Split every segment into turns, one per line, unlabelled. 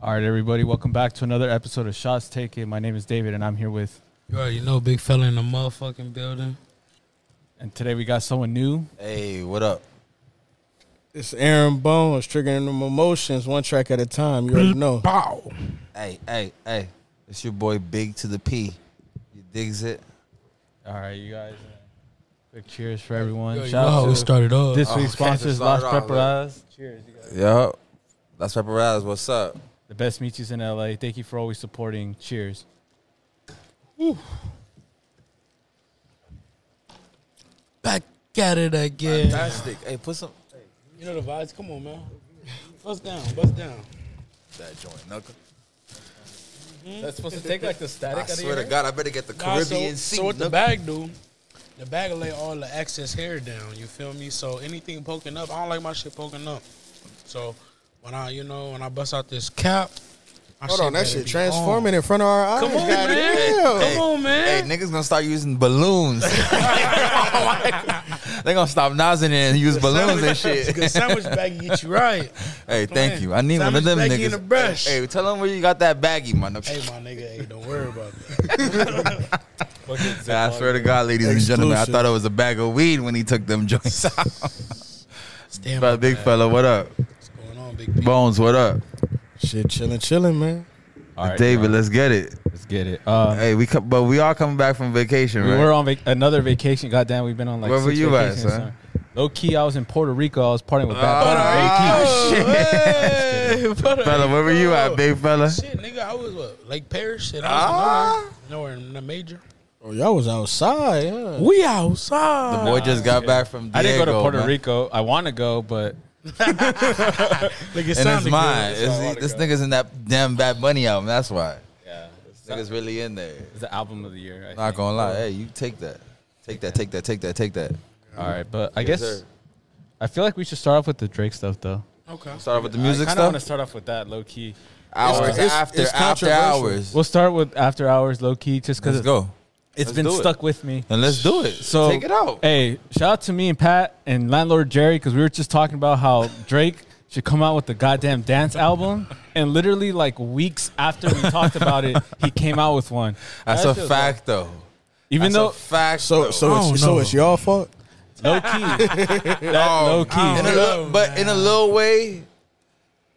All right, everybody, welcome back to another episode of Shots Taken. My name is David, and I'm here with.
You already know, big fella in the motherfucking building.
And today we got someone new.
Hey, what up?
It's Aaron Bones triggering them emotions one track at a time. You already know.
Bow.
Hey, hey, hey. It's your boy Big to the P. You digs it?
All right, you guys. uh, Big cheers for everyone.
Yo,
Shout out
we
to
started off.
this
Oh,
week's
okay.
sponsors,
Start
Las
it off,
Preparadas. Cheers, you guys.
Yup. That's Pepper Raz. What's up?
The best meets in LA. Thank you for always supporting. Cheers.
back at it again.
Fantastic. Hey, put some.
You know the vibes. Come on, man. Bust down, bust down.
That joint, knuckle.
Hmm?
That's supposed to take like the static
I swear to God, I better get the
Nah, so-
Caribbean
so,
seat.
what the
knuckle.
bag do? The bag will lay all the excess hair down. You feel me? So anything poking up, I don't like my shit poking up. So when I, you know, when I bust out this cap, my
Hold on, that
better
shit
be
transforming in front of our eyes.
on. Come on,
God
man.
damn.
Come on,
Hey,
man.
niggas gonna start using balloons. they gonna stop nosing and use balloons and shit.
Good sandwich bag get you right.
Hey, thank
Man,
you. I need one of
sandwich
them
baggie
niggas.
in a brush.
Hey, tell them where you got that baggie, my nigga.
Hey, my nigga, hey, don't worry about that.
I swear to God, ladies and gentlemen, I
Exclusive.
thought it was a bag of weed when he took them joints out.
Stand by
But big fella, what up?
What's going on, big people?
Bones, what up?
Shit, chilling, chilling, man.
All right,
David,
y'all.
let's get it.
let's get it. Uh,
Hey, we come, but we all coming back from vacation,
we
right?
were on vac- another vacation. Goddamn, we've been on like
Where
six
were you at,
vacations,
son?
son. Low key, I was in Puerto Rico. I was partying with Bad Bunny. Low
Oh,
key.
shit. Fella, where were you
Oh.
at, Ah, big fella?
Shit, nigga, I was what? Lake Paris? Shit, I
Ah.
was nowhere. Nowhere in the major.
Oh, y'all was outside. Huh?
We
The
outside.
boy just got back from Diego.
I didn't go to Puerto
man.
Rico. I want to go, but
Like, it
And
sounded
it's
good.
mine.
why I
It's-
wanna
this
go.
nigga's in that damn Bad Bunny album. That's why.
yeah,
This nigga's really in there.
it's the album of the year. I
Not
think.
gonna lie. Hey, you take that. Take that, take that, take that, take that.
All right, but I
Yes,
guess
sir.
I feel like we should start off with the Drake stuff, though.
Okay.
Start off with the
I
music
kind of want to
stuff.
start off with that low key.
Hours
it's- it's
after, after
controversial.
hours.
We'll start with After Hours low key, just because it's
Let's go. Let's
been
do it.
stuck with me.
And let's do it.
So
take it out.
Hey, shout out to me and Pat and landlord Jerry because we were just talking about how Drake should come out with the goddamn dance album, and literally like weeks after we talked about it, he came out with one.
That's
That
a
feels
fact, though.
Even
That's
though
a fact.
So,
though.
so
I don't
it's so
know.
it's y'all fault.
low key, that
Oh,
low key.
I
in a
don't
little,
know,
but in a little way,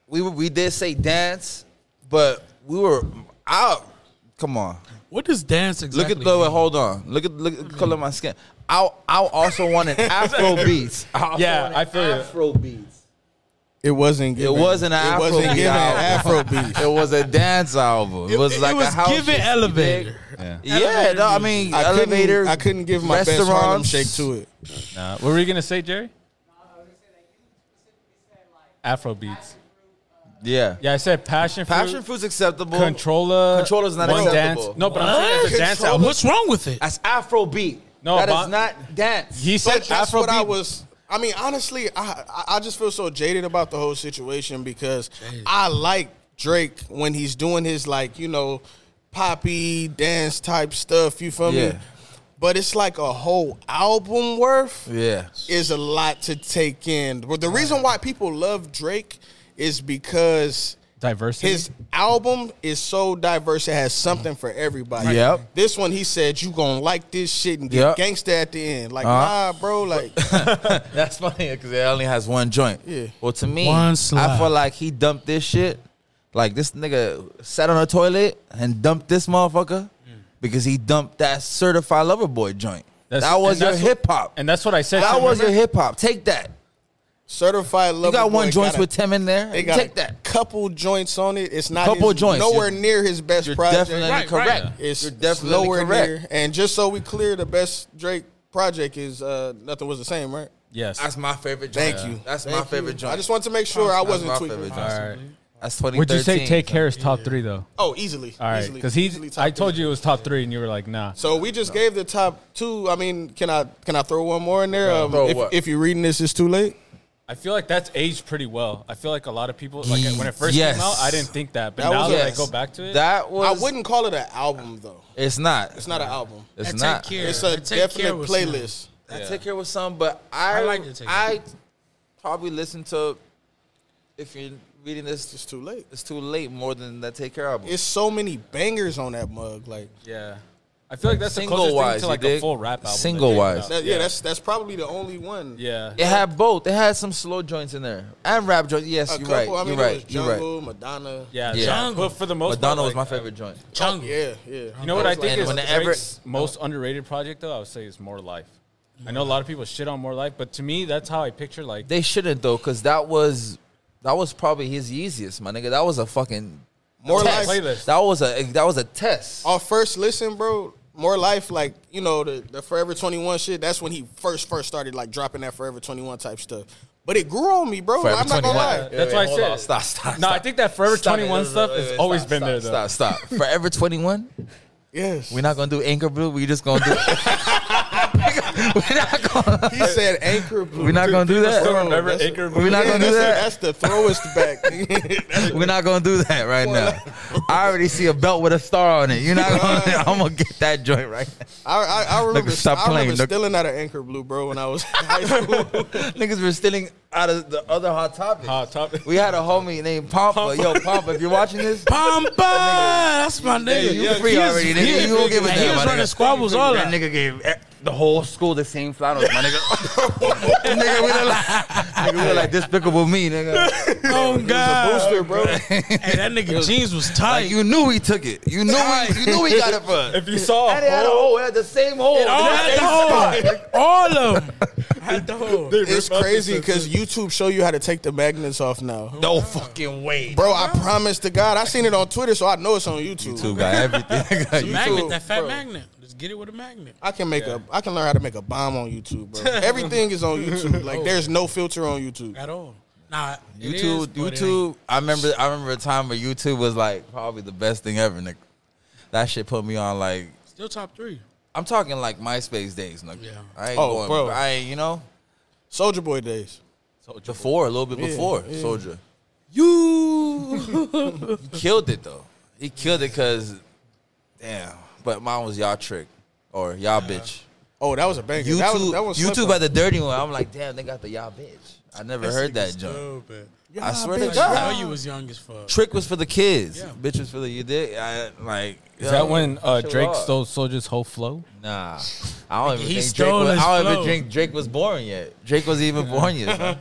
we were- we did say dance, but we were out. Come on,
What does dance
look
exactly
at the
mean?
wait, hold on. Look at look at the color of my skin. I I also wanted Afro beats. I also
Yeah,
wanted
I feel you.
Afro beats.
It wasn't
It
given.
wasn't an
It
Afro
wasn't
beat
given
album.
Afro beat.
It was a dance album. It was
it,
like
it was
a house.
given elevator.
Yeah.
Yeah, no, I mean
I couldn't-
elevator.
I couldn't give my best Harlem
restaurants.
shake to it.
Nah, what were you gonna say, Jerry? Afro beats.
Yeah,
Yeah, I said passion. Fruit,
passion fruit's acceptable.
Controller.
Controller's not
one
acceptable.
Dance. No, but I'm saying it's a dance album.
What's wrong with it?
That's Afrobeat.
No,
No, that is
but-
not dance.
He said
But that's what I
Afrobeat.
was. I mean, honestly, I I- I just feel so jaded about the whole situation because I like Drake when he's doing his like you know poppy dance type stuff. You feel
Yeah.
me? But it's like a whole album worth
yeah,
is a lot to take in. But the reason why people love Drake is because
Diversity.
his album is so diverse. It has something for everybody.
Yep.
This one, he said, you gonna like this shit and
Yep.
get gangsta at the end. Like,
Uh-huh.
nah, bro. Like,
that's funny because it only has one joint.
Yeah.
Well, to me,
One slap.
I feel like he dumped this shit. Like this nigga sat on a toilet and dumped this
Mm.
motherfucker because he dumped that certified lover boy joint.
That's-
that was
and
your
that's what-
hip hop.
and that's what I said.
That
to him,
was your
remember?
hip hop. Take that.
certified lover.
You got one
Boy
joints
got a-
with Tim in there.
They got
Take
a
that.
couple joints on it. It's not
Couple
his-
joints.
Nowhere
You're-
near his best
You're
project.
definitely
Right, right.
correct.
It's
You're
definitely
definitely correct.
near. And just so we clear, the best Drake project is uh, nothing was the same, right?
Yes.
That's my favorite joint.
Thank you.
That's
Thank
my favorite
you.
joint.
I just want to make sure I
That's
wasn't
my
tweaking.
favorite
All
joint.
right.
That's 2013.
Would you say Take Harris top three though?
Oh, easily.
All right,
easily.
because he's.
Easily top
I told you it was top three, and you were like, nah.
So we just gave the top two. I mean, can I can I throw one more in there? Um,
Throw
if,
what?
if you're reading this, it's too late.
I feel like that's aged pretty well. I feel like a lot of people, like when it first
Yes.
came out, I didn't think that, but
That
now
was
that
yes.
I go back to it,
That was.
I wouldn't call it an album though.
It's not.
It's not an album.
It's
That
not.
Take care.
It's a
That Take Care
definite
was
playlist.
I
Yeah.
take care with some, but I
I
I,
like to take
probably listen to if you're reading this.
It's too late.
It's too late. More than that, take care album.
It's so many bangers on that mug. Like
Yeah. I feel like that's
Single
the closest
wise,
thing to
you
like a
dig?
full rap album. that
Single
came
wise.
out.
that, yeah. that's that's probably the only one.
Yeah.
It had both. It had some slow joints in there and rap joints. Yes,
a
you're
couple.
right.
I mean,
you're
it was
right. You're right.
Jungle, Madonna.
Yeah.
Yeah.
John, but for the most
Madonna
part,
was my
like,
favorite joint.
Jungle.
yeah, yeah.
You know what I think
And
is
whenever-
Drake's most underrated project though? I would say is More Life. I know a lot of people shit on More Life, but to me, that's how I picture like
They shouldn't though, cause that was that was probably his easiest, my nigga. That was a fucking
More
test.
Life.
playlist.
That was a that was a test.
Our first listen, bro. More life, like you know the, the Forever Twenty One shit. That's when he first first started like dropping that Forever Twenty One type stuff. But it grew on me, bro.
Forever
I'm not gonna
21.
lie.
Yeah. That's why I
hold
said-
on. Stop, stop.
No, I
stop.
think that Forever
Stop it.
21 stuff
Wait, wait,
has
wait,
always
stop,
been
stop,
there, though.
Stop, stop. Forever 21.
Yes,
We're not gonna do Anchor Blue. We just gonna do. we're not gonna.
he said anchor. Blue.
We're not gonna do
I still
that.
remember
that's-
Anchor
We're not
Yeah,
gonna do
that's
that.
The, that's the throwest back. nigga.
We're not gonna do that right now. I already see a belt with a star on it. You're not gonna. I'm gonna get that joint right.
I, I, I remember,
stop
I remember
playing, look.
stealing out of Anchor Blue, bro, when I was in high school.
Now. Niggas were stealing out of the other hot topic.
Hot topic.
We had a homie named Pompa. Yo, Pompa, if you're watching this,
Pampa, that's my nigga.
you free already, nigga.
He,
You don't give a
he
damn,
was
my
running
nigga.
squabbles all
that
that.
nigga gave e- the whole school the same flannels, my nigga. nigga, we look like, nigga, we look like despicable me, nigga.
Oh god,
Booster, bro.
hey, that nigga jeans was tight.
Like, you knew he took it. You knew he, you knew he got it for. us.
If you saw
And it
a
had a
hole,
hole. It had the same hole.
all had the hole. All of them had the hole.
they
It's
rip up
crazy
the-
because YouTube show you how to take the magnets off now.
No fucking way.
Bro, I promise to God, I seen it on Twitter, so I know it's on YouTube.
Two got everything.
Magnet,
YouTube,
that fat
bro.
magnet. Just get it with a magnet.
I can make a, I can learn how to make a bomb on YouTube, bro. Everything is on YouTube. Like there's no filter on YouTube.
At all. Nah, it is,
YouTube,
but it ain't.
YouTube. I remember, I remember a time where YouTube was like probably the best thing ever, nigga. That shit put me on like
Still top three.
I'm talking like MySpace days, nigga.
Yeah.
I ain't
Oh,
going,
bro.
I ain't, you know,
Soldier Boy days.
before a little bit before
yeah.
Soldier.
You.
He killed it though. He killed it because, damn. But mine was y'all trick or y'all bitch.
Oh, that was a banger.
YouTube,
that was, that was
YouTube
slick.
had the dirty one. I'm like, damn, they got the y'all bitch. I never heard that joke. I swear to
bitch,
I
God,
know you was young as fuck.
trick was for the kids.
Yeah.
Bitch was for the you did. I, like,
Is that when uh,
chill
Drake
out.
stole Soldier's whole flow?
Nah, I don't even
He
think Drake.
stole
Was,
his
I don't even
flow.
think Drake was born yet. Drake was even born yet. son.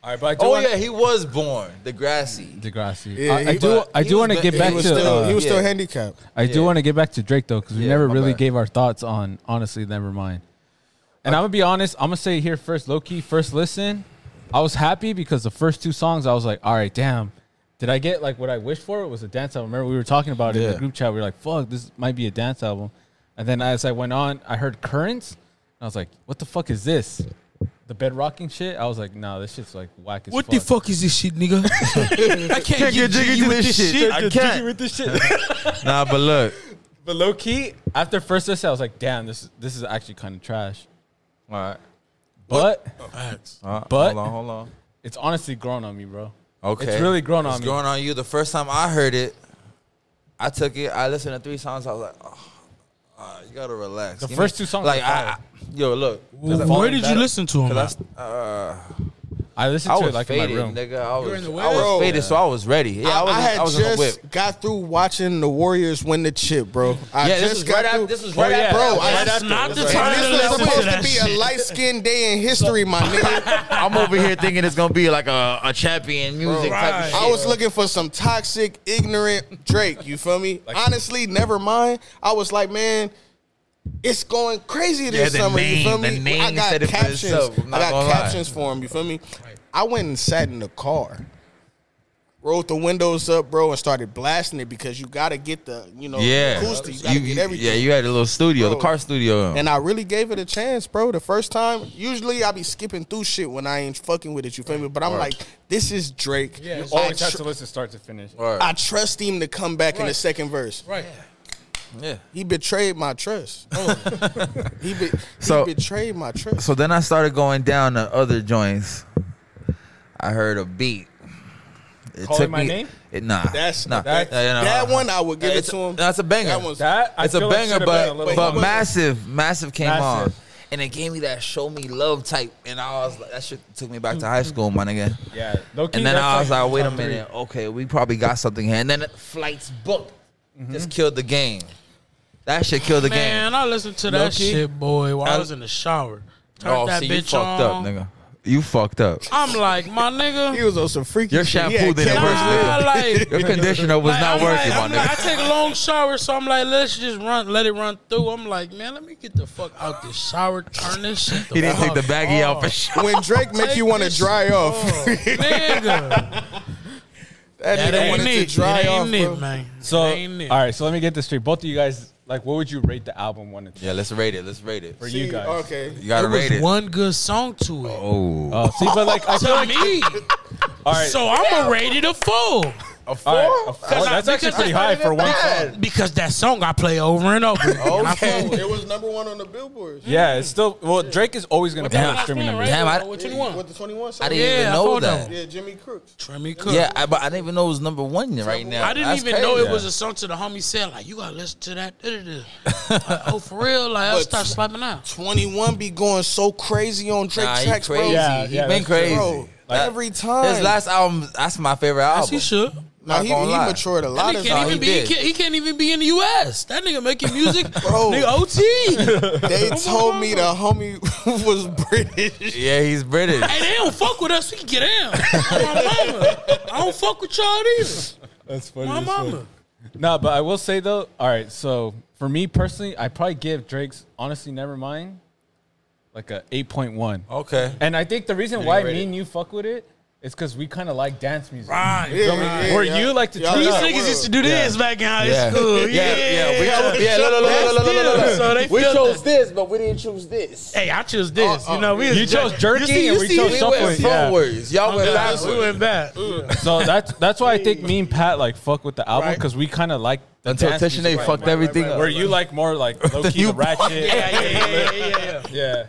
All right, but I do
oh
want
yeah, he was born. Degrassi.
Degrassi.
Yeah,
I, I
he-
do.
but
I
he
do want to
was
get
ba-
back
He was
to.
still,
uh,
he was
yeah.
still handicapped.
I do
yeah.
want to get back to Drake though, because we
Yeah,
never
my
really
bad.
gave our thoughts on. Honestly, never mind. And I'm gonna be honest. I'm gonna say here first, low key, first listen. I was happy because the first two songs, I was like, all right, damn. Did I get like what I wished for? It was a dance album. Remember we were talking about it in
Yeah.
the group chat. We were like, fuck, this might be a dance album. And then as I went on, I heard Currents, and I was like, what the fuck is this? The bed rocking shit. I was like, no, nah, this shit's like whack as
What
fuck.
the fuck is this shit, nigga? I can't, get jiggy with this shit.
I
I
can't.
can't with this shit.
Nah, but look.
But low key, after first listen, I was like, damn, this this is actually kind of trash.
All right.
But
Facts.
But-
hold on, hold on.
it's honestly grown on me, bro.
Okay,
It's really grown
It's
on me.
growing on you. The first time I heard it, I took it. I listened to three songs. I was like, oh, uh, you gotta relax.
The
Give
first two songs
Like,
are
I, I,
fire.
yo, look. 'cause I-
Where did you listen to him?
'cause I
at?
st- uh,
I listened
I
to it
was
like
faded,
in my room.
nigga. I was,
in the
I
whip?
was faded, so I was ready. Yeah, I,
I,
was.
I
in-
had
I was in the whip.
just got through watching the Warriors win the chip, bro. I
Yeah,
just
this was
got
right
through.
after. This was
Oh,
right
yeah.
after.
Bro, I-
I,
That's
after
not the
And
time to
this was
listen to
supposed to
that
be
shit.
a light skinned day in history, my nigga.
am over here thinking it's gonna be like a, a champion music type of
Right.
shit.
I was looking for some toxic, ignorant Drake. You feel me? Honestly, never mind. I was like, man, it's going crazy this
the
summer. you
name-
feel
the
me?
name
I got
said it for
captions.
itself, I'm
I
not gonna
got
lie.
captions for him. You feel me? I went and sat in the car. Rolled the windows up, bro, and started blasting it because you got to get the, you know,
yeah,
acoustic. You got to
You-
get
you-
everything.
Yeah, you had a little studio,
Bro.
the car studio.
And I really gave it a chance, bro. The first time, usually I be skipping through shit when I ain't fucking with it. You feel me? But I'm like, this is Drake.
Yeah, it's
I,
Always have
tr-
to listen start to finish.
Or-
I trust him to come back in the
Right.
second verse.
Right.
yeah.
He betrayed my trust. Oh. he, be-
So-
he betrayed my trust.
So then I started going down to other joints. I heard a beat. It
Calling My Name?
It, nah,
That's-
nah.
that's-
Nah, you know,
that
nah.
one I would give it
It's-
to him.
That's a banger.
That one's-
That I
it's a
feel like
banger,
should've been
but
a little
but
longer.
massive, massive came
Massive.
on. and it gave me that show me love type. And I was like, that shit took me back to high school, my nigga.
Yeah, low key,
And then
that's
I was like, wait a
top three.
minute, okay, we probably got something here. And then flights booked just killed the game. That shit killed the
Man,
game.
I listened to that
Low-key.
shit, boy, while I,
I-
was in the shower. Turned
Oh,
that
see,
bitch
you fucked
on.
up, nigga. You fucked up.
I'm like, my
He
nigga.
was on some freaky
Your
shit. He
shampoo
had
didn't
cat-
work.
Nah, like,
Your conditioner was
Like,
not
I'm
working,
like, I'm
my
like,
nigga.
I take a long shower, so I'm like, let's just run, let it run through. I'm like, man, let me get the fuck out this shower, turn this shit. The
He didn't take
fuck
the baggie out
off.
for sure.
When Drake make you want to
this
dry off,
nigga.
that
That
nigga
ain't
wanted to
it. Dry
dry
it ain't
off.
it,
bro.
man.
So,
That ain't it.
all right, so let me get this straight. Both of you guys, like, what would you rate the album one and two
Yeah, let's rate it. Let's rate it.
for you guys?
Okay.
You gotta
There was
rate it.
one good song to it.
Oh,
Uh, see, but like, I feel
To
like,
me,
all right,
so I'm a rated a fool
a four?
all right, a four,
Because I-
that's actually
because
pretty
that's
high
not
for one. song.
Bad.
because that song I play over and over. again. I fuck
Okay.
with it.
It was number one on the billboards.
Yeah, it's still well. Drake is always gonna
That's
be
what
on
I'm
streaming
saying,
numbers.
right?
Damn, I-
With
With
21.
the 21
I
song.
didn't
Yeah,
even
I
know
followed
that.
that.
Yeah, Jimmy Crooks.
Trimmy Cook.
Yeah, I, but I didn't even know it was number one right now.
I didn't
That's
even
crazy.
know it
Yeah.
was a song to the homie said like you gotta listen to that. da, da, da." Like, oh for real? Like I
But-
start slapping out.
21 be going so crazy on Drake
Nah, he
tracks,
crazy.
bro.
Yeah,
he
yeah,
been
that's true.
crazy.
Bro,
That-
every time.
His last album, that's my favorite
Yes,
album.
he should.
Nah,
Not
he, he
gonna lie.
matured a
That
lot
nigga
of
can't
times.
even
he
be. He
did.
can't, he can't even be in the U.S. That nigga making music,
Bro.
Nigga OT.
They
Come
told
on.
me the homie was British.
Yeah, he's British.
Hey, they don't fuck with us. We can get down. My mama. I don't fuck with y'all either.
That's funny.
My mama.
No, but I will say though. All right, so for me personally, I probably give Drake's honestly never mind like a eight point one.
okay.
And I think the reason why
rate
me
it.
and you fuck with it is because we kind of like dance music.
Right.
Yeah,
Or
yeah.
you like to
Y'all
turn
These
up.
like-
niggas used to do this back in high school. Yeah,
yeah, yeah. We chose, yeah, look, look,
That's
look, look, look, look, look,
them,
look.
so they
we
feel
chose
that.
this, but we didn't choose this.
Hey, I chose this.
Uh, uh,
you know, we was
You chose jerky
see-
and
you
we
see-
chose
We
something.
went
yeah.
forwards. Y'all went
Yeah, we
backwards.
went back.
So that's that's why I think me and Pat like fuck with the album
Right.
because we kind of like the
Until
dance
Tisha
music.
Nate fucked everything up.
Where you like more like low key
you-
the ratchet.
Yeah, yeah, yeah, yeah, yeah. yeah.
yeah.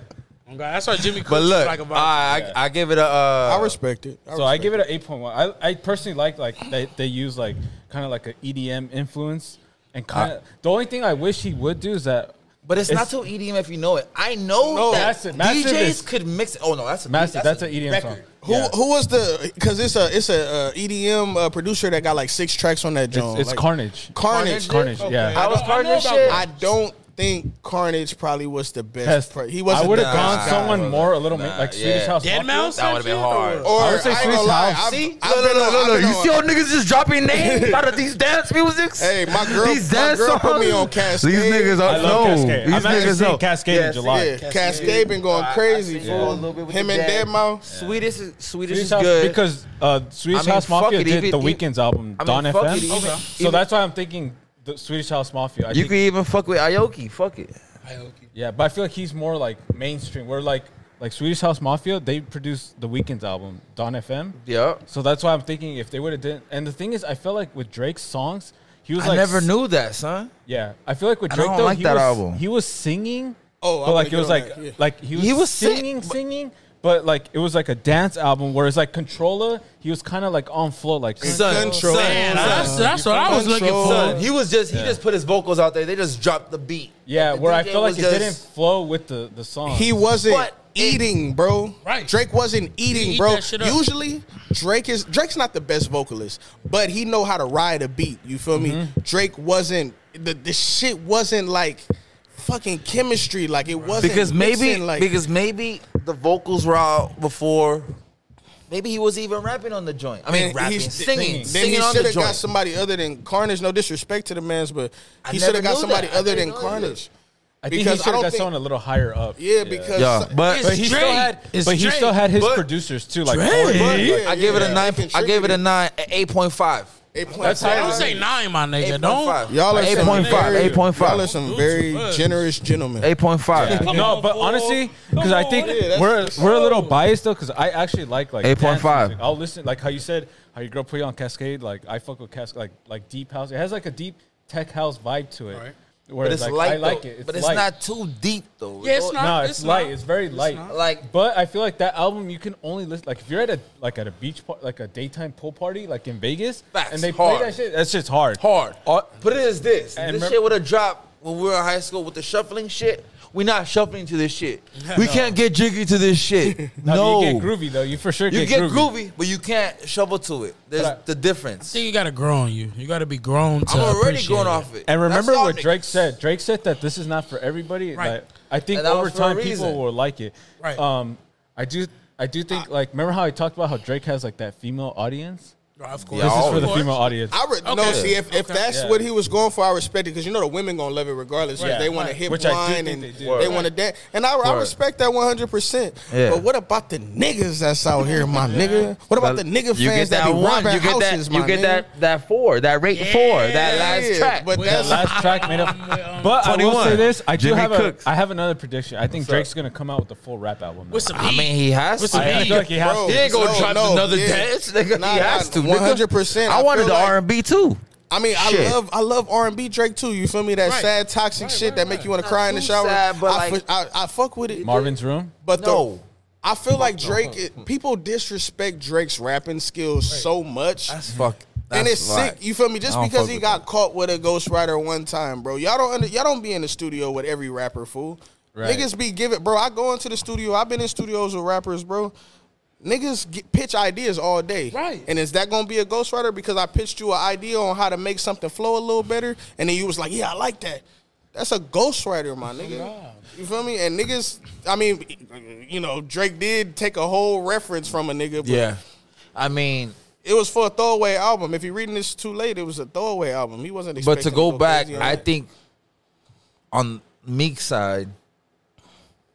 Okay, that's why Jimmy Cook
But look,
like
I,
about.
I, I give it a. Uh,
I respect it.
So I give it an eight point one. I, I personally like like they, they use like kind of like an EDM influence and
Ah.
kind of the only thing I wish he would do is that
But it's,
It's-
not so EDM if you know it. I know
No,
that
Massive- Massive
DJs
is-
could mix it. Oh no, that's a
massive. That's, an EDM
record.
song.
Who
Yeah.
who was the? Because it's a it's a uh, EDM uh, producer that got like six tracks on that joint.
It's, it's
like,
Carnage.
Carnage.
Carnage. Yeah.
I was
I know
part of this
about
shit.
I don't think Carnage probably was the best.
Best.
per- he
I
wasn't.
would
the
have gone
best guy.
someone
brother.
more a little
Nah,
like
yeah.
Swedish House.
Dead
Mafia.
Mouse?
That would've been
shit,
hard.
or-
Or
I would say
ain't
Sweet's
gonna lie,
House.
I've-
See,
I've
look,
been
look,
on-
look,
I've
look, look.
been
You
on-
see all niggas just dropping names out of these dance musics?
Hey, my girl,
These
my
dance
girl put me
songs.
on Cascade.
These niggas
I love
are no.
Cascade.
These
I'm actually
niggas
seeing
know.
Cascade in
Yes,
July.
Yeah, Cascade been going
I- I
crazy,
seen a
fool.
little bit with
Him
the
and
dance.
Deadmau5.
Swedish, is- Swedish
Swedish
is
House
good.
because uh, Swedish
I mean,
House
fuck
Mafia
it,
did
even-
the
even-
Weekend's album
I mean,
Don
fuck
FM.
it, even-
so
even-
that's why I'm thinking the Swedish House Mafia. I
you
think,
could even fuck with Aoki. Fuck it.
yeah, but I feel like he's more like mainstream. Where like like Swedish House Mafia, they produced the Weekend's album Don FM.
Yup.
So that's why I'm thinking if they would have did. And the thing is, I feel like with Drake's songs, he was
I
like
never
s-
knew that, son.
Yeah, I feel like with
I
Drake
don't
though,
like
he
that
was
album.
he was singing.
Oh, I
but
wanna
like it
get
was
on
like
that, yeah.
like he was,
He was sing-
singing, singing. But like it was like a dance album where it's like controller. He was kind of like on flow, like
Son,
Control.
Man,
son,
that's,
son.
that's what I was looking
Control.
for.
Son, He was just he just put his vocals out there. They just dropped the beat.
yeah,
The
where I
DJ
feel like
was
it
just-
didn't flow with the the song.
He wasn't
But it-
eating, bro.
Right.
Drake wasn't eating,
eat
bro.
that shit up.
Usually, Drake is Drake's not the best vocalist, but he know how to ride a beat. You feel me?
Mm-hmm.
Drake wasn't the the shit wasn't like fucking chemistry. Like it wasn't
because maybe
mixing, like
because maybe the vocals were out before. Maybe he was even rapping on the joint. I mean,
And
rapping,
he-
singing,
Then
singing
he
on
should
the
have got
joint.
somebody other than Carnage. No disrespect to the man's, but
I
he should
never
have got
knew
somebody
that. I
other
didn't know
than
that.
Carnage.
I think
because
he
I
should have
don't
got
think-
someone a little higher up.
Yeah, because
Yeah, but-
but he
It's
still
Drake.
had,
It's
but he
Drake.
still had his
But-
producers too, like
Drake.
Corny.
But-
Yeah,
I give it
yeah,
a nine.
he
I gave it a
contributed.
nine, eight point five.
That's
Eight
how-
Don't
points.
say nine, my nigga.
Eight
Don't.
point five.
Y'all are
eight
some
point five.
very-
Eight point
Y'all are
five.
some
Dude,
very
what?
generous gentlemen.
Eight point five.
Come
no,
on,
but
fool.
honestly, because I
Come
think
on. Yeah,
that's-
we're
that's-
we're a little biased though, because I actually like like dance
8.5.
music. I'll listen like how you said how your girl put you on Cascade. Like I fuck with Cascade, like like deep house. It has like a deep tech house vibe to it.
Right.
Where
But
it's
it's
like
light.
I like
though.
it. It's
but it's
light.
not too deep though.
Yeah, it's
Don't-
No,
not.
it's,
It's
light.
not.
It's very light.
not.
Like-
but I feel like that album you can only listen like if you're at a like at a beach par- like a daytime pool party like in Vegas,
Facts.
and they
Hard.
play that shit. That's just hard.
hard.
All-
Put it as this.
And
this
remem-
shit would have dropped when we were in high school with the shuffling shit. We're not shuffling to this shit. We can't get jiggy to this shit.
No,
no.
you get groovy though. You for sure
You
get,
get
groovy.
groovy, but you can't shovel to it. There's
But I-
the difference.
See, you gotta grow on you. You gotta be grown. To
I'm already
appreciate
going
it.
off it.
And
That's
remember
y'all
what Drake
niggas.
said. Drake said that this is not for everybody.
Right.
Like, I think
And that
over
was for a
time people
reason. Ah.
will like it.
Right.
Um, I do. I do think like remember how I talked about how Drake has like that female audience.
Right, of course.
This
This is
Oh,
for the
yeah.
female audience.
I re- no
Okay.
see if, if
Okay.
that's
Yeah.
what he was going for, I respect it because you know the women gonna love it regardless. 'cause
Right.
They want to
Right.
hit
Which I do
wine
think
and
they
they,
do.
want to dance, and I, I
Word.
respect that one hundred percent.
Yeah.
But what about the niggas that's out here, my nigga? What about the nigga fans
you get that,
be
one,
robbing
you get
houses,
that,
my
you get
nigga?
that, that four, that rate four, that last
Yeah,
track.
But
Well,
that
that's
last track made up.
um,
But I will
21.
say this: I do
Jimmy
have
Cooks.
a. I have another prediction. I think
up?
Drake's gonna come out with a full rap album.
With some
I
heat.
mean, he has
What's
to.
the
I, I feel like he has
Bro,
to.
He ain't gonna
No,
drop
no,
another
yeah.
dance, nigga.
Nah,
he has
nah,
to. nigga.
100%.
I,
I
wanted
feel
the
like-
R and B too.
I mean,
Shit.
I love I love R and B Drake too. You feel me? That
Right.
sad toxic
Right,
shit
right,
that make
right.
you want
Not
to cry in the
too
shower.
sad, but
I,
like-
fu- I, I fuck with it.
Marvin's Room.
But
No.
the, I feel like Drake. It, people disrespect Drake's rapping skills so much.
That's fuck.
and
that's
it's
whack.
sick, you feel me? Just
I don't
because
fuck
he
with
got caught with a ghostwriter one time, bro. Y'all don't under, y'all don't be in the studio with every rapper, fool.
Right.
Niggas be giving, bro. I go into the studio. I've been in studios with rappers, bro. Niggas get, pitch ideas all day,
Right.
And is that gonna be a ghostwriter? Because I pitched you an idea on how to make something flow a little better, and then you was like, "Yeah, I like that." That's a ghostwriter, my nigga. You feel me? And niggas, I mean, you know, Drake did take a whole reference from a nigga, but
Yeah, I mean,
it was for a throwaway album. If you're reading this too late, it was a throwaway album. He wasn't.
but
Expecting
to go back,
crazy on
I
that.
think on Meek's side,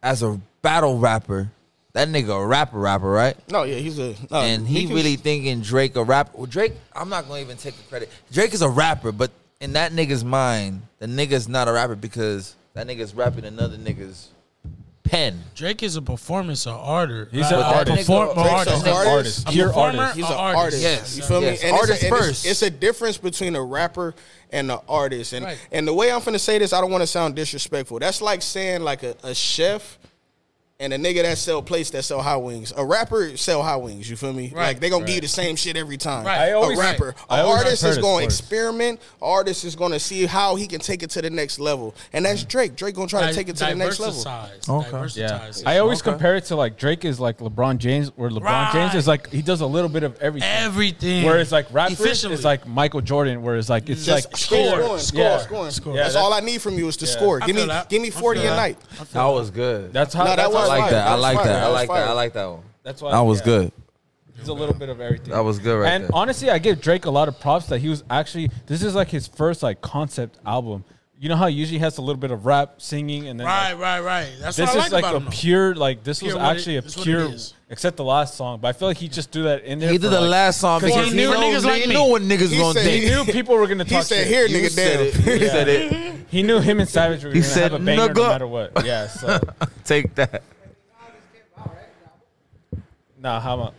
as a battle rapper, that nigga a rapper rapper, right?
no, yeah, he's a no,
and he
Meek is-
really thinking Drake a rapper. Well, Drake, I'm not gonna even take the credit. Drake is a rapper, but in that nigga's mind, the nigga's not a rapper because that nigga's rapping another nigga's pen.
Drake is a performance, an artist.
He's an artist.
Perform,
Drake's
an
an
artist.
an artist.
A
Pure
performer,
artist.
He's
a
an
artist.
artist.
Yes,
you feel
yes.
me? And it's a-
Artist
and it's,
first.
It's, a difference between a rapper and an artist. And
Right.
and the way I'm finna say this, I don't want to sound disrespectful. That's like saying like a, a chef and a nigga that sell plates that sell hot wings. A rapper sell hot wings. You feel me?
Right.
Like they gonna give you the same shit every time.
Right. I
always-
a rapper,
I
an
always
artist
heard
is
it
gonna
first.
experiment. An artist is gonna see how he can take it to the next level. And
Mm-hmm.
that's Drake. Drake gonna try to take it to the next level.
Diversitize.
Okay.
Yeah,
Diversitize.
I always compare it to like Drake is like LeBron James, where LeBron James is like he does a little bit of everything.
everything.
Whereas like rappers
Efficiently.
is like Michael Jordan, where it's like it's
Just
like
score,
sure.
score, score,
Yeah.
scoring.
Score.
That's
Yeah,
all I need from you is to
yeah.
score.
I
Give me,
feel that.
give me
I feel
forty a
that.
night.
That was good.
That's how.
No, that
that's
was
how
I
I
like
fire.
that. I
That was
like
fire.
that. I
That was
like that.
fire.
I like that one.
That's why
That was
yeah.
good.
He's a little bit of everything.
That was good right
and
there.
honestly, I give Drake a lot of props that he was actually. This is like his first like concept album. You know how he usually has a little bit of rap, singing, and then like,
Right, right, right. That's
this
what I like
is like
about
a
him. though.
pure like this
Pure
was
what it-
actually
it's
a
what it
pure
is.
except the last song. But I feel like he just threw that in there.
He
for,
did the
like-
last song
Because
because
he
he
knew
knew,
niggas like
he
me.
knew what niggas
He
gonna
said
He
think.
knew people were gonna
He
talk shit.
said, "Here,
You
nigga,
said
damn."
it. You said it.
He knew him and Savage were gonna
said,
have a banger no
"Nigga."
matter what. Yeah. So
Take that.
nah, how about?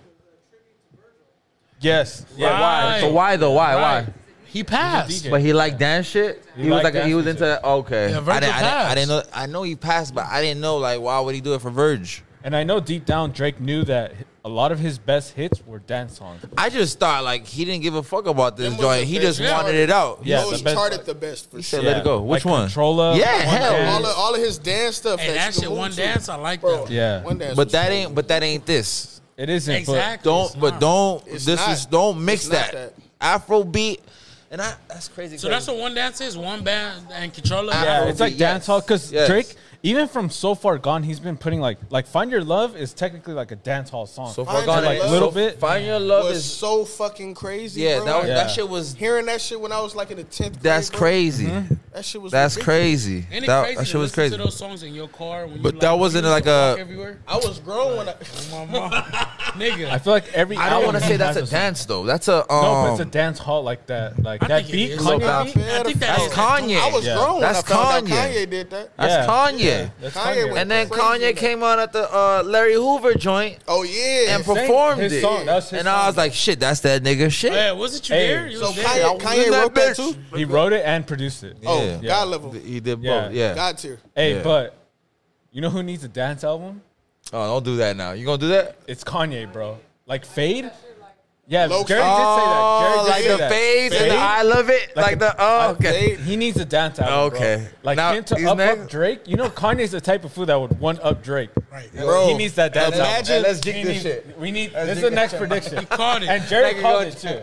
Yes. Yeah.
Right.
Why?
So why though? Why? Why?
He passed.
DJ.
But he liked dance shit. He, was
liked
like he
dance
was
shit.
into that. okay.
Yeah,
I
Virgil
didn't, I, didn't, I
passed.
didn't know. I know he passed, but I didn't know like why would he do it for Verge?
And I know deep down Drake knew that a lot of his best hits were dance songs.
I just thought like he didn't give a fuck about this
Them was
joint.
the
He
best.
just
Yeah.
wanted it out.
Yeah,
Those
the best-
charted the best for
said,
sure.
"Let it go." Which
like
one?
Controller.
Yeah,
One
hell.
Dance.
All of, all of his dance stuff.
Hey,
that
that
you can
shit,
move
one
to.
dance, I like
Bro,
that.
Yeah.
One dance.
But
was
that
cool.
ain't. But that ain't this.
It isn't.
Exactly.
Don't.
It's
But
not.
don't.
It's
this
not.
is. Don't mix
It's
that.
not
Afro beat. And I. That's crazy.
So that's what one dance is. One band and controller.
But yeah, it's like
Afrobeat,
dance hall because
yes.
Drake, even from So Far Gone, he's been putting like like Find Your Love is technically like a dance hall song.
so far
Find
gone.
Your
Like
Love
little
so-
bit. Find your
It
love
was
is.
so fucking crazy.
Yeah.
bro.
That was,
Like,
Yeah.
that shit was.
Hearing that shit when I was like in the tenth.
That's
grade, bro,
crazy.
That shit was.
That's
ridiculous.
crazy.
Ain't it
That,
crazy
that shit
to
was
listen
crazy.
to those songs in your car. When
But
you,
that
like,
wasn't
you used
like
to walk
a-
everywhere.
I was grown when I.
My mom. Nigga,
I feel like every.
I don't
want to
say that's a dance though. That's a. Um,
No, but it's a dance hall like that. Like
I
that
think it
beat,
is.
Kanye
Little
beat.
Baby.
I think that
That's
is-
Kanye.
I was
Yeah.
grown when I
That's
found out
Kanye.
Kanye did that.
That's
Yeah.
Kanye.
That's
Kanye
Kanye.
was-
And then
Crazy, man.
Kanye came on at the uh, Larry Hoover joint
Oh yeah.
and performed
his
it.
song. That was his
and I was
song.
like, shit, that's that nigga shit.
Yeah, wasn't you
Hey.
there? You
so
was there.
Kanye,
I was in
Kanye wrote
that
that
bitch.
too.
he wrote it and produced it.
Oh,
Yeah.
God level,
He did both.
Yeah.
Yeah.
God tier.
Hey,
Yeah.
but you know who needs a dance album?
Oh, don't do that now. You gonna do that?
It's Kanye, bro. Like Fade. Yeah,
Loki.
Jerry did say that. Jerry
Oh,
did
like
say
the
that.
fades and the
Fade?
I love it. Like,
Like
the oh okay.
They-
He needs a downtown.
Okay.
Like
Now,
him to
these
up,
niggas-
up Drake. You know, Kanye's the type of fool that would one up Drake.
Right.
Bro,
he needs that downtown.
imagine- Hey,
let's get
We
this
need-
shit.
We need.
Let's
this is the
get this
next
shit.
prediction.
He called it.
And Jerry
Nigga
called
go
it too.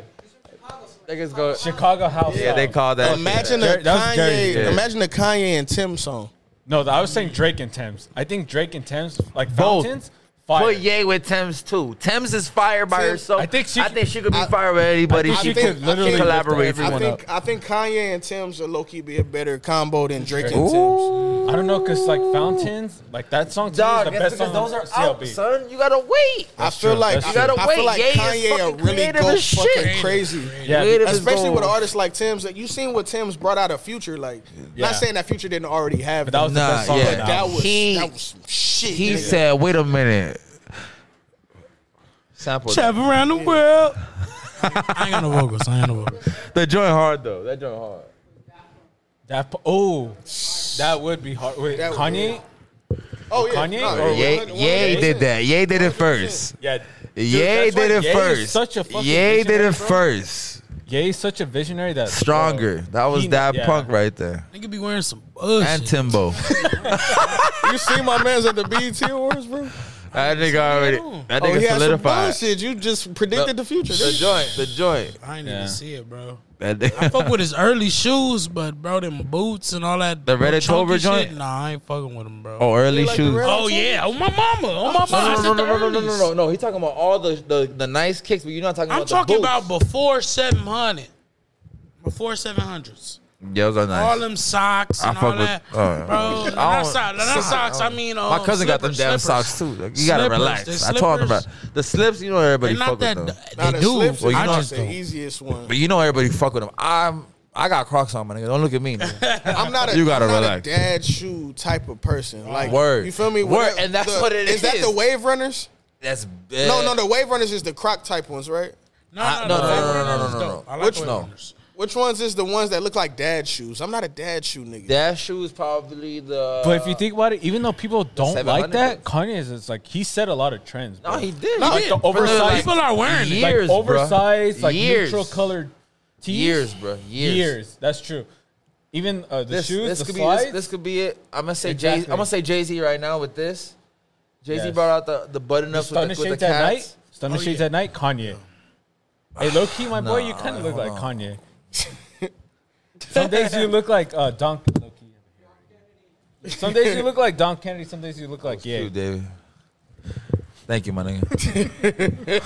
Niggas go.
Chicago House.
Yeah, they
Style.
call that.
Imagine
Yeah,
a
that was Jerry.
Kanye.
Yeah.
Imagine a Kanye and Tim song.
No, I was saying Drake and Thames. I think Drake and Thames, like Fountains, fire.
Put Ye with Thames too. Thames is fire by
Tim-
herself.
I think she-
could be
I-
fire with anybody.
I think she could literally lift
collaborate.
everyone
I
Everyone
think I think Kanye and Tim's are low key be a better combo than Drake and Tim's.
Ooh,
I don't know, cause like Fountains, like that song to me is
dog.
the
That's
best
because
song
those
on
are out,
CLB.
son. You gotta wait.
I feel
true,
like
that's
I,
true.
You gotta
I feel
wait,
like
Ye is
Kanye
fucking
will really
creative
go
as shit.
fucking crazy.
Yeah,
Creative as
Especially with
gold.
artists like Tim's, like you seen what Tim's brought out of Future. Like,
Yeah.
not saying that Future didn't already have,
But that was
them,
the
Nah,
best song.
yeah.
on the
but that
album.
was
He-
that was some shit.
He
nigga.
said, "Wait a minute." Sample that.
Travel around the world. I ain't got no vocals. I ain't got no vocals.
that joint hard though. That joint hard.
That po- oh, that would be hard. Wait,
That would
Kanye?
"Oh yeah,
Kanye
nah,
or
yeah,
Ye,
100%.
Ye did that. Ye did it first.
Yeah. Dude,
Ye
that's why
did it
Ye is
first.
Such a fucking
Ye did
visionary,
it
bro.
first.
Ye's such a visionary that
Stronger. That was
He-
that
yeah.
punk right there.
Nigga be wearing some bullshit.
And Timbo. that
You seen my man's at the BET Awards, bro?
nigga already. That
Oh,
nigga
he had some
solidified.
bullshit. You just predicted the future.
The
didn't you?
joint. The joint.
I ain't
Yeah.
even see it, bro.
That
I
nigga.
fuck with his early shoes, but bro, them boots and all that.
The Red
little chunky
October
shit,
joint?
Nah, I ain't fucking with him, bro.
Oh, early
You like the
shoes.
red-
Oh, yeah, oh my mama, oh my mama. I
No, no,
said the
no, no, no, no, no,
earlies.
no, no. He talking about all the the, the nice kicks, but you're not talking
I'm
about
talking
the
about before 700, before 700s.
about. Yeah, those are nice.
All them socks
I
and
fuck
all
with-
that,
alright.
bro.
I
Not
don't-
socks, not
sock,
socks.
I
I
don't-
mean,
My
um,
cousin got them damn
slippers,
socks
slippers.
too. Like, you gotta
Slippers, they
relax. I told him
slippers.
about the slips. You know everybody
They're
fuck
not that.
with them,
Nah,
They
the
do.
slips
Well, you
is
I
know-
not
just
the
don't.
easiest one.
but you know everybody fuck with them. I'm I got Crocs on my nigga. Don't look at me. nigga.
I'm not a,
You gotta
I'm not
relax.
a dad shoe type of person. Like
Word.
you feel me?
Word,
Whatever-
and that's
the-
what it
Is that
is.
the wave runners?
That's
No, no, the wave runners is the croc type ones, right?
I-
No, no,
no, no, no,
no,
no, no, no, no.
no,
Which- no.
no.
Which ones is the ones that look like dad shoes? I'm not a dad shoe nigga.
That shoe is probably the.
But if you think about it, even though people don't
700
like that, Kanye is it's like he set a lot of trends. Bro.
no, he did.
No,
Like
he
the
did.
oversized
Like,
People are wearing it.
Years,
like
bruh.
oversized, like
Years.
neutral colored tees.
Years, bro. Years.
Years. That's true. Even uh, the
This,
shoes,
this
the
could
slides.
be this, this could be it. I'm gonna say Jay. I'm
Exactly.
gonna say Jay Z right now with this. Jay Z
Yes.
brought out the the button ups
Stunning
with the, with
shades
the
at
cats.
night. Stunning
Oh,
shades
yeah.
at night. Kanye. Hey, low key, my boy, you
Nah,
kind of look
hold
like Kanye. some days you look like uh, Don. low key. Some days you look like Don Kennedy. Some days you look like yeah.
True, David. Thank you, my nigga.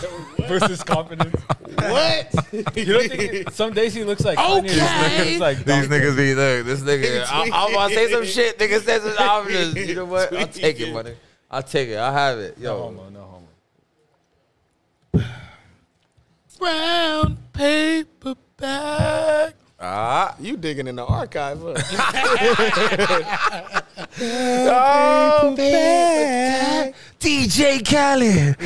Versus confidence.
What?
You don't think it- some days he looks like Kanye.
Okay.
some days It's like
These
Don
niggas be look. This nigga, I, I'm about to say some shit. Nigga says some I'm just, you know what? I'll take it, my nigga. I'll take it. I'll have it.
No
Yo,
homo, no homo.
Brown paper bag.
ah,
you digging in the archive? Huh?
oh, DJ Khaled.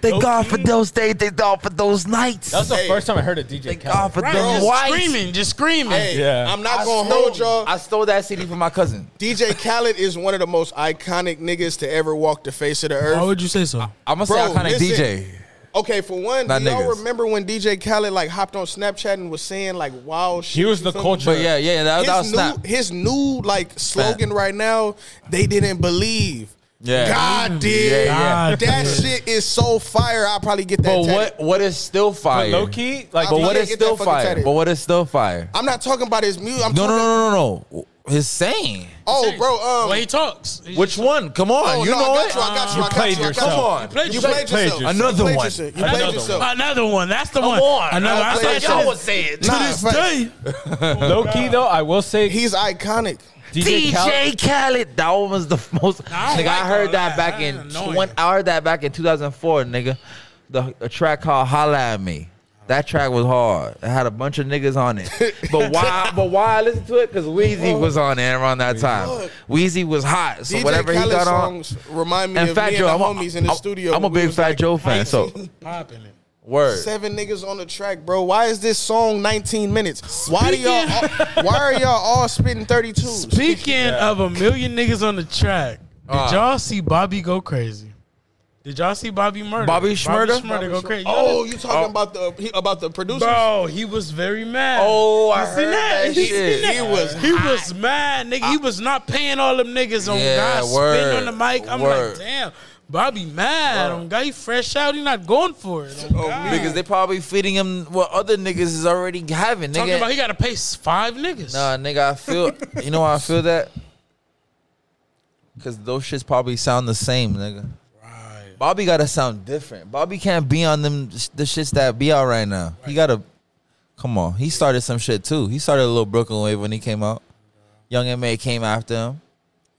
Thank God for those days. Thank God for those nights.
That was the
Hey.
first time I heard a DJ. Khaled.
for
Right, just screaming, just screaming.
hey,
Yeah.
I'm not gonna hold y'all.
I stole that CD from my cousin.
DJ Khaled is one of the most iconic niggas to ever walk the face of the earth.
Why would you say so?
I'm gonna say
Bro,
iconic
listen.
DJ.
Okay, for one,
Not
do y'all
niggas.
remember when DJ Khaled like hopped on Snapchat and was saying like wild shit?
He was
You
the
feel me?
culture.
But yeah, yeah, that, that was
His new,
snap.
his new like slogan right now, they didn't believe.
Yeah.
God did.
Yeah,
yeah.
That
God did.
shit is so fire. I'll probably get that.
But
tatted.
what what is still fire?
But low key, like
But
I'm
what
gonna
is
get that
still
fucking
fire?
tatted.
But what is still fire?
I'm not talking about his music. I'm
No, no,
talking,
no, no, no, no. His saying.
Oh, bro. Um,
Well, he talks. He
Which one? Come on,
oh,
you
no,
know
I got
it.
you. I got you.
You
I got
played
you. I got
yourself.
you.
Come on.
played
You
yourself.
played
Played
yourself.
yourself.
Another
you played
one.
Yourself. You
just-
played
another
yourself.
One. Another one. That's the one.
on.
Another.
I
I
played
said
y'all
shit
was
saying it.
to
Nah,
this
facts.
day.
low key though, I will say
He's iconic.
DJ, Khaled.
Khaled. That one was the most.
I don't
nigga, I
like
heard
all that.
that, back
That
in
is annoying.
twenty. I heard that back in 2004, nigga. The a track called "Holla at Me." That track was hard. It had a bunch of niggas on it. But why? but why I listened to it? Because Weezy was on it around that time.
Oh. Look.
Weezy was hot. So
DJ
whatever
Khaled
he got on.
songs remind me
And
of
Fat
me
Joe,
and the
I'm a-
homies in the
I'm-
studio.
I'm a
when we
big
was,
Fat
like,
Joe fan. So
Popping it.
word.
Seven niggas on the track, bro. Why is this song 19 minutes? Why do y'all? All, why are y'all all spitting 32s?
Speaking of a million niggas on the track, did
Uh.
y'all see Bobby go crazy? Did y'all see Bobby Murder?
Bobby Shmurda?
Bobby Shmurda go crazy.
Oh, you talking about the he, about the producers?
Bro, he was very mad.
Oh, I
you seen
heard
that?
that
You Seen
shit.
that?
He
was
he was mad, nigga. he was not paying all them niggas on
Yeah,
God
word,
spin on the mic. I'm
word.
like, damn, Bobby mad on God. He fresh out. He not going for it. On
Oh,
God.
me.
Because they probably feeding him what other niggas is already having. Nigga.
talking about he got to pay s- five niggas.
Nah, nigga, I feel. you know why I feel that? Because those shits probably sound the same, nigga.
Right.
Bobby gotta sound different. Bobby can't be on them sh- the shits that be out right now. He gotta. Come on, he started some shit too. He started a little Brooklyn wave when he came out. Young MA came after him.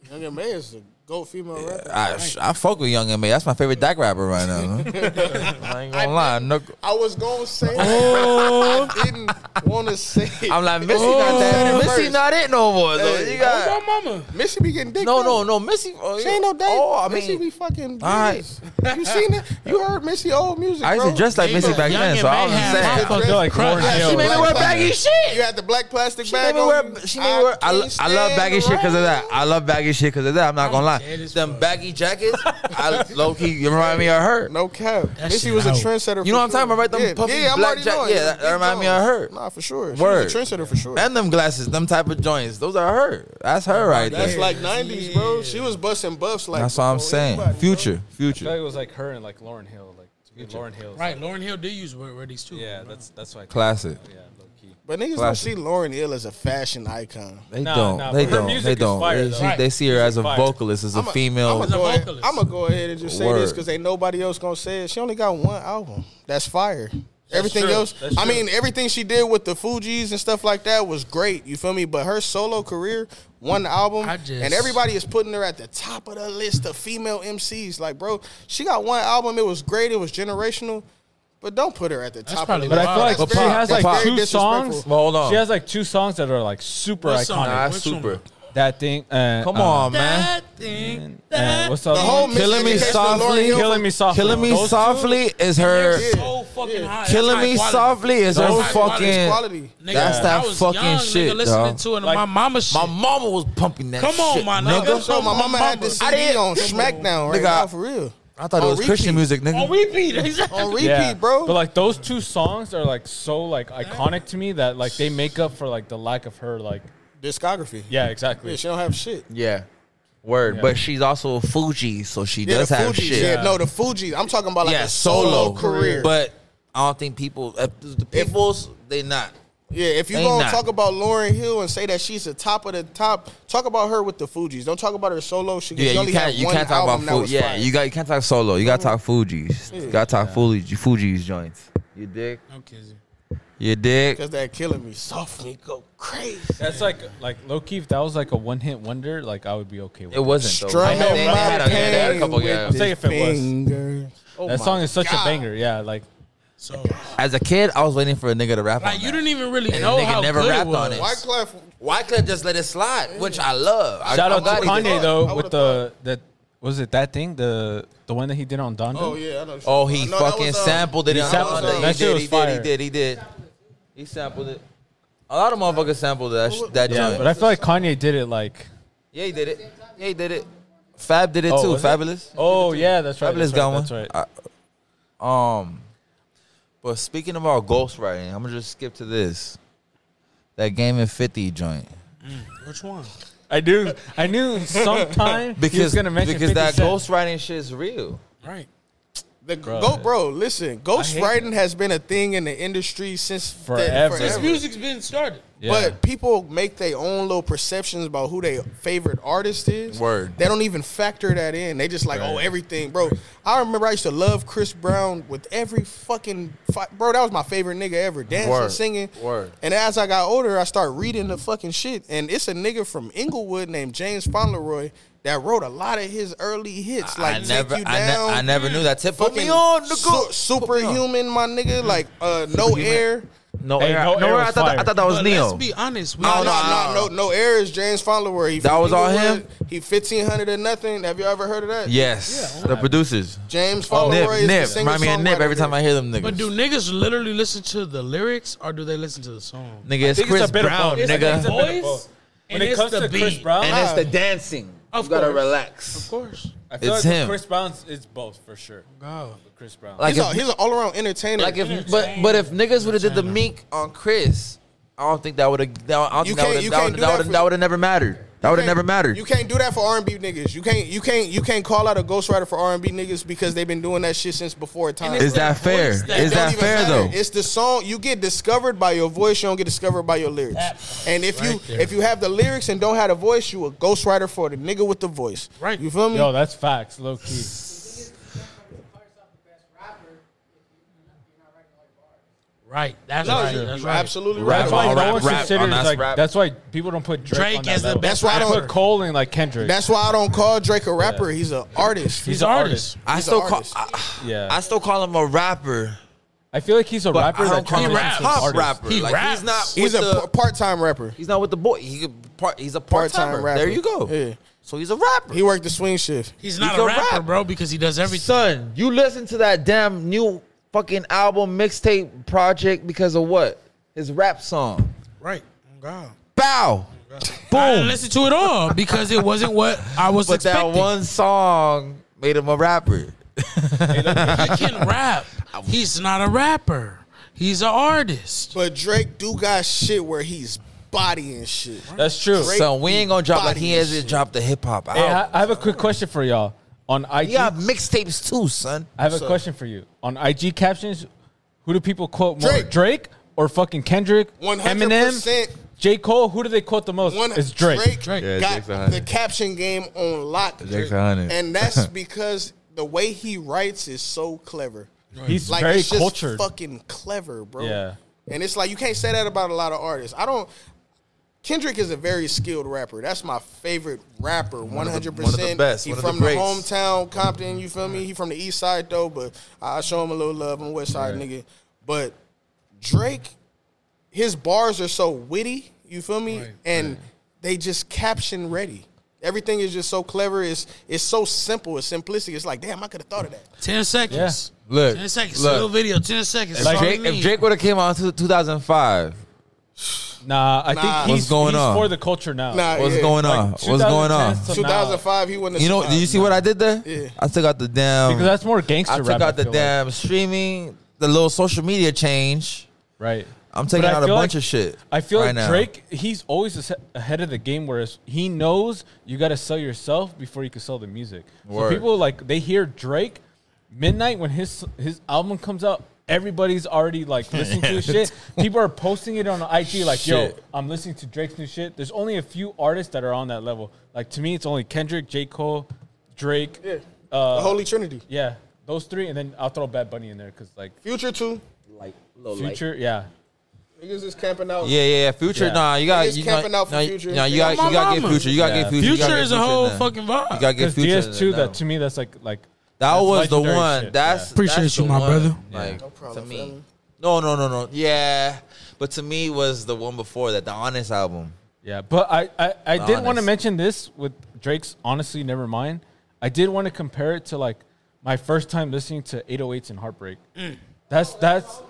Young and May is the goat female rapper.
I, I fuck with Young MA. That's my favorite Dak rapper right now. man. I ain't gonna lie. No,
I was gonna say
Oh,
I didn't want to say. it.
I'm like Missy not
Oh.
that. Missy not it no more. though.
Hey.
You
what's
got,
up, oh, mama?
Missy be getting dick.
no,
though.
no, no. Missy. Oh,
She ain't no date.
Oh, I
Missy
mean,
be fucking.
all right.
Right. You seen it? You heard Missy old music.
I used to
bro.
dress like Missy
Nigga,
back
Young
then,
and
so I
May
was
had
just saying.
my fucking
feel like
crust.
Lauren Hill.
She made me
Black
wear
Panther.
baggy shit.
You had the black plastic
She made
bag
me
on.
wear.
you.
She made me wear. I, lo-
can't
I love
stand
baggy shit because of that. I love baggy shit because of that. I'm not gonna lie.
dead as
Them
fuck.
baggy jackets, I low key you remind me of her.
No cap.
That
Missy
shit
was a
out.
trendsetter.
You know
for
what I'm talking about, right? Them
sure.
puffy black
already
jack-
know.
yeah, that- that remind me of her.
Nah, for sure.
Word.
She was a trendsetter for sure.
And them glasses, them type of joints. Those are her. That's Oh, her right
That's
there.
like '90s, bro. She was busting buffs like.
That's what I'm
before
saying.
anybody, bro.
Future,
I feel
future.
like it was like her and like Lauren Hill, like yeah, Lauren Hill.
Right, Lauren Hill did use word readies too.
Yeah, that's that's why. I-
Classic.
Yeah, low key.
But niggas don't
Classic.
see Lauren Hill as a fashion icon.
They
Nah,
don't.
nah,
they
but her
don't.
music
They
is
don't.
fire,
They-
though.
she-
Right.
They see her as a
fire.
vocalist, as a female.
I'm gonna
a
go ahead,
vocalist.
I'ma go ahead and just say this
Word.
because ain't nobody else gonna say it. She only got one album. That's fire. everything
true.
else,
That's
I
true.
mean, everything she did with the Fugees and stuff like that was great. You feel me? But her solo career, one album,
I just-
and everybody is putting her at the top of the list of female MCs. Like, bro, she got one album. It was great. It was generational. But don't put her at the top.
probably
of the
But
list.
I feel like
That's
she
very-
has
that's
like
very
two
disrespectful.
songs.
Well, hold on.
She has like two songs that are like super
What
iconic.
song?
Nah,
Which
super.
one?
That thing. Uh,
Come
uh,
on, man.
That thing.
Uh,
That
what's up?
The whole
Killing Me
miseducation of Lauryn
Softly,
Hill
Killing me softly.
Killing me
Those two-
softly is her.
Yeah.
so fucking high. That's
Killing
high
me
quality.
softly is
Those
her
high
quality is
fucking.
quality.
Nigga,
That's that
I was
fucking
young,
shit,
Nigga, listening
dog.
to it, and
Like-
my mama shit.
My mama was pumping that.
Come on,
shit,
my
nigga.
nigga.
So my
My
mama had
mama.
this
I
CD
didn't-
on SmackDown right
Nigga,
now for real.
I thought it
On
was Christian music,
repeat.
Oh,
nigga.
on repeat. Exactly.
On repeat, E bro.
But like those two songs are like so like iconic to me that like they make up for like the lack of her like
Discography.
yeah exactly.
Yeah, she don't have shit.
Yeah. Word. But she's also a Fuji, so she
Yeah,
does
the
have
Fugees.
shit.
Yeah, no, the Fugees. I'm talking about like
yeah,
a solo, career.
But I don't think people, uh, the people's, they not.
yeah, if you
Ain't
gonna
not.
talk about Lauren Hill and say that she's the top of the top, talk about her with the Fugees. Don't talk about her solo. She, she
Yeah, you
only
can't.
had
You
one
can't talk about
album that
Fuji.
was
Yeah,
fire.
you got. You can't talk solo. You gotta talk Fuji's. You gotta talk Fuji. Fuji's joints. You dig?
I'm kidding.
You dig?
Cause that killing me soft me go crazy.
That's like like low key. If that was like a one hit wonder, like I would be okay with
It
it.
wasn't though.
Strum
They had- they
my
had a- they had a
pain
couple.
with
Yeah.
I'll say
this
if it was.
finger. Oh
That
my
song is such
God.
a banger. Yeah, like
So,
As a kid, I was waiting for a nigga to rap on
like, you
that.
didn't even really
And the
know
nigga
how
never
good
rapped
it was.
on it.
Wyclef,
Wyclef just let it slide, which I love. I-
shout out
I'm
to
glad he did
Kanye
it.
though
I
with
would've
the that was it that thing the the one that he did on Donda.
Oh yeah, I know.
Oh, he
No, that
fucking
was, uh,
sampled it.
He
and
sampled
all
it. That shit
He did,
was
he did. He
fire.
did. He did. He sampled it. A lot of motherfuckers sampled that sh- that
yeah,
joint.
but I feel like Kanye did it like.
yeah, he did it. Yeah, he did it. Fab did it
Oh,
too.
was it?
Fabulous.
Oh yeah, that's right.
Fabulous
that's right,
got one.
That's right.
I- um, but speaking about ghostwriting, I'm gonna just skip to this. That game in 50 joint.
Which one?
I knew. I knew sometime he was
Because
gonna mention
because
50
that
Cent.
ghostwriting shit is real.
Right.
The go, bro. Listen, ghostwriting has been a thing in the industry since the-
Forever.
This music's been started.
Yeah.
But people make their own little perceptions about who their favorite artist is.
Word.
They don't even factor that in. They just like, oh, everything, bro. I remember I used to love Chris Brown with every fucking fi- bro. That was my favorite nigga ever. Dancing,
Word.
singing.
Word.
And as I got older, I started reading the fucking shit. And it's a nigga from Inglewood named James Fauntleroy that wrote a lot of his early hits, like
I
Take
never,
You Down.
I, ne- I never knew that. Tip put
fucking
me on, nigga.
su- superhuman, my nigga.
Mm-hmm.
Like uh, no air.
No,
Hey,
air,
no
no,
air
air.
was
I thought, I
fire.
thought that was
But
Neo.
Let's be honest. We
No,
all
no,
know-
no, no, no. Air is James Fowler. He
That
from
was all
Inglewood.
him?
He fifteen hundred or nothing. Have you ever heard of that?
yes, the producers.
James Fowler
Oh, nip,
is the
nip.
singer
Remind me of Nip every time I hear them niggas.
But do niggas literally listen to the lyrics or do they listen to the song?
nigga, it's
think it's
Chris
a bit of
Brown,
both. It's a
nigga.
mix of- bit of both.
Voice.
When
and
it
it's
comes
the
to Chris
beat.
Brown,
and it's the dancing.
Of
you gotta
course.
relax.
Of course.
I feel
It's
like with
him.
Chris Brown's it's both for sure.
God.
With Chris Brown.
Like
He's,
if
a, he's an all around entertainer.
Like if, but but if niggas would have did the Meek on Chris, I don't think that would have. I don't
You
think that
can't-
would have.
you can't
That would that
do that
would
for-
have that would have never mattered. That would have never mattered.
You can't do that for R and B niggas. You can't. You can't. You can't call out a ghostwriter for R and B niggas because they've been doing that shit since before time.
Is that fair? Is
It don't
that
even
fair
matter.
though?
It's the song. You get discovered by your voice. You don't get discovered by your lyrics. and if you
right there.
if you have the lyrics and don't have the voice, you a ghostwriter for the nigga with the voice.
Right.
You feel me?
Yo, that's facts, low key.
Right. That's
No,
right.
you're-
That's
you're
right.
absolutely
That's
right.
why
on
no
rap,
one's
rap,
considered
on us,
like.
rap.
That's why people don't put Drake,
Drake
on that
is the
level.
best
That's why I
They
don't-
put Cole in like Kendrick.
That's why I don't call Drake a rapper. He's an artist.
he's
an
an artist.
artist.
I
He's
still
an
call.
artist.
I,
Yeah,
I still call him a rapper,
I feel like he's a
but
rapper
I
that
don't call him a
transitions to an
pop
artist.
rapper.
He
like
raps.
he's not.
He's
with
a
the,
part time rapper.
he's not with the boy. He could part. He's a part
Part-time
timer.
rapper.
There you go.
Yeah.
So he's a rapper.
He worked the swing shift.
He's not
He's
a
a
rapper,
rapper.
bro, because he does everything.
Son, you listen to that damn new fucking album mixtape project because of what? His rap song.
Right. Oh, God.
Bow.
I
Boom.
didn't listen to it all because it wasn't what I was
But
expecting.
that one song made him a rapper.
he can rap. He's not a rapper. He's an artist.
But Drake do got shit where he's bodying shit.
That's true.
Drake-
So we ain't gonna drop like he
body and
hasn't
shit.
dropped the hip hop
Hey, I,
album.
I have a quick question for y'all on IG.
He got mixtapes too, son.
I have a question for you on IG captions. Who do people quote more,
Drake.
Drake, or fucking Kendrick,
100%.
Eminem, J Cole? Who do they quote the most?
One
It's Drake.
Drake.
Yeah,
got
Drake's a hundred.
the caption game on lock,
Drake's a hundred.
and that's because the way he writes is so clever.
He's very
it's just
cultured.
fucking clever, bro.
Yeah.
and it's like you can't say that about a lot of artists. I don't. Kendrick is a very skilled rapper. That's my favorite rapper,
of
one
the-
hundred
one of the
percent.
best,
He
one of the
from the,
greats.
hometown Compton. You feel me? He from the East Side though, but I show him a little love. I'm a West Side nigga, but Drake, his bars are so witty. You feel me? and they just caption ready. Everything is just so clever. It's it's so simple. It's simplistic. It's like damn, I could have thought of that.
Ten seconds.
Look,
Ten seconds.
look.
Little video. Ten seconds.
If
That's all
Drake,
you need.
would have came out in 2005,
Nah, I
Nah.
think
What's
he's,
going
he's
on?
for the culture now.
Nah,
what's
yeah.
going on?
Like,
what's going on?
2010 to now.
2005, he wouldn't. have
You know? Did you
survived.
see what I did there?
Yeah.
I took out the damn.
Because that's more gangster
I took
rap,
out the
feel like.
damn streaming, the little social media change.
Right.
I'm taking
But I
out a
feel
bunch
like-
of shit.
I feel
right
like
now.
Drake, he's always ahe- ahead of the game, whereas he knows you got to sell yourself before you can sell the music.
Word.
So people like they hear Drake midnight when his his album comes out. Everybody's already like listening to his shit. People are posting it on IG like, "Yo,
Shit.
I'm listening to Drake's new shit." There's only a few artists that are on that level. Like to me, it's only Kendrick, J. Cole, Drake. Yeah,
the Holy Trinity?
yeah those three, and then I'll throw Bad Bunny in there because like
Future too.
Future, yeah.
Niggas is camping out.
Yeah, yeah, yeah. Future.
Yeah.
Nah, you got
Niggas
you
camping
nah,
out for
nah,
Future.
Nah, you
Yo,
got
my
you got to
mama.
get future. You got to
Yeah.
get future. you gotta
Future
get
is a
Future in
whole
there.
fucking vibe.
You got to get
Because
future. in
DS2,
there
that
now.
to me, that's like like
That
That's
was the
legendary
one.
shit,
That's
yeah.
Appreciate
that's
you,
the
my
one,
brother.
Like to
problem,
me,
fam.
no, no, no, no. Yeah, but to me was the one before that, the Honest album.
Yeah, but I I, I did want to
Honest.
mention this with Drake's honestly never mind. I did want to compare it to like my first time listening to 808s and Heartbreak.
Mm.
That's that's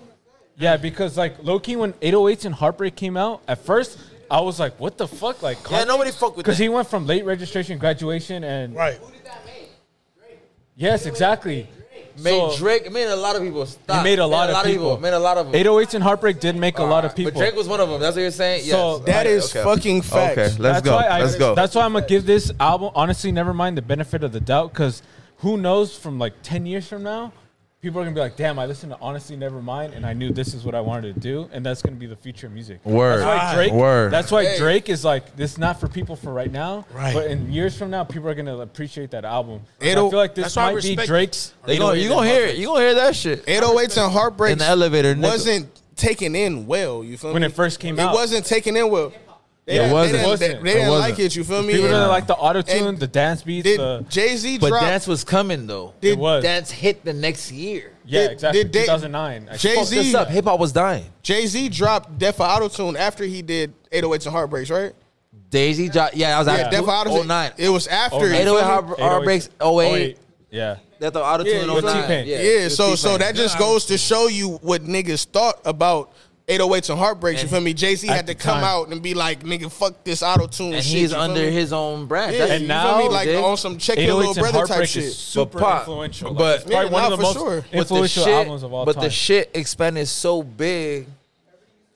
yeah because like low key when 808s and Heartbreak came out at first I was like what the fuck like
Yeah, nobody fuck with
because
that.
he went from late registration graduation and
Right.
yes exactly
made
So,
Drake made a lot of people stop.
He made a lot,
made
of, people.
Made a lot of them.
808s and Heartbreak did make a lot of people.
But Drake was one of them. That's what you're saying. Yes.
So-
That is
Okay.
fucking facts.
that's Why I, That's why I'm gonna give this album, honestly, never mind the benefit of the doubt, because who knows from like ten years from now, people are gonna be like, damn, I listened to honestly never mind, and I knew this is what I wanted to do, and that's gonna be the future of music.
Word.
That's why Drake.
Word.
That's why
Hey.
Drake is like this. is Not for people for right now,
Right.
But in years from now, people are gonna appreciate that album. I
It'll-
feel like
that's
this
why I
might be
respect-
Drake's.
They gonna, you gonna hear it. You gonna hear that shit.
808s and heartbreaks
In the elevator, nigga.
wasn't taken in well. You feel
When
me?
it first came
it
out.
wasn't taken in well. They
It
didn't-
wasn't.
They didn't, they-
Wasn't.
they
It
didn't
wasn't.
like it. You feel me?
People
And
don't like the auto tune,
And
the uh, dance beats. The,
Did Jay Z
But
drop?
dance was coming though.
it was
Dance hit the next year.
yeah,
did-
exactly.
did they-
2009. I-
Jay
Fuck
Z
this up. Hip hop was dying.
Jay Z dropped Death for Auto Tune after he did 808s and Heartbreaks, right?
Daisy, jo- yeah, that was
Yeah, Death for Auto
after
Tune.
09.
It was after. you
09.
808
feel me?
Heart- Heartbreaks 08.
Yeah.
That's the auto
Yeah,
tune
with
09.
T-Pain.
Yeah,
with
so so
T-Pain.
that just
Yeah, I
goes to show you what niggas thought about 808s and heartbreaks. you
And-
feel me? Jay Z
At
had to
the
come
time.
out and be like, "Nigga, fuck this auto tune."
and
shit,
he's
you feel
under
me?
his own brand.
yeah,
That's-
And
you
now-
feel me? like
Dig?
on some check your
808s
little
and
brother type
Heartbreak
shit.
is super
But Pop-
influential.
but-
Like, it's probably
Yeah,
one of
nah,
the
for
most
sure. But the
but the
influential
shit,
albums of all
but
time.
the shit expanded so big.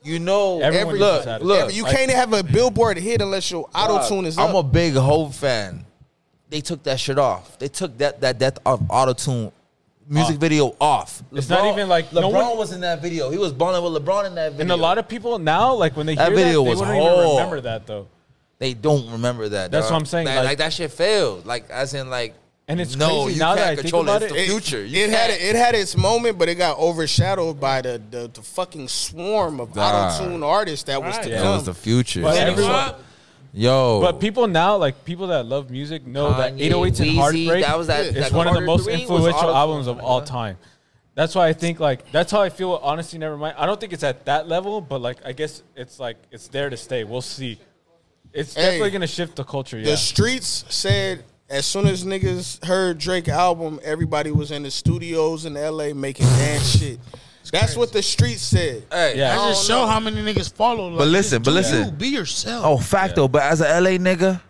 You know,
Everyone
every,
is
look,
satisfied.
look,
you
like,
can't have a billboard hit unless your auto tune is
I'm
up.
a big Hove fan. They took that shit off. They took that that that of auto tune music
Off.
video off.
It's not even like-
LeBron
no one-
was in that video. He was balling with LeBron in that video.
and a lot of people now, like when they
That
hear that,
video
they
was
wouldn't
hard.
even remember that though.
they don't remember that.
That's
dog.
what I'm saying,
Like,
like-
like that shit failed. Like as in like.
And it's
no,
crazy
you
now that
can't
I think
control
about
It's
it.
the future. You
It had
can't.
it had its moment, but it got overshadowed by the the, the fucking swarm of
Nah.
auto tune artists that was to
Right.
That
come.
was the future.
But
Hip
everyone-
hop,
Yo,
But people now, like people that love music, know that
Kanye,
808s and
Weezy,
Heartbreak
that was that-
is
that
one of the
Carter
most
three was
influential
auto-tune,
albums of all
nigga.
time. That's why I think like that's how I feel. with Honestly, never mind. I don't think it's at that level, but like I guess it's like it's there to stay. We'll see. It's
Hey,
definitely gonna shift the culture.
The
Yeah,
streets said as soon as niggas heard Drake album, everybody was in the studios in LA making dance shit. That's what the streets said.
hey,
Yeah.
that
I
just show how many niggas follow. Like,
But listen,
just
but
do
listen.
you, be yourself.
Oh, facto. But as a LA nigga,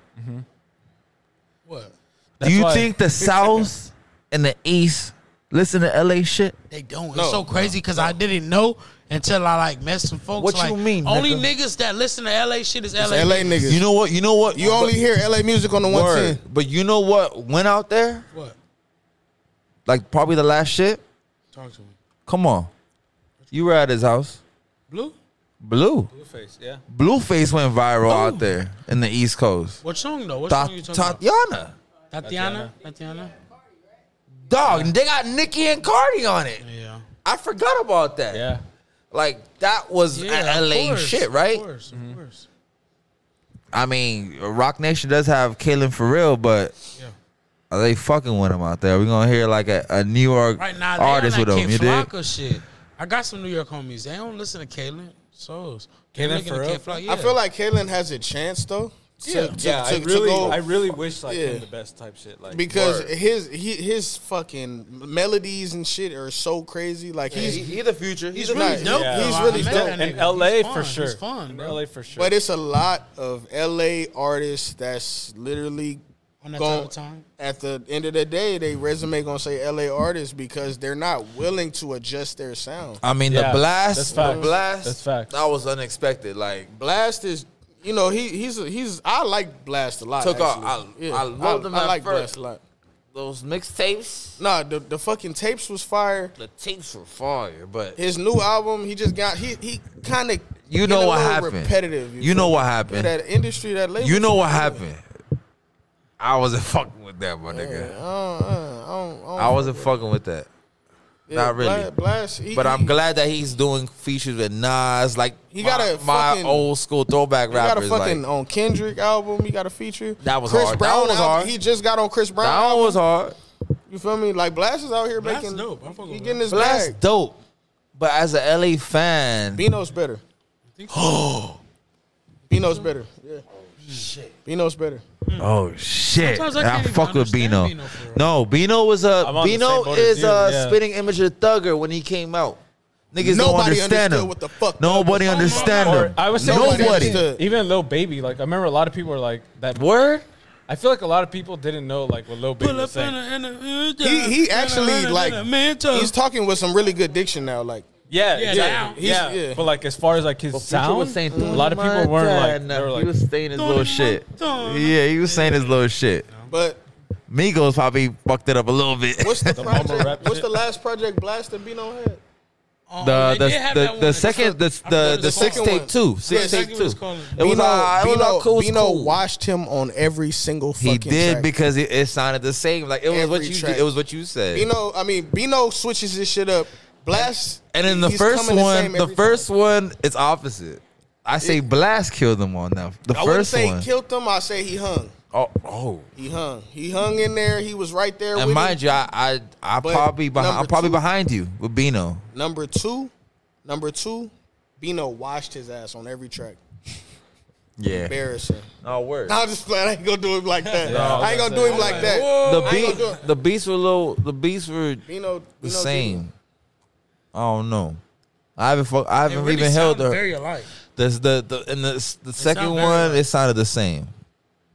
What?
That's
do you
why-
think the South and the East listen to LA shit?
They don't.
No,
it's so crazy because I didn't know until I like met some folks.
What
like,
you mean,
Only
nigga?
niggas that listen to LA shit is LA.
LA niggas.
You know what? You know what?
You only hear LA music on the
Word.
110.
But you know what went out there?
What?
Like probably the last shit.
Talk to me.
Come on, you were at his house.
Blue.
Blue
Blueface, yeah.
Blueface went viral out there in the East Coast.
What song though? What song you talking about?
Tatiana,
Tatiana. Tatiana.
dog, they got Nicki and Cardi on it.
Yeah.
I forgot about that.
Yeah,
Like that was
Yeah. of
LA
course,
shit, right? Mm-hmm.
Of course. Of course.
I mean, Rock Nation does have Kalen for real, but
Yeah.
are they fucking with him out there? We're gonna hear like a, a New York
Right now, they
artist
on
with
that
him.
Kid
You dig?
Flocka shit. I got some New York homies. They don't listen to Kalen. Souls. They
Kalen
looking to
for
Kid
real?
Flock,
I
yeah.
feel like Kalen has a chance though. to-
Yeah.
to-
yeah.
to-
I
to
really,
go-
I really wish like
Yeah.
him the best type shit. Like
because
word.
his he, his fucking melodies and shit are so crazy. Like he's
the future.
he's
He's really
nice.
dope.
Yeah.
though.
He's
I
really
met
dope.
that nigga.
in
He's
L.A. for
fun.
sure,
He's fun,
In
bro.
L.A. for sure.
but it's a lot of LA artists that's literally
On that
gon-
type of time.
At the end of the day, they resume gonna say LA artists because they're not willing to adjust their sound.
I mean,
Yeah,
the blast,
that's
the
facts.
blast,
That's facts.
That was unexpected. Like
Blast is, you know, he he's a, he's I like Blast a lot.
Took off.
actually.
I- I loved him
I
at
like
first.
Blast a lot.
those mixtapes,
Nah, the, the fucking tapes was fire.
the tapes were fire, but
His new album, he just got he he kind of
you know what happened.
repetitive.
You, know
feel
what
me?
happened.
that industry that label.
you know
shit,
what
yeah.
happened. I wasn't fucking with that, my
Yeah, I
nigga.
don't, uh, I don't, I don't
I wasn't fucking with that.
yeah,
not really.
Blast, Blast, he,
But I'm
he-
glad that he's doing features with Nas, like
He
my,
got a
my
fucking-
old school throwback
He got a
rappers.
fucking
like,
on Kendrick album. He got a feature.
That was
Chris
hard. That
Brown
was
album,
hard.
He just got on Chris Brown.
that one was hard.
You feel me? Like Blast is out here
Blast
making.
dope. I'm fucking
he
with
getting his
But that's
bag.
dope. But as a LA fan,
Bino's better. Bino's better. Yeah. Shit. Bino's better.
oh shit,
Sometimes I
And I,
can't even
fuck with
understand
Bino.
Bino for real.
no, Bino was a
I'm on the same
Bino
boat
is
as
a
you, yeah.
spitting image of Thugger when he came out. Niggas don't
Nobody
understand
understood
him.
what the fuck Thugger
Nobody
was.
understand him.
Or I was saying
Nobody
nobody.
understood.
even Lil Baby. Like I remember a lot of people were like that.
Word.
I feel like a lot of people didn't know like what Lil Baby
Pull
was
up in
saying.
a, in a,
He he actually like
mental.
he's talking with some really good diction now. Like
Yeah, yeah,
Yeah, now.
yeah,
He's- yeah.
But like as far as like his
Future
sound,
was saying,
a lot of people
"Throw my
weren't like,
dad
they were
up."
like
he was saying his
"Throw
little
my
shit.
dog."
Yeah, he was saying his little shit.
But
Migos probably fucked it up a little bit.
what's the
mumble rap
project? What's
shit.
the last project Blast and Bino had?
Um,
the
they
the
did have that
the,
one.
the
It's
second the
called- I forgot
the,
what
the
it's called.
six
second
tape
one.
two
Yeah,
six tape
second
one
two.
was called-
It was
Bino,
all it was all
Bino,
cool. it was
Bino
cool.
watched him on every single fucking
He did
track.
because it, it sounded the same. Like it was what
Every
you
track.
it was what you said.
Bino, I mean Bino switches his shit up. Blast
and in the
he's
first
coming
one,
same
the
every
first one, it's opposite. I say Blast killed them on that. The
time. I wouldn't
first
say
one.
he killed him. I say he hung.
oh, oh.
He hung. He hung in there. He was right there.
And
with
mind
him.
you, I I, I
But
probably behind, I'm
number
probably
two-
behind you with Bino.
number two, number two, Bino washed his ass on every track.
Yeah.
Embarrassing.
No word.
I'll just play. I ain't gonna do him like that.
I was
I ain't gonna do
gonna
him like that.
The
I ain't gonna do
beat
it.
the beats were low. The beats were
Bino, Bino
the
did it.
same. I don't know. I haven't fuck, I
It
haven't
really
even held
sounded
her.
very alike,
This the the and the, the second
sound very
one,
right.
it sounded the same.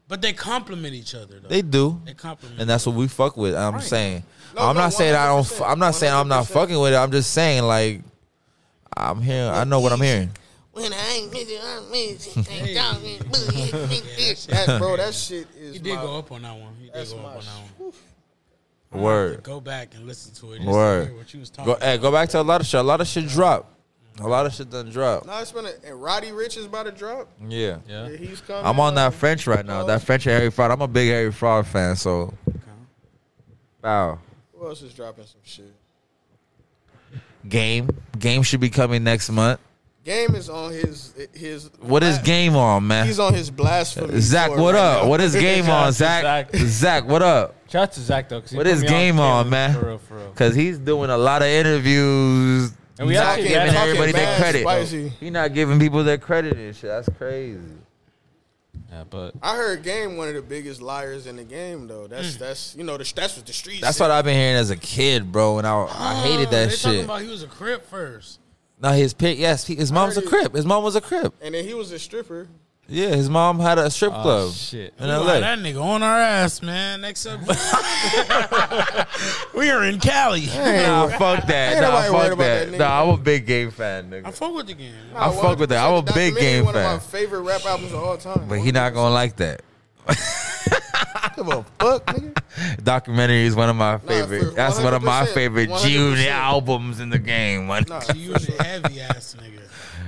but they complement each other. Though.
They do,
They complement.
and that's what we fuck with. I'm
Right.
saying,
No,
I'm
no,
not saying I don't. F-
100%,
I'm not saying I'm not
100%.
fucking with it. I'm just saying like, I'm hearing. I know what I'm hearing.
When I ain't busy, I'm busy. Ain't talking, booty, big dick.
That, bro, that shit is.
He did
my-
go up on that one. He did
That's
go up
my
on that one.
Word.
Go back and listen to it. Just To
Word.
hear what you was talking
Go, hey, go back to a lot of shit. A lot of shit drop. A lot of shit done drop.
Nah, it's been a, and Roddy Rich is about to drop.
Yeah.
Yeah.
Yeah, he's coming.
I'm on that French right now. That French Harry Fraud. I'm a big Harry Fraud fan. So, wow.
Who else is dropping some shit?
Game. Game should be coming next month.
Game is on his his.
What is game on, man?
He's on his blasphemy.
Zach,
tour
what
right
up?
now.
What is game on, Zach?
Zach.
Zach, what up?
Shout out to Zach though. 'cause he
What
put
is
me on
game
Taylor,
on, man?
For real, for real.
Cause he's doing a lot of interviews.
And we
not
actually
giving
ran into
everybody
him.
their
Mad
credit.
spicy.
He not giving people their credit and shit. That's crazy.
Yeah, but
I heard Game one of the biggest liars in the game though.
Hmm.
That's that's you know the, that's what the streets.
That's
say.
what I've been hearing as a kid, bro. And I, I hated
Oh, they
that
talking
shit.
about he was a crip first.
No, his pick. Yes, he, his mom's a
heard it.
crip. His mom was a crip.
And then he was a stripper.
Yeah, his mom had a strip
Oh,
club.
shit.
In
Wow,
LA.
that nigga on our ass, man. Next up, we are in Cali.
Nah, fuck that.
Ain't
Nah,
nobody worried
fuck that.
about that nigga.
nah, I'm a big game fan,
I
nigga.
fuck with the game.
I fuck with that. I'm a
The
big
documentary,
game
One of
fan.
my favorite rap albums of all time.
But he not gonna like that.
give a fuck, nigga.
Documentary is one of my
for
favorite. That's one of my
100%,
favorite G-Unit
100%.
albums in the game. Man.
Nah,
You was a heavy ass nigga.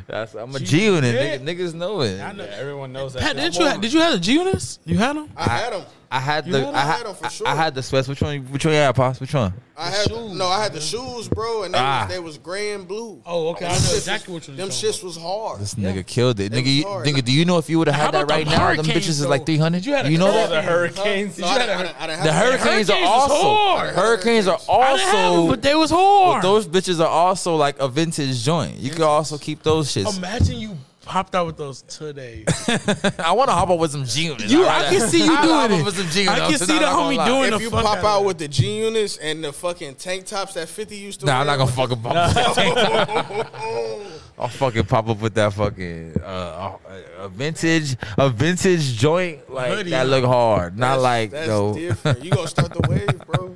That's, I'm a
G-
G-Unit.
yeah.
Nigga, niggas know it.
I know.
yeah, everyone knows that.
Pat,
now.
didn't you have, did you have the G-Units? You had them?
I had him.
I had
You
the I,
had them?
ha-
I had them for
I-
sure.
I had the sweats. Which one? Which one? Yeah, pops. Which one?
I had the, no, I had the shoes, bro, and they,
Ah.
was, they was gray and blue.
Oh, okay. I know
Them shits
exactly
was-
what you was
Them
talking
shits was hard.
This nigga killed it.
It was
Nigga, you,
hard.
nigga, do you know if you would have had
How
that
about
right
them
now, them
hurricanes,
bitches is
though?
like three hundred.
You had a
You know
call
Oh,
that
the hurricanes.
No,
Did you
I
have
didn't-
a
I didn't- I didn't
the
have that.
hurricanes are
Hurricanes was
also
hard.
the hurricanes
I
are
didn't have them,
also
but they was hard.
those bitches are also like a vintage joint. You could also keep those
Um,
shits.
Imagine you popped out with those today.
I want to hop up with some G units.
You, I can see you
I wanna
doing
hop up with some
it.
G
I can see
units.
the
I'm not gonna
homie
lie.
doing the
If you
fuck
pop
of
out
it.
with the G units and the fucking tank tops that Fifty used to
Nah,
wear,
I'm not gonna fucking pop. I'll fucking pop up with that fucking uh, a, a vintage, a vintage joint like
Hoodie.
that look hard. Not
That's-
like
that's
though.
different. You gonna start the wave, bro.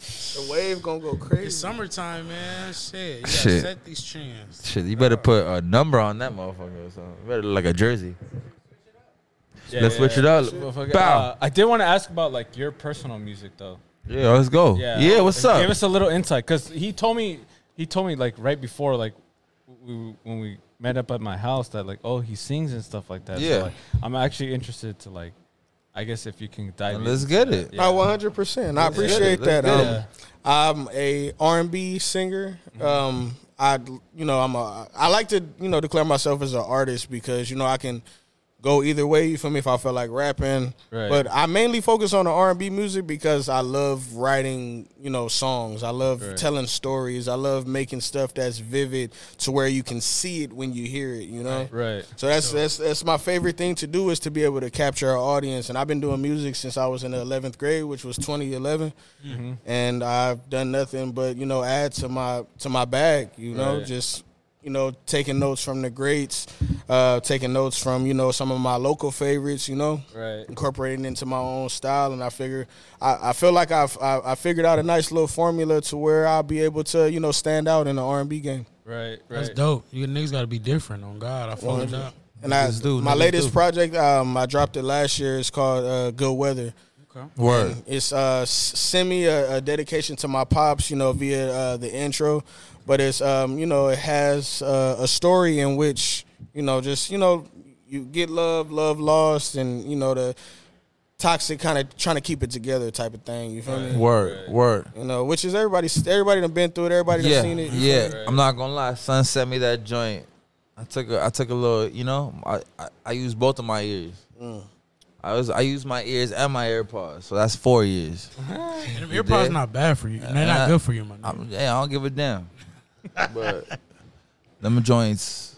The wave gonna go crazy.
It's summertime, man. Shit. You gotta
Shit.
set these trends.
Shit, you better put a number on that motherfucker or something. You better look like a jersey.
Yeah,
Let's
yeah,
switch it
yeah.
up. Bow.
Uh, I did want to ask about like your personal music though.
yeah, let's go. Yeah,
Yeah.
what's
Give
up?
us a little insight, cause he told me he told me like right before like we, when we met up at my house that like oh he sings and stuff like that.
Yeah.
So, like, I'm actually interested to like, I guess if you can dive.
Let's
into
get
that.
it.
Yeah.
I 100. percent I appreciate
Let's
that.
get it.
Um, I'm a R&B singer.
Mm-hmm.
Um, I you know I'm a I like to you know declare myself as an artist because you know I can go either way. You feel me? If I feel like rapping,
Right.
but I mainly focus on the R&B music because I love writing you know songs. I love telling stories. I love making stuff that's vivid to where you can see it when you hear it. You know.
Right.
So that's that's that's my favorite thing to do is to be able to capture our audience, and I've been doing music since I was in the eleventh grade, which was 2011, and I've done nothing but you know add to my to my bag, you know,
Right.
just you know taking notes from the greats, uh, taking notes from you know some of my local favorites, you know,
Right.
incorporating into my own style, and I figure I, I feel like I've I, I figured out a nice little formula to where I'll be able to you know stand out in the R and B game.
Right. Right.
That's dope. You niggas gotta be different on God. I fuck with that.
And I, my latest project, um, I dropped it last year. It's called uh, Good Weather.
Okay.
Word.
It's uh, s- semi a, a dedication to my pops, you know, via uh, the intro. But it's um, you know, it has uh, a story in which you know, just you know, you get love, love lost, and you know the toxic kind of trying to keep it together type of thing. You feel me?
Word. Word.
You know, which is everybody's everybody done been through it. Everybody done
yeah,
seen it. you
yeah. I'm not gonna lie. Son sent me that joint. I took a, I took a little. You know, I, I, I used both of my ears. I was, I used my ears and my AirPods, so that's four years.
And them earpods
did?
not bad for you. And they're
Uh,
not good for you, my nigga.
I'm, yeah, I don't give a damn. but them joints,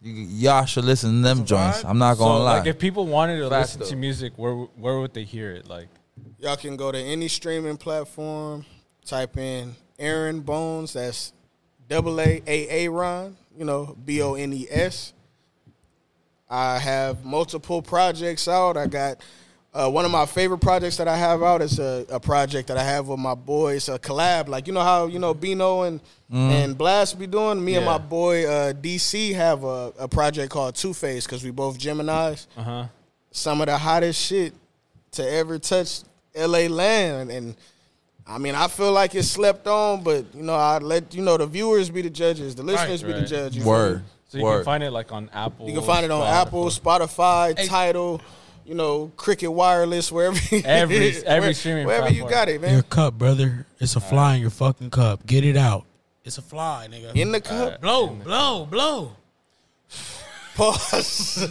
you, y'all should listen to them joints. I'm not gonna
so,
lie.
Like if people wanted to
Facts,
listen
though.
to music, where where would they hear it? Like
Y'all can go to any streaming platform, type in Aaron Bones. That's double A A A Ron, you know, B O N E S. I have multiple projects out. I got uh, one of my favorite projects that I have out is a, a project that I have with my boy. It's a collab, like you know how you know Bino and and Blast be doing. Me and
Yeah.
my boy uh, DC have a, a project called Two Face because we both Gemini's.
Uh-huh.
Some of the hottest shit to ever touch L.A. land, and I mean I feel like it's slept on, but you know I let you know the viewers be the judges, the listeners be
Right.
the judges.
Word.
So you
Word.
can find it like on Apple.
You can find it on Apple, Spotify, Title, you know, Cricket Wireless, wherever.
Every- every
where-
streaming
wherever you
platform.
got it,
Your
man.
cup, brother. It's a fly in your fucking cup. Get it out. It's a fly, nigga.
In the cup,
blow, blow, blow.
pause.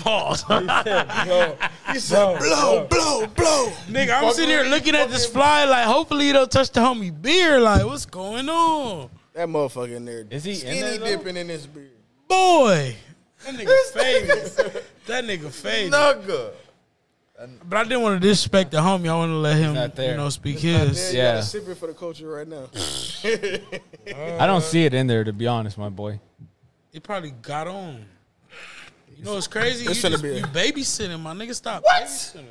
Pause.
He said, blow, blow, blow.
Nigga, I'm sitting here looking at this fly like hopefully it don't touch the homie beer. Like, what's going on?
That motherfucker in there.
Is he in
skinny
there, though?
dipping in his beard?
Boy. That nigga famous. That nigga famous.
Nugga.
But I didn't want to disrespect the homie. I want to let him,
not there.
you know, speak
Yeah,
his.
you gotta
Yeah.
sip it for the culture right now.
I don't see it in there to be honest, my boy.
He probably got on. You know what's crazy?
This
you,
finna
just,
be a-
you babysitting, my nigga. Stop babysitting.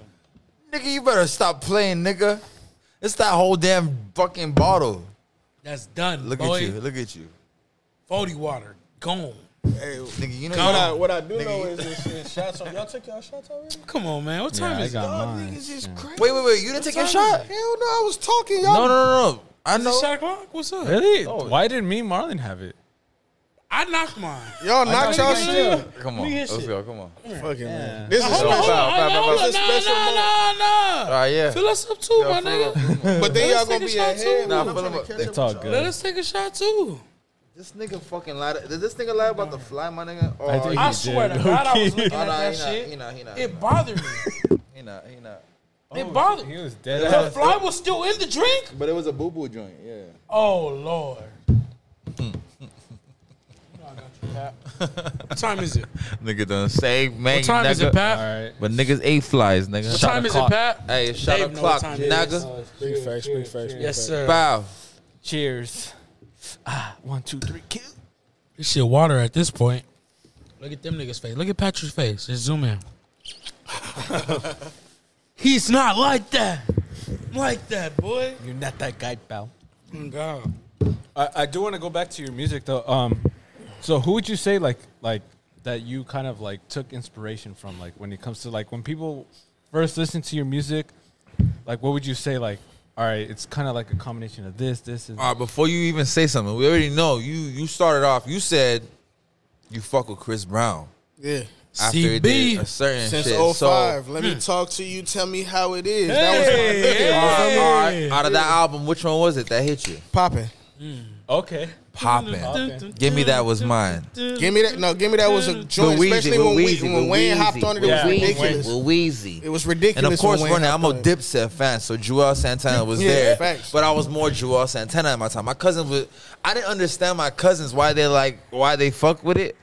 Nigga, you better stop playing, nigga. It's that whole damn fucking bottle.
That's done,
Look
boy.
at you. Look at you.
40 water. Gone.
hey,
Nigga, you know
what
Come
I,
you
what I do
Nigga,
know
you-
is this shit. Shots on y'all took y'all shots already?
Come on, man. What time
Yeah, I
is it?
got
Y'all
mine.
niggas is crazy.
Wait, wait, wait. You didn't take your shot?
Hell no, I was talking y'all.
No, no, no, no. I
Is it
know.
shot o'clock? What's up?
Really? Why didn't me and Marlon have it?
I knocked mine.
Y'all knocked y'all
niggas
shit.
is-
Come on.
Let me hit
Let's
shit.
go. Come on.
Fucking man. This is
Hold on, hold
special.
on,
Bow, bow, bow,
hold
bow.
on,
It's a
nah,
special
nah, nah, nah.
All right, yeah.
Fill us up too, my nigga.
But then
Let's
y'all gonna
take a
be
shot
ahead.
too.
Nah,
I'm
fill
trying
'em
to
up.
catch
They
up
It's all
with y'all.
Let
good.
us take a shot too.
This nigga fucking lied. Did this nigga lie about the fly, my nigga? Or
I think-
I
did,
swear to
low
God, I
key.
was looking
Oh,
at
nah,
that
he not, he
shit.
not, he not, he
It
not,
bothered me.
he not, he not.
Oh,
It bothered
He
me.
was dead
The
ass.
fly was still in the drink.
But it was a boo boo joint, yeah.
Oh Lord. No, I got you, Pat. What time is it?
Nigga done save man.
What time is it,
All
Pat?
right.
But niggas ate flies, nigga.
What time is it,
o'clock.
Pat?
Hey, shot
Dave know
o'clock,
what time it is.
nigga.
Big facts, big facts.
Yes, sir.
Bow.
Cheers. Ah, one, two, three, kill.
This shit water at this point. Look at them niggas' face. Look at Patrick's face. Just zoom in. He's not like that. Like that, boy.
You're not that guy, pal.
God.
I, I do want to go back to your music though. Um, so who would you say like like that you kind of like took inspiration from like when it comes to like when people first listen to your music, like what would you say like all right, it's kind of like a combination of this, this, and
All right, before you even say something, we already know you. You started off. You said you fuck with Chris Brown
Yeah.
after
CB.
it did a certain
Since
shit.
05,
So
let me talk to you. Tell me how it is.
Hey,
That was
all right, all right.
Hey.
out of that album, which one was it that hit you?
popping.
okay,
Poppin'. Give me that was mine.
Give me that. No, give me that was a joint,
With Weezy,
especially
with
when, we,
Weezy,
when
with
Wayne
Weezy,
hopped on it. It
Yeah.
was
Weezy.
ridiculous.
Weezy.
It was ridiculous.
And of course,
when Wayne
running, I'm
hopped
a
on it.
Dipset fan, so Joel Santana was
Yeah,
there.
facts.
But I was more Joel Santana at my time. My cousins was, I didn't understand my cousins why they like why they fuck with it.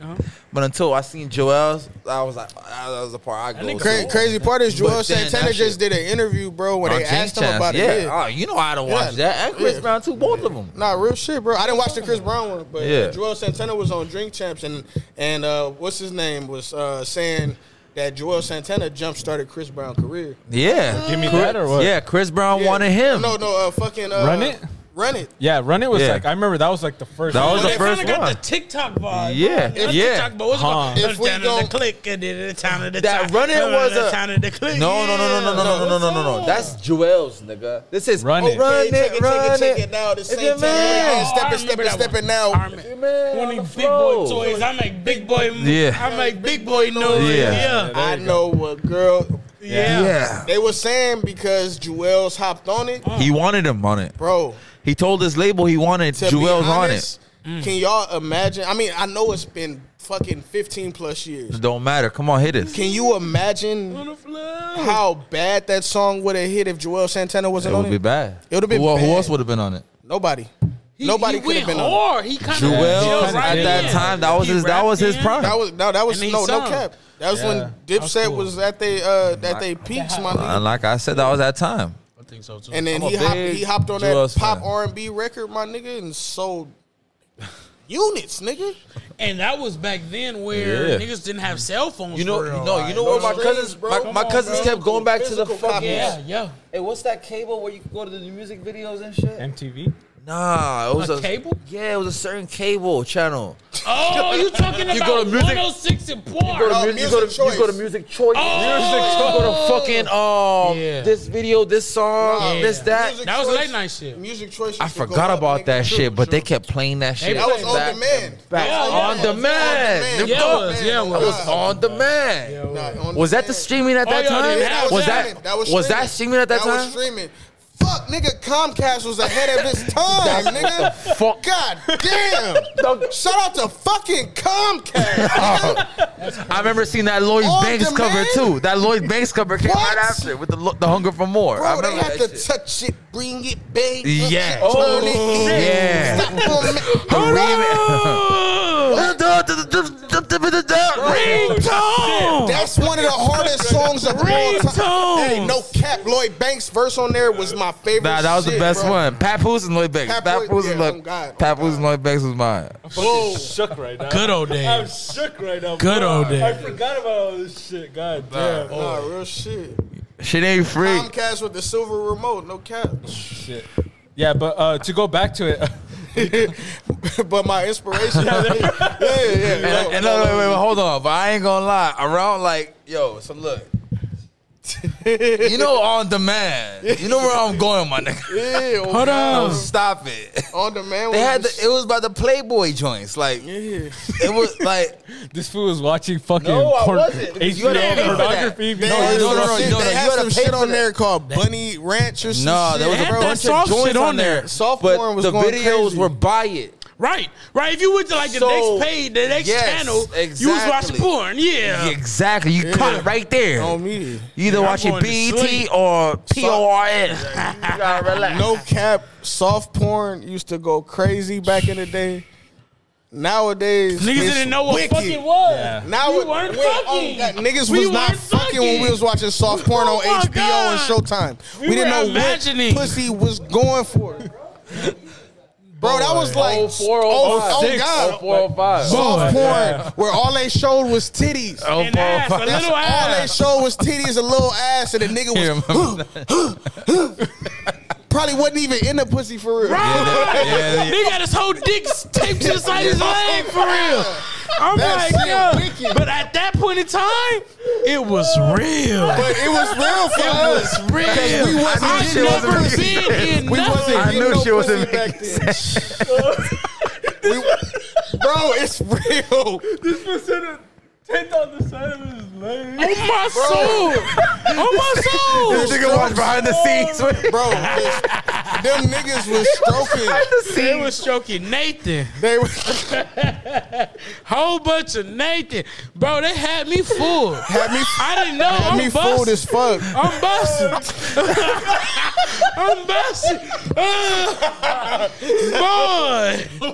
But until I seen Joel's, I was like, ah, that was the part I go.
nigga
to.
Cra- crazy part is Joel
But then
Santana
that
just
shit-
did an interview, bro, where
On
they
James
asked him
Chance,
about
yeah.
it. Yeah.
Oh, you know I don't watch
Yeah.
that. And Chris
Yeah.
Brown too, both of them.
Nah, real shit, bro. I didn't watch the Chris Brown one, but
Yeah.
uh, Joel Santana was on Drink Champs, and and uh, what's his name was uh, saying that Joel Santana jump started Chris Brown's career.
Yeah.
give me that or what?
Yeah, Chris Brown
Yeah.
wanted him.
No, no, uh, fucking uh,
Run It?
Run it.
yeah. Run it was
Yeah.
like I remember that was like the first.
That was
Oh,
the
they
first
finally got
one.
the TikTok vibe.
Yeah,
Not the
yeah.
TikTok, but what's it called?
Huh.
If we
Down to
don't-
the click and then the time of the
That
time.
running
Down to
was
the
a-
time of the click.
No, no, no, no, no, no, no, no, no, no, no,
Yeah.
no. That's Joel's, nigga. This is
Run
oh,
it.
Run
Hey, take it,
it,
take
run
it, take
it.
it now. This
It's
ain't
your
taking
man.
it.
Oh,
Step
I
it, step
remember
it,
that
step
one.
it now.
I remember- One of these big boy toys. I make big boy.
Yeah.
I make big boy noise.
Yeah.
Yeah.
There
I
you
know what girl.
Yeah.
Yeah.
They were saying because Jewels hopped on it,
He wanted him on it.
bro.
He told his label he wanted
To
Jewel's
be
on it.
honest, Can y'all imagine? I mean, I know it's been fucking 15 plus years.
It Don't matter. Come on, hit it.
Can you imagine how bad that song would have hit if Joel Santana
It
wasn't
would
on
be
it?
bad.
It would've been
who, Who
bad.
else would have been on it?
Nobody.
He-
Nobody
he
could have
went
been on it.
hard. He kind
Joel
Joel
at
right
that
in.
time that was his that was his prime.
That was no, that was
And he
no, no
sung.
cap. That was when Dipset
cool.
was at they uh at they peaks, my
and
nigga.
like I said, that was that time.
I think so too.
And then
I'm a
he hopped
big
he hopped on
Joel's
that pop
fan.
R and B record, my nigga, and sold units, nigga.
And that was back then where
Yeah.
niggas didn't have cell phones.
You know,
for real.
you know, you
like,
know what
those
my
shit-
cousins,
bro.
my,
Come
my
on,
cousins
bro.
kept going back to the
Physical
fucking.
copies.
Yeah, yeah.
Hey, what's that cable where you can go to the music videos and shit?
MTV.
Nah, it was
A cable?
Yeah, it was a certain cable channel.
Oh, you talking about
go to music-
106 and
You go
Park?
to,
Oh,
mu- you go
Music
to, you go to
Choice.
music choice.
Oh!
You go to fucking um
Yeah.
this video, this song,
Yeah.
this that.
Music
That was
choice-
late night shit.
Music choice.
I
used to go
forgot
up,
about
nigga.
that shit, but they
True.
kept playing that shit.
That was on
back-
demand.
Back
Yeah, yeah.
on
On
demand.
demand.
Them
Yeah, it was,
dogs.
yeah, it
That was
was.
on demand.
Nah, on
Was that the
demand.
streaming at
Oh,
that
yeah,
time?
they had
was
that.
that was that streaming at that
was
time?
streaming. Fuck, nigga, Comcast was ahead of its time, nigga.
Fuck.
God damn. Shout out to fucking Comcast.
I remember seeing that Lloyd
On
Banks cover
demand?
too. That Lloyd Banks cover came
What?
right after with the lo- the hunger for more. I
Bro,
remember
they had to
that shit.
touch it, bring it back.
Yeah.
Turn it in.
Yeah.
Stop on me.
The remix.
That's one of the hardest songs of all time. Hey, no cap. Lloyd Banks verse on there was my favorite.
Nah, that was the
shit,
best
bro.
one. Papoose and Lloyd Banks.
Papoose-
Papoose and
yeah,
Lloyd.
oh God, oh
Papoose and
God.
Lloyd Banks was mine.
Whoa. Shook right now.
Good old
I'm
days.
shook right now.
Good
bro.
old
I
days.
forgot about all this shit. God damn.
Nah, real shit.
Shit ain't free.
Comcast with the silver remote, no cap.
Shit. Yeah, but uh, to go back to it,
but my inspiration. yeah, yeah.
And,
no,
and no,
no,
wait,
no.
wait, wait, hold on. But I ain't gonna lie. Around like, yo, so look. you know, on demand. You know where I'm going, my nigga.
Yeah, oh,
Hold
God.
on.
Stop it.
On demand.
They
was
had the.
just-
It was by the Playboy joints. Like
yeah.
it was like.
this fool was watching fucking
No, I wasn't, because you
HBO
had to pay for that.
pornography.
They
No,
had
you
no,
don't
no,
some
no,
shit-
no, no,
They
you
had
gotta
some
pay
shit
for
on
that.
there called Bunny Ranch or some
No, there
shit.
was
They
a
had that
bunch of
soft
joints
shit
on
on
there.
there.
Soft porn
but
was
the
going
videos
crazy.
were by it.
Right, right. If you went to like the
So-
next page, the next
Yes,
channel, you was
exactly.
watching porn. Yeah.
Exactly, you caught it right there.
On me.
you either
I'm
watching
going to
BET
sleep.
or PORN. you gotta relax.
No cap. Soft porn used to go crazy back in the day. Nowadays,
Niggas
it's
didn't know what
wicked.
fucking was.
Yeah.
Now
We
it-
weren't
wait, oh,
fucking.
God, niggas
We
was not
weren't
fucking, when we
fucking.
was watching soft porn on
Oh my
HBO and
God.
Showtime. We,
We
didn't
were
know
imagining.
what pussy was going for. Bro, that was like
Oh, four, oh,
oh, oh,
five.
God,
0405.
soft
Boy.
porn
Yeah.
where all they showed was titties.
And ass, a
That's
little
all they
ass.
showed was titties, a little ass, and the nigga
Yeah,
was
remember
probably wasn't even in the pussy for real.
that?
They got his whole dick taped to the side of his leg for real. I'm
That
like,
shit
yo.
wicked.
But at that point in time, it was real.
But it was real for us.
It was real.
Because we wasn't
I
getting no
never
pussy.
been in
We
nothing.
wasn't
I
getting
knew
no
she wasn't
pussy back then. We- bro, it's real.
This fool said a tent on the side of his leg.
On my soul. On my
This
soul.
nigga watch behind the scenes.
Bro, it's- them niggas was stroking.
They was stroking Nathan.
They were
Whole bunch of Nathan. Bro, they had me fooled.
had me,
I didn't know.
had
I'm
me
busted.
fooled as fuck.
I'm busting. I'm busting. Uh, boy.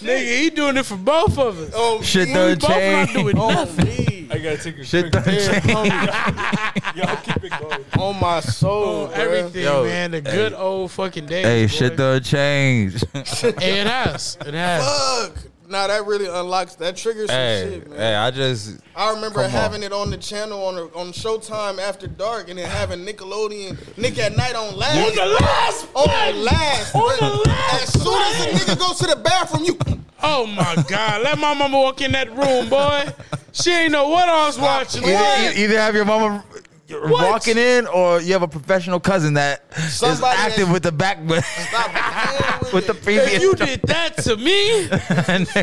Nigga, he doing it for both of us.
Oh,
Shit
me.
done
both not doing
changed.
Oh,
nothing.
Me.
I gotta take a
Shit done changed.
Y'all keep it going.
On Oh, my
Oh,
soul, bruh.
Everything,
Yo,
man. The good old fucking days.
Hey,
boy.
shit done changed.
Hey, it has. It has.
Fuck. Nah, that really unlocks. That triggers some
Hey,
shit, man.
hey, I just
I remember
Come on.
having it on the channel on on Showtime after dark, and then having Nickelodeon Nick at Night on last.
On the last
On
play.
the last.
On the last
As soon as the nigga goes to the bathroom, you
Oh my God! Let my mama walk in that room, boy. She ain't know what I was watching.
either,
boy.
e- either have your mama walking in, or you have a professional cousin that is
Somebody
active
that-
with the back with,
stop playing with,
with the
it.
previous.
If you did that to me,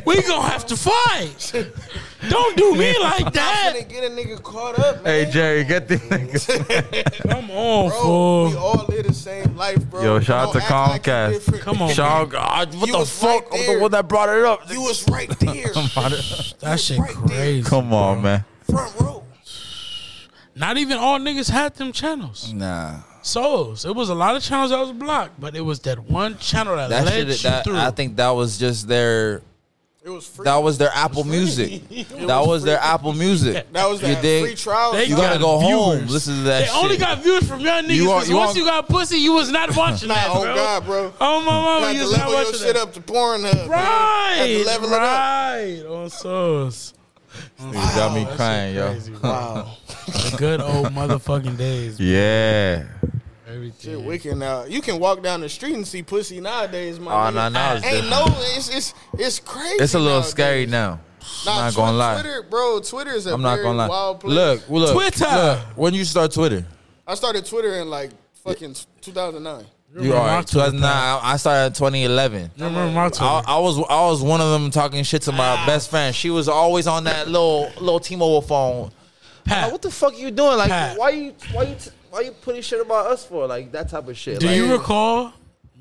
we gonna have to fight. Don't do me like
I'm
that.
finna get a nigga caught up, man.
hey Jerry, get these niggas.
Come on,
bro, we
fool.
all live the same life, bro.
Yo, shout out to
Don't act like you
Comcast.
different.
Come on,
Sean, God, what
You
the
was right
fuck? I'm
there.
the one that brought it up.
You was right there,
That shit
right there.
crazy.
Come on, man.
front row.
Not even all niggas had them channels.
Nah,
Souls. It was a lot of channels that was blocked, but it was that one channel that,
that
led
shit.
you
That
through.
I think that was just their
It was free.
That was their Apple Music. That was their Apple Music.
That was that
dig?
free trial.
They
You
Nah,
gotta
got
go home.
viewers.
Listen to that.
They
shit.
only got views from y'all niggas.
You are-
'cause
you
once
are-
you got pussy, you was not watching that,
oh
bro.
God, bro.
Oh my mama,
Got
you
to
was not
level your
watching
shit
that.
up to Pornhub.
Right,
Had to level it up.
right. On sauce.
You got me crying, yo.
Wow,
The good old motherfucking days.
Yeah.
shit,
Everything.
wicked now. You can walk down the street and see pussy nowadays, my
Oh
nigga.
no, no, it's
Ain't
different.
no, it's it's it's crazy.
It's a little
nowadays.
scary now.
Nah,
not
Twi-
gonna lie.
Twitter, bro. Twitter is a
I'm not
very
gonna lie.
wild place.
Look, well, look,
Twitter.
Look, when you start Twitter,
I started Twitter in like fucking 2009.
you
remember my
are.
Twitter,
2009. I I started in 2011.
You remember my
I,
Twitter?
I was I was one of them talking shit to my best friend. She was always on that little little T-Mobile phone.
Pat,
Like, what the fuck you doing? Like,
Pat.
why you why you t- why you putting shit about us for? Like that type of shit.
do
like,
you recall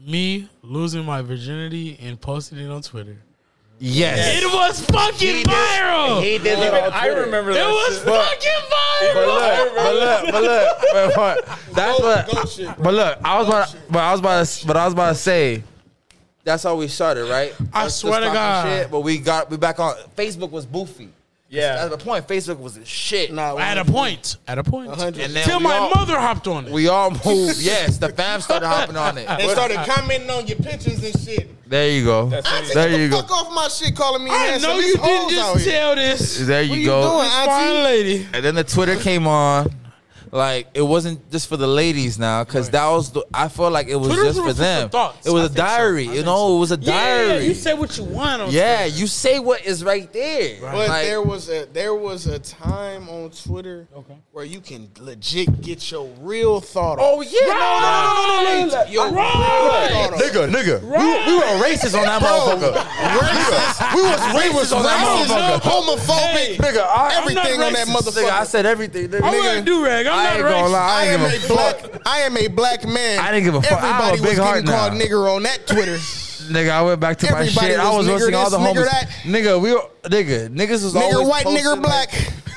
me losing my virginity and posting it on Twitter?
yes.
It was fucking viral.
He did it on
I
Twitter.
remember
it
that.
was fucking
But
viral.
look, but look, but look, but what- that's what. But look, I was about, but I was about, to, but I was about to say, that's how we started, right?
I
Us just
swear to
talking
God.
shit, but we got we back on. Facebook was boofy.
Yeah.
At the point, Facebook was the shit.
Nah,
At a point. At a point.
hundred.
And then
Till
we
my
all,
mother hopped on it.
we all moved. Yes, the fam started hopping on
They
it.
started commenting on your pictures and shit.
There you go.
Auntie,
There
get
you
the
go.
fuck off my shit calling me
I
handsome.
know
These
you didn't
hoes out
just
here.
tell this.
There you
What you
go.
doing,
This fine
auntie?
lady.
And then the Twitter came on. Like it wasn't just for the ladies now, because that was the, I felt like it was
Twitter's
just
room
for
for some
them.
thoughts.
It was
I
a
think so.
diary,
I
you
think
know. It was a
Yeah,
diary.
you say what you want. On
Yeah, you say what is right there.
But
Like,
there was a there was a time on Twitter where you can legit get your real thought off.
oh yeah, no, no, no, no, no, no, no.
Your real
Right.
thought off.
Nigga, nigga, we, were- we were racist on that motherfucker. Nigga, we was racist on that
Racist,
motherfucker.
homophobic.
Hey.
Nigga, I,
Everything on that
I'm- nigga, I
motherfucker.
said everything. Nigga,
I'm wearing do rag. I'm
I
not
ain't gonna
racist.
lie,
I
I
am
ain't
a
give a fuck.
black. I am a black man.
I didn't give a fuck. I have a
Everybody
big
was
heart
getting called
now.
nigga on that Twitter.
Nigga, I went back to my
Everybody
shit. I was
was nigger
roasting all
this,
the
nigger
homies.
that.
Nigga, we were, nigga, niggas was
nigger
always
white, nigger
posting, like-
black.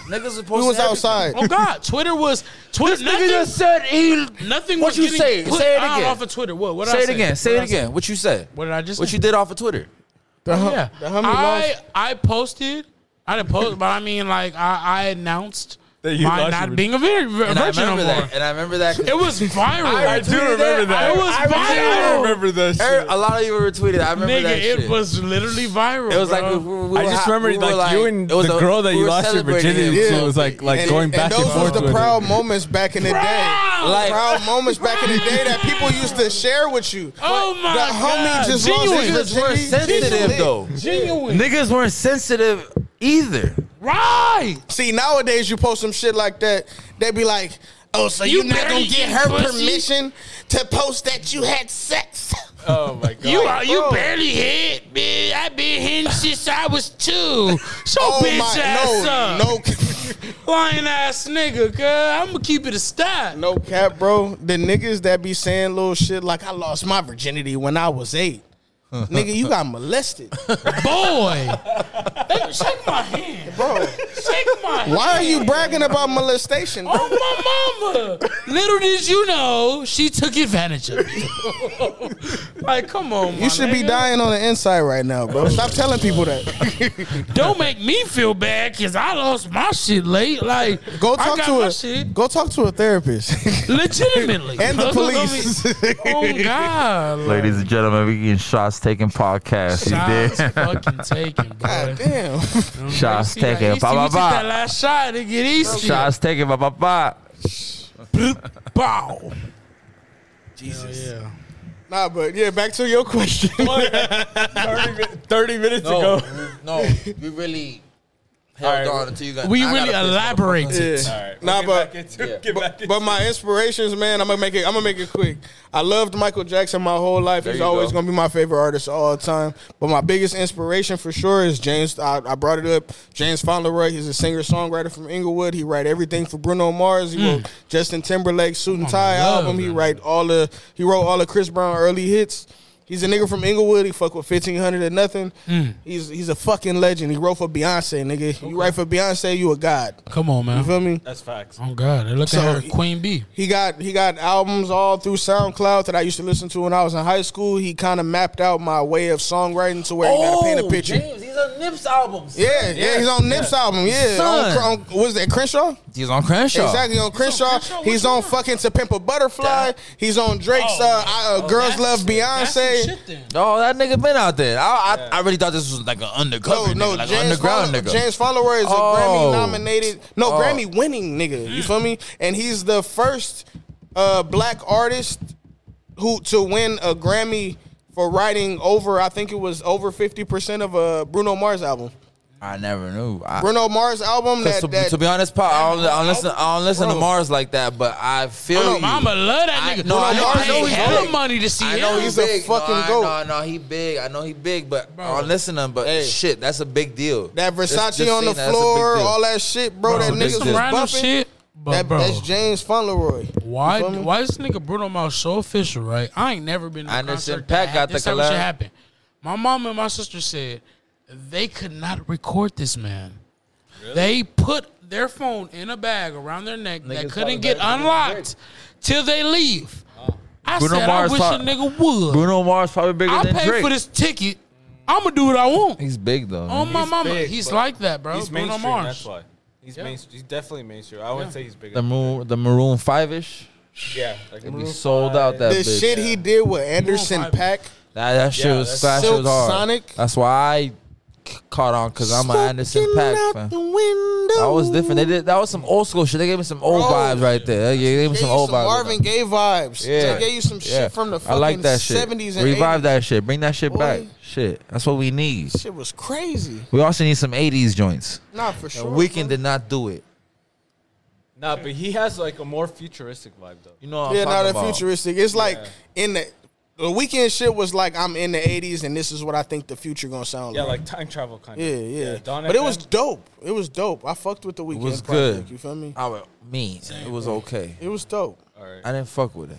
niggas was
we
posting
was
everything.
outside.
Oh God, Twitter was Twitter.
Nigga just
Nothing,
said he.
nothing
What
was
you
getting
say?
put
Say it
out
again.
off of Twitter. What? What?
Say
I
it
said?
again. Say
What
it
I said?
again. What you said?
What did I just?
What
say?
you did off of Twitter?
Yeah.
The homie
I
lost.
I posted. I didn't post, but I mean, like I, I announced
That you
my
lost
not
your-
being a vir- virgin
And I
no
remember
more.
that. And I remember that. 'cause
It was viral.
I do remember that.
It was
I remember- I
viral.
remember that
er-
shit.
A lot of you retweeted. I remember
Nigga,
that shit.
it was literally viral.
It was like
bro.
we, we, we
I
were
just
hot-
remember
we were
like, you and
it was
the
a-
girl that
we
you
were
lost your
celebrating
virginity
it.
to
Yeah.
was like like
And-
going back
and
and,
those
forth.
was
with
the
it.
proud moments back in the day.
Proud.
Like-
proud moments back in the day that people used to share with you.
oh my
the
god,
homie just lost
genuine,
his
Niggas weren't sensitive though.
genuine,
Niggas weren't sensitive either.
right?
See, nowadays you post some shit like that, they be like, "Oh, so
You
you, not
married
gonna get
you
her
pussy?"
permission to post that you had sex?"
Oh my god.
You are you
bro.
barely hit, bitch. I been hitting since I was two. So
Oh
bitch ass uh. up,
my, no,
lying ass nigga. Cause I'm gonna keep it a stack.
no, no cap, bro. The niggas that be saying little shit like, "I lost my virginity when I was eight. Nigga, you got molested,
Boy, Hey, shake my hand,
bro.
Shake my. hand.
Why are you bragging about molestation? Bro?
Oh my mama! Little did you know, she took advantage of me. like, come on, my
You should be
nigga.
dying on the inside right now, bro. Stop telling people that.
Don't make me feel bad because I lost my shit late. Like,
Go
I
talk
got
to
my
a
shit
go talk to a therapist
legitimately
and the
Look, look, I mean,
police.
Oh God, like,
Ladies and gentlemen, we getting shots taken podcast.
shots
You
fucking taken, bro.
God damn.
You
did. Shots
see that Eastie,
taken.
we
Ba ba
took that
ba.
last shot, it get easy.
Shots taken. Ba ba ba.
Bow.
Jesus. Nah, but yeah, back to your question.
30, mi- 30 minutes ago.
Oh, no, we really
Alright.
held on until you got.
We
I gotta
really
piss myself.
elaborated.
Yeah.
All right,
Nah,
we'll
but
get back into, get back into
but my inspirations, man. I'm gonna make it. I'm gonna make it quick. I loved Michael Jackson my whole life. He's
you
always
go.
gonna be my favorite artist of all time. But my biggest inspiration for sure is James. I, I brought it up. James Fauntleroy. He's a singer songwriter from Inglewood. He write everything for Bruno Mars. He wrote Justin Timberlake's Suit and Tie
love
album. He
that.
write all the. He wrote all of Chris Brown early hits. He's a nigga from Inglewood. He fuck with fifteen hundred or nothing. He's he's a fucking legend. He wrote for Beyonce, nigga. You write for Beyonce, you a god.
Uh, Come on,
You
man.
feel me?
That's facts.
Oh God, they look
So-
at her, Queen B.
He got he got albums all through SoundCloud that I
Oh,
used to listen to when I was in high school. He kind of mapped out my way of songwriting to where you got to paint a picture.
James, he's He's on Nip's albums.
Yeah, yeah, he's on Nip's album. Yeah,
Son.
on, on, was that Crenshaw?
He's on Crenshaw.
Exactly on Crenshaw.
Crenshaw? What
He's
you
on
want?
fucking To Pimp a Butterfly. He's on Drake's
Oh,
uh, I, uh, Girls
That's-
Love
that's some
Beyonce.
shit then.
Oh, that nigga been out there. I, I, I really thought this was like an
No,
undercover,
no,
nigga, like an
James,
underground
Follow-
nigga.
James Follower is a
Oh.
Grammy nominated, no
Oh.
Grammy winning nigga. You feel me? And he's the first uh, black artist who to win a Grammy for writing over. I think it was over fifty percent of a Bruno Mars album.
I never knew. I,
Bruno Mars album
'cause
that,
to,
that
to be honest, Pop, I don't, I don't listen. I don't listen
Bro.
to Mars like that, but I feel
Oh,
you.
Mama love
I-
that nigga.
no,
I
I know- I know
paid
he's
hella
big.
money to see
I
him.
know
he's
he's
a
big.
fucking
no, I,
goat.
No, no, he big. I know he big, but I don't listen to him. But
Hey.
shit, that's a big deal.
that
Just-
Versace
just
on the
saying that's a big
floor,
deal.
all that shit, bro.
Bro,
that
this
niggas
some
was
random
bumping.
shit. But
That,
bro,
That's James Fauntleroy.
why
You feel me?
why is this nigga Bruno Mars so official, right? I ain't never been to a
Anderson
concert
Paak
that
got
had this
the
type of shit
collab.
happen. My mom and my sister said they could not record this man. They put their phone in a bag around their neck that
Niggas
couldn't
probably
get
better than
unlocked till they leave. I
Bruno
said
Mars
I wish
thought-
a nigga would.
Bruno Mars probably bigger
I'll
than
pay
Drake. Oh
for this ticket. I'm gonna do what I want.
He's big though.
On my
He's
mama,
big,
he's
but
like that, bro.
he's
Bruno
mainstream.
Mars.
That's why. He's mainstream. He's definitely mainstream. I wouldn't say he's bigger.
the maroon, the maroon five ish.
yeah, like
It'd be sold out that
The
bitch.
shit he did with Anderson
Five.
Pack.
That, that shit
Yeah, that's-
was that shit
Silk
was hard.
Sonic.
That's why I c- caught on because I'm an Anderson Pack fan. That was different. They did that was some old school shit. They gave me some old
Bro.
vibes right there. They gave me
Gave
some
you
old
some
vibes.
Marvin Gaye vibes.
Yeah.
They gave you some shit
Yeah.
from the
I
fucking
like that shit.
70s and
Revive
80s.
that shit. Bring that shit back.
Boy.
Shit, that's what we need.
Shit was crazy.
We also need some '80s joints.
Nah, for sure.
And Weekend did not do it.
Nah, but he has like a more futuristic vibe though.
You know what I'm
Yeah, not
talking
that
about.
futuristic. It's like in the the weekend shit was like I'm in the 80s and this is what I think the future gonna sound
Yeah,
like.
like time travel kind
Yeah,
of.
yeah.
Don
but it
FM.
was dope. It was dope. I fucked with the
It
weekend.
was
project,
good.
You feel me?
I was mean. It was okay.
It was dope.
All right.
I didn't fuck with it.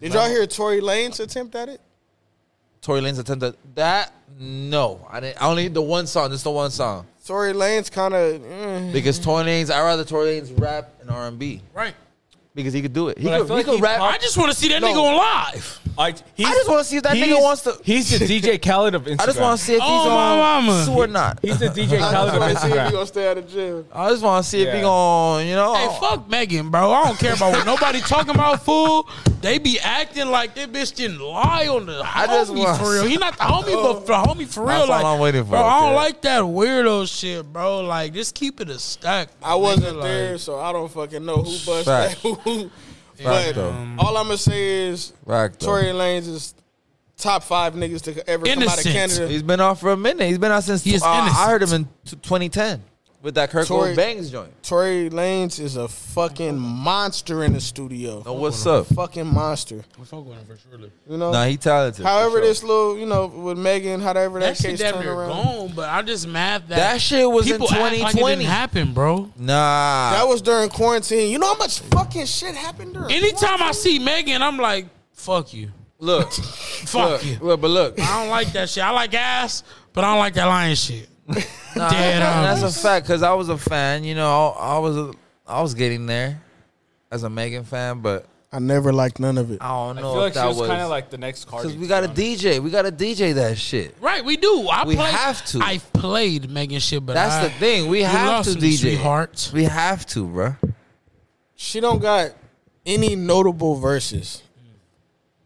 Did y'all hear Tory Lanez attempt at it?
Tory Lanez attempted that. No, I didn't. I only the one song. Just the one song.
Tory Lanez kind of. Eh.
Because Tory Lanez, I rather Tory Lanez rap and R and B
Right.
because he could do it. He
But I
could,
feel
he
like
could
he
rap.
pop-
I just want to see that
No.
nigga on live.
I, he's-
just wanna see if that nigga
he's-
wants to-
He's the DJ Khaled of Instagram.
I just want to see if
Oh,
he's
my
on
mama.
Sue or not.
He's the DJ
I just
Khaled of
want to see if he
Instagram.
gonna stay out of jail.
I just want to see if
Yeah.
he gon' you know.
Hey, fuck Megan, bro. I don't care about what nobody talking about. Fool. They be acting like that bitch didn't lie on the
I just
homie
want-
for real. He not the homie, but the homie for real.
That's
like,
all I'm waiting for,
Bro, I don't
okay?
like that weirdo shit, bro. Like, just keep it a stack.
I wasn't
nigga,
there,
like-
so I don't fucking know who bust that.
Fact.
Who,
Fact,
but
though.
all I'm gonna say is
Fact, though.
Tory Lanez is top five niggas to ever come
Innocent.
out of Canada.
He's been out for a minute. He's been out since
He is
uh, I
innocent.
heard him in t- 2010 with that Kirk
Tory-
Tory, Bangs joint.
Tory Lanez is a fucking monster in the studio.
No, what's up?
Fucking monster.
We fuck with him for surely.
You know.
Nah, he talented. for
however,
sure.
this little you know with Megan, however
That
that,
shit
case
damn
turned
near
around.
gone, but I'm just mad that
That shit was in
people act like it
2020.
didn't happen, bro.
nah,
That was during quarantine. You know how much fucking shit happened during.
Anytime I see Megan, I'm like, fuck you.
look,
Fuck you.
look, look, but look,
I don't like that shit. I like ass, but I don't like that lion shit.
Nah,
Dead
that's,
homies.
that's a fact because I was a fan. You know, I, I was a, I was getting there as a Megan fan, but
I never liked none of it.
I don't
I
know
feel
if
like she
that
was,
was
kind of like the next Cardi.
because we
to
got a
be honest.
DJ, we got to DJ that shit.
Right, we do. I
We
play-
have to.
I played Megan shit, but
That's
I-
the thing. We have
lost
to
me,
DJ.
sweetheart.
We have to, bro.
She don't got any notable verses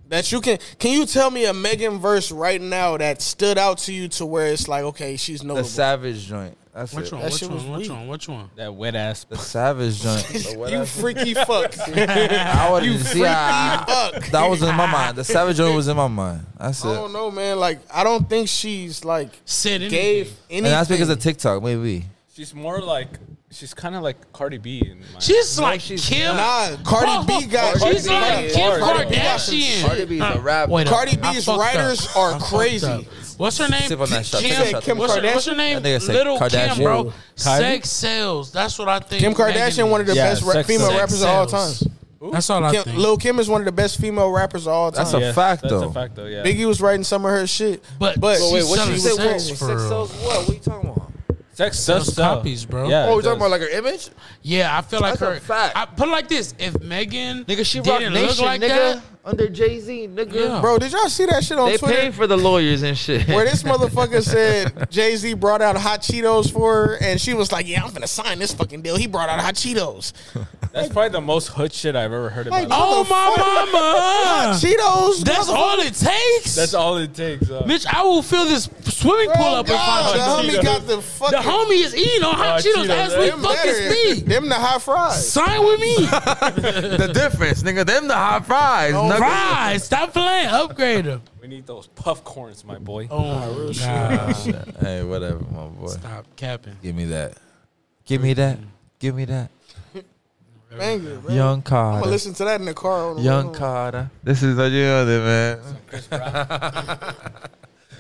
that you can. Can you tell me a Megan verse right now that stood out to you to where it's like, okay, she's
The
notable.
Savage joint. That's
Which
it.
one?
That
Which
shit was
one? Which
weak.
one? Which one?
That wet ass.
The Savage joint. The what
you
else?
freaky fuck.
I wouldn't see. I,
fuck.
that was in my mind. The Savage joint was in my mind. That's
I
it.
Oh,
don't know, man. Like, I don't think she's like
Said anything.
gave anything.
And that's because of TikTok, maybe.
She's more like she's kind of like Cardi B. In my
She's like
she's
Kim.
Nah, Cardi B got.
Cardi
She's
B
like
is
Kim
hard.
Kardashian.
Cardi B's a rapper.
Wait up.
Cardi
I
B's
fucked
writers
up.
are
I fucked
crazy.
up. What's her name?
Sip on that shot.
Kim.
She said Kim
what's, her, what's her
Kardashian?
name?
I think I said
Little
Kardashian.
Kim, bro.
Kylie?
Sex sales. That's what I think.
Kim Kardashian,
Megan
one of the
is.
Yeah,
best ra-
sex
female
sells.
rappers of all time.
Sex sells. That's all I
Kim,
think.
Lil Kim is one of the best female rappers of all time.
That's a fact,
that's
though.
a fact though. Yeah.
Biggie was writing some of her shit,
But
but
she's
wait, what
selling
she
sex
said?
for real.
What? What are you talking about?
Sex
Sell
does sell.
copies, bro.
uh, Yeah,
Oh,
it
you talking
does.
about like her image?
Yeah, I feel like
That's a
her.
fact.
I put it like this: If Megan
Nigga, she rocked
didn't look
Nation,
like
nigga,
that,
under Jay Z, nigga.
Yeah.
Bro, did y'all see that shit on
They
Twitter?
paid for the lawyers and shit.
where this motherfucker said Jay Z brought out hot Cheetos for her, and she was like, "Yeah, I'm gonna sign this fucking deal." He brought out hot Cheetos,
That's probably the most hood shit I've ever heard
Like,
about.
oh my mama,
Cheetos.
that's
motherfucker.
all it takes.
That's all it takes. Uh,
Mitch, I will fill this swimming
Bro,
pool up if
God,
I
the
hot
homie
Cheetos.
got the
The
fucking
homie is eating on hot
Hot
Cheetos
Oh, Cheetos,
as
man.
we
them
fuck
better.
is me.
Them the hot fries.
Sign with me.
the difference, nigga. Them the hot fries. nigga.
Right. Stop playing. Upgrade him.
we need those puff corns, my boy.
Oh, God.
Hey, whatever, my boy.
Stop capping.
Give me that. Give me that. Give me that.
Thank you, bro.
Young
I'm gonna
Carter.
listen to that in the car. On the
Young
way home.
Carter. This is what you know, man.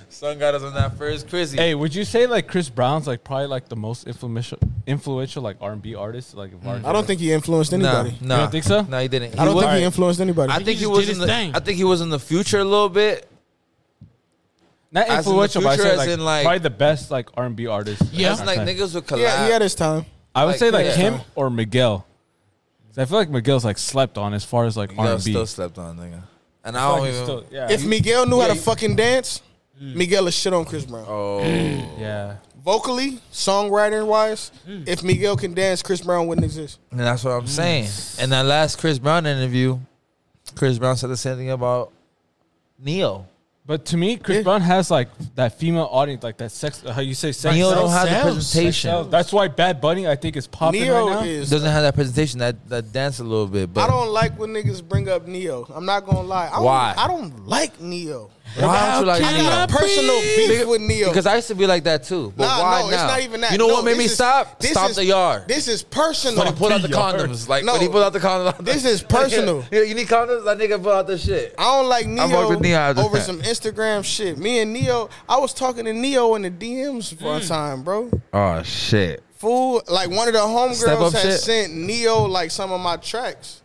Son got us on that first Chrissy.
Hey, would you say like Chris Brown's like probably like the most influential, influential like R and B artist? Like,
Mm.
of
I don't think he influenced
no,
anybody.
no,
You don't think so?
No, he didn't.
I don't
was-
think he influenced anybody.
I think
he
he
just
was
did
in
his
the.
thing.
I think he was in the future a little bit.
not
in the
influential, but I
future,
say
as
like,
in, like-
probably the best like R and B artist.
Yeah.
of
It's
our
like
time.
niggas would collab.
yeah, he had his time.
I would
like,
say like
yeah.
him or Miguel. 'Cause I feel like Miguel's like slept on as far as like R
Yo,
and B.
still slept on, nigga. And I don't even.
yeah,
If Miguel knew how to
you- Mm.
fucking dance, Miguel is shit on Chris Brown.
oh,
yeah.
Vocally, songwriter wise, if Miguel can dance, Chris Brown wouldn't exist.
And that's what I'm saying. In that last Chris Brown interview, Chris Brown said the same thing about Neo.
But to me, Chris
Yeah.
Brown has like that female audience, like that sex. How you say sex?
Neo
sells.
don't have the
sells.
Sells.
presentation.
That's why Bad Bunny, I think, is popping
Neo
right now.
is.
Doesn't have that presentation. That that dance a little bit, but
I don't like when niggas bring up Neo. I'm not gonna lie. I don't,
Why?
I don't like Neo.
why don't you like
How
I
can
Neo?
got a personal beef with Neo.
Because I used to be like that too. But
Nah,
why
no,
now?
it's not even that.
You know
No,
what made
this
me
is-
stop?
this
Stop
is-
the yard.
This is
When he
personal.
pulled out the
yard.
condoms, like
No.
when he pulled out the condoms.
This is personal.
you, you need condoms? That nigga pulled out the shit.
I don't like Neo,
fucked with Neo after
over
that.
some Instagram shit. Me and Neo, I was talking to Neo in the DMs for
Mm.
a time, bro.
Oh shit.
Fool, like one of the
Step
homegirls
up
had
shit.
sent Neo like some of my tracks.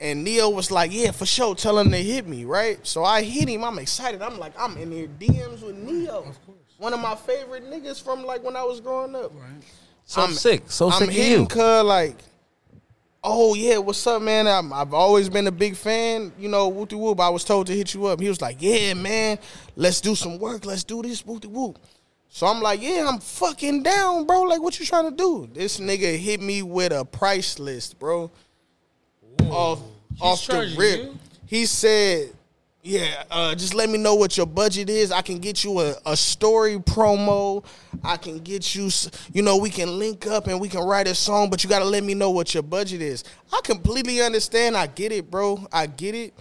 And Neo was like, yeah, for sure. Tell him to hit me, right? So I hit him. I'm excited. I'm like, I'm in here DMs with Neo. One of my favorite niggas from like when I was growing up.
So
I'm-
sick. So
I'm
sick of
hitting
you.
cuz like, oh yeah, what's up, man? I'm, I've always been a big fan, you know, whoop de whoop. I was told to hit you up. He was like, yeah, man, let's do some work. Let's do this, whoop de whoop. So I'm like, yeah, I'm fucking down, bro. Like, what you trying to do? This nigga hit me with a price list, bro. Off, off the
charging
rip.
you?
He said, yeah, uh, just let me know what your budget is. I can get you a, a story promo. I can get you, s- you know, we can link up and we can write a song, but you got to let me know what your budget is. I completely understand. I get it, bro. I get it.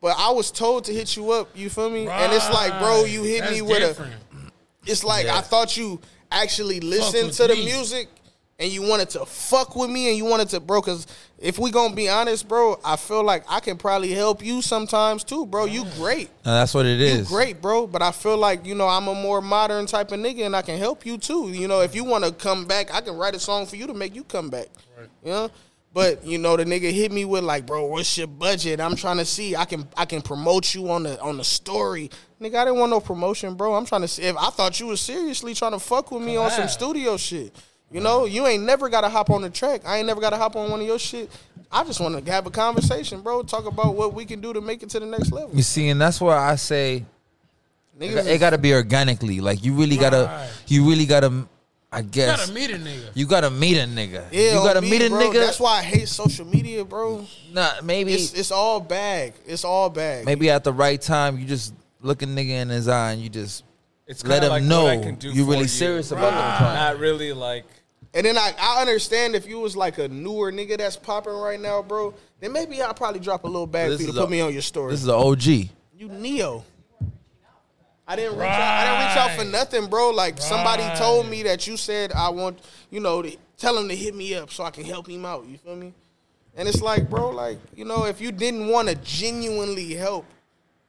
But I was told to hit you up, you feel me? And it's like, bro, you hit me with a. It's like, I thought you actually listened
with
to the
me.
music and you wanted to fuck with me and you wanted to, bro, because if we going to be honest, bro, I feel like I can probably help you sometimes too, bro. You great.
No, that's what it
You
is.
great, bro. But I feel like you know I'm a more modern type of nigga, and I can help you too. You know, if you want to come back, I can write a song for you to make you come back. You know. But you know the nigga hit me with like, bro, what's your budget? I'm trying to see. I can I can promote you on the on the story, nigga. I didn't want no promotion, bro. I'm trying to see if I thought you was seriously trying to fuck with me on some studio shit. You know, you ain't never got to hop on the track. I ain't never got to hop on one of your shit. I just want to have a conversation, bro. Talk about what we can do to make it to the next level.
You see, and that's why I say
Niggas
it,
is-
got to be organically. Like you really gotta,
Right.
you really gotta. I
You
guess
gotta meet a nigga.
you gotta meet a nigga.
Yeah,
you gotta
on me,
meet a
bro.
nigga.
That's why I hate social media, bro.
Nah, maybe
It's it's all bag. It's all bag.
maybe at the right time you just look a nigga in his eye and you just
It's
let
kinda
him
like
know
what I can do
you
for
really serious about
Right.
them.
Not really like
And then I, I understand if you was like a newer nigga that's popping right now, bro. Then maybe I'll probably drop a little bag
This
for you to
is a-
put me on your story.
This is an OG.
you Neo. I didn't reach out. I didn't reach out for
Right.
nothing, bro. Like somebody
Right.
told me that you said I want, you know, to tell him to hit me up so I can help him out. You feel me? And it's like, bro, like you know, if you didn't want to genuinely help,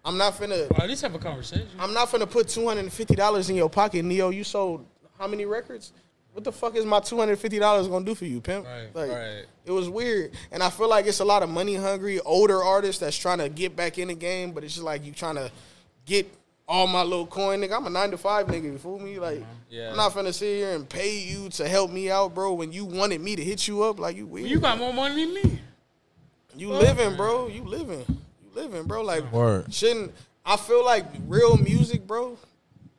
I'm not finna.
Or at least have a conversation.
I'm not gonna put two hundred and fifty dollars in your pocket, Neo. You sold how many records? What the fuck is my two hundred fifty dollars gonna do for you, pimp?
Right,
like,
right.
It was weird, and I feel like it's a lot of money hungry older artists that's trying to get back in the game, but it's just like you trying to get all my little coin, nigga. I'm a nine to five nigga. You fool me? Like,
Yeah.
I'm not finna sit here and pay you to help me out, bro. When you wanted me to hit you up, like you weird.
You got more money than me.
You living, bro. You living. You living, bro. Like
Word.
shouldn't I feel like real music, bro?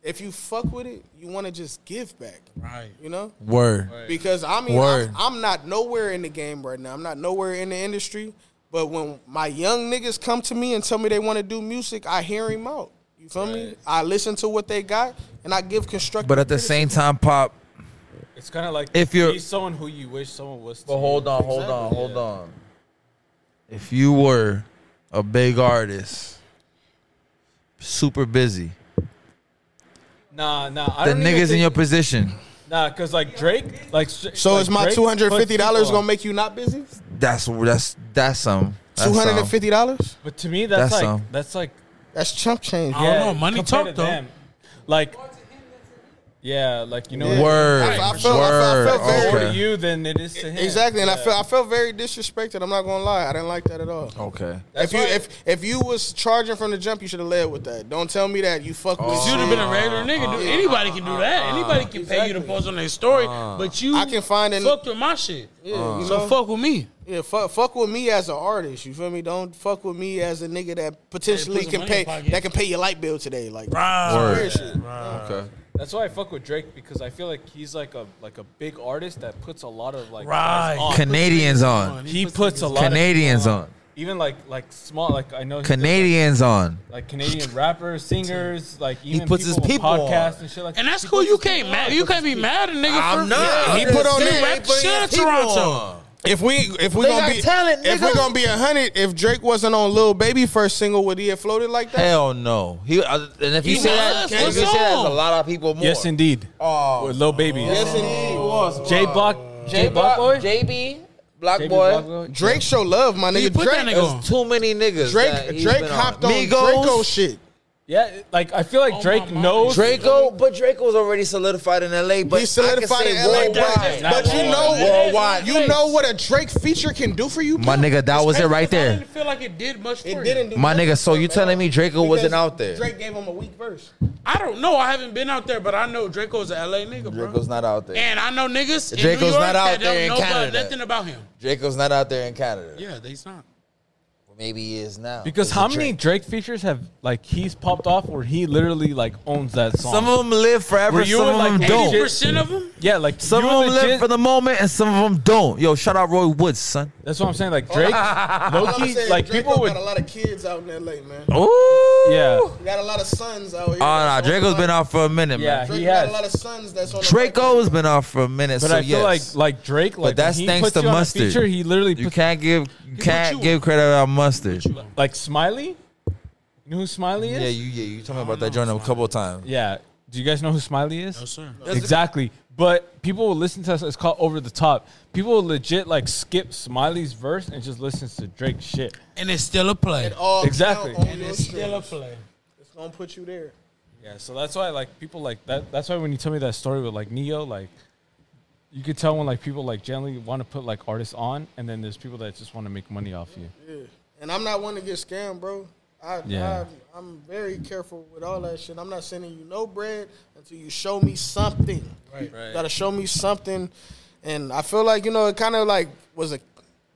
If you fuck with it, you want to just give back,
Right.
you know?
Word.
Because I mean,
Word.
I'm, I'm not nowhere in the game right now. I'm not nowhere in the industry. But when my young niggas come to me and tell me they want to do music, I hear him out. You feel me? I listen to what they got and I give constructive.
But at the same time, Pop.
It's kind of like
If you're-
be someone who you wish someone was. To
But hold on, hold on, hold on. If you were a big artist, super busy,
Nah, nah. I
the
don't even
niggas in
think-
your position,
Nah, cause like Drake, like. So
so is my two hundred fifty dollars gonna make you not busy?
that's that's that's some. that's some.
Two hundred and fifty dollars?
But to me, that's,
That's
like
some.
that's like.
That's chump change.
I don't know, money
compared
talk,
to
though.
them. Like. Yeah, like you know. what-
Word,
I felt- I felt-
word.
I felt
It's more
very-
to
okay.
you than it is to him.
Exactly, and I felt I felt very disrespected. I'm not gonna lie, I didn't like that at all.
Okay.
That's
if you
why-
if if you was charging from the jump, you should have led with that. Don't tell me that you fuck with.
You'd have
shit.
Oh. been a regular nigga. dude. Anybody can do that. Anybody can pay you to post on their story, but you
I can find an-
fucked with my shit.
Yeah, you
So
know?
fuck with me.
Yeah, fuck, fuck with me as an artist. You feel me? Don't fuck with me as a nigga that potentially
some
can
money in
pay
your pocket.
that can pay your light bill today. Like
Right.
weird shit.
Okay.
That's why I fuck with Drake because I feel like he's like a like a big artist that puts a lot of like
Right.
guys on.
Canadians on.
He puts a lot
Canadians
of,
on.
even like like small like I know he does,
Canadians on.
like, like Canadian rappers, singers, like even
puts his
people with
people on.
podcasts and shit like
And
that.
that's
He
cool.
puts
You
his
can't
people
mad.
on.
You can't be mad at a nigigga for
he put on there-
Rap shit out Toronto.
If we if we
They
gonna
got
be
talent,
if
nigga.
we gonna be a hundred, if Drake wasn't on Lil Baby first single, would he have floated like that?
Hell no. He uh, and if you
He
say
was.
that, if you
What's
say that's a
on?
lot of people more.
Yes, indeed.
Oh.
With Lil Baby.
Yes, indeed. Was
J Block. J Block boy.
JB, Block
JB
Boy.
Block boy.
Drake show love, my
You
nigga.
put that
Drake,
nigga on.
There's too many niggas. that
Drake,
he's
Drake
been
hopped on
Migos,
Draco shit.
Yeah, like I feel
Oh,
like Drake
mama.
knows.
Draco, but Draco's already solidified in LA. But
He solidified
I
in
can say
LA,
worldwide.
Not
but you know,
worldwide.
you know what a Drake feature can do for you.
My
bro?
nigga, that was it right
I
there.
didn't feel like it did much for
It
you.
didn't do
My
nothing
nigga, so
for him
you
at
telling
all.
me Draco wasn't
Because
out there?
Drake gave him a weak verse.
I don't know. I haven't been out there, but I know Draco's an LA nigga, bro.
Draco's not out there.
and I know niggas in
Draco's
New York
not out
that
there in
don't know about
Canada.
nothing about him.
Draco's not out there in Canada.
Yeah, they's not.
Maybe he is now.
Because
It's
how
a
many
Drake.
Drake features have like he's popped off where he literally like owns that song?
Some of them live forever.
Were you
some of
in,
them
like,
don't.
Eighty percent of them.
yeah, like
Some
you
of them live
legit-
for the moment, and some of them don't. Yo, shout out Roy Woods, son.
That's what I'm saying. Like Drake,
I'm
Loki,
saying,
like
Draco
people would.
got a lot of kids out in L.A., man.
Ooh.
Yeah,
He got a lot of sons out
Oh
here.
no,
That's on
Draco's
the
been
mic.
out for a minute,
yeah,
man.
Drake
he
got
has.
a lot of sons that's on. the
Draco's been out for a minute,
But
so
I feel
yes.
like like Drake, like
that's
when he
thanks
puts
to
you on a
Mustard.
feature, he literally
you
puts,
can't give
you
can't
on.
give credit out mustard.
like Smiley. You know who Smiley is?
Yeah, you yeah you talking about that joint a couple of times.
Yeah. Do you guys know who Smiley is?
No sir.
Exactly. But people will listen to us. It's called Over the Top. People will legit like skip Smiley's verse and just listens to Drake's shit.
And it's still a play.
All
Exactly.
count on
And
your
it's still a
streams.
play.
It's gonna put you there.
Yeah, so that's why like people like that. That's why when you tell me that story with like Neo, like you could tell when like people like generally want to put like artists on, and then there's people that just want to make money off you.
And I'm not one to get scammed, bro. I,
Yeah.
I, I'm very careful with all that shit. I'm not sending you no bread until you show me something. Right, right. gotta show me something. And I feel like, you know, it kind of like was a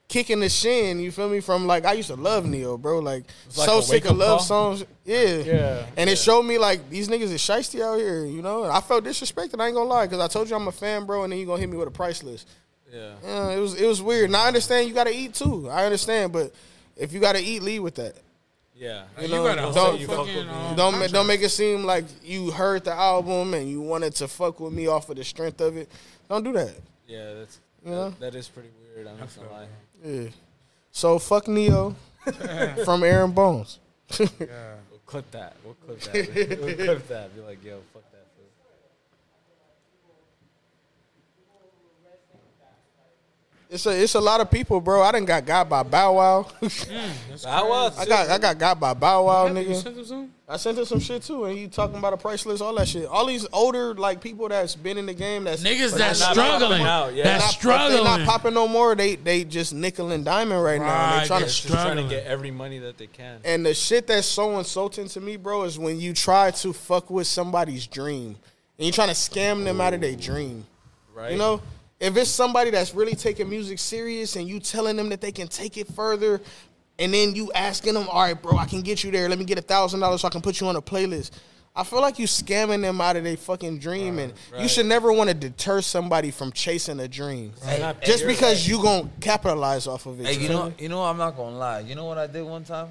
kick in the shin, you feel me? From like, I used to love Neo, bro. Like,
like
so
a
sick
wake-up
of love
call?
songs. Yeah.
Yeah.
And it showed me like these niggas is shisty out here, you know? And I felt disrespected. I ain't gonna lie, because I told you I'm a fan, bro, and then you gonna hit me with a price list. Yeah, it was it was weird. And I understand you gotta eat too. I understand, but if you gotta eat, lead with that.
Yeah.
You
You
know,
got a whole
don't
fucking, um,
don't ma- don't make it seem like you heard the album and you wanted to fuck with me off of the strength of it. Don't do that.
Yeah, that's that is pretty weird. I'm not gonna lie.
Yeah. So fuck Neo from Aaron Bones.
We'll clip that. We'll clip that. we'll clip that. Be like, yo, fuck that.
It's a it's a lot of people, bro. I didn't got got by Bow Wow.
Bow Wow
I got I got got by Bow Wow,
You
nigga.
sent them some?
I sent him some shit too, and he talking about a price list, all that shit. All these older like people that's been in the game, that's
Niggas
but
that's
they're not-
struggling.
popping out, yeah.
That's
not-
struggling.
They're not popping no more. They they just nickel and diamond right, now.
Right,
They trying
that's
to
true.
trying
Struggling.
to get every money that they can.
And the shit that's so insulting to me, bro, is when you try to fuck with somebody's dream and you trying to scam them out of their dream.
Right.
You know, if it's somebody that's really taking music serious and you telling them that they can take it further, and then you asking them, all right, bro, I can get you there. Let me get a thousand dollars so I can put you on a playlist. I feel like you scamming them out of their fucking dream, and you should never want to deter somebody from chasing a dream just because you gonna capitalize off of it.
Hey, you
feel
know,
me?
you know, I'm not gonna lie. You know what I did one time?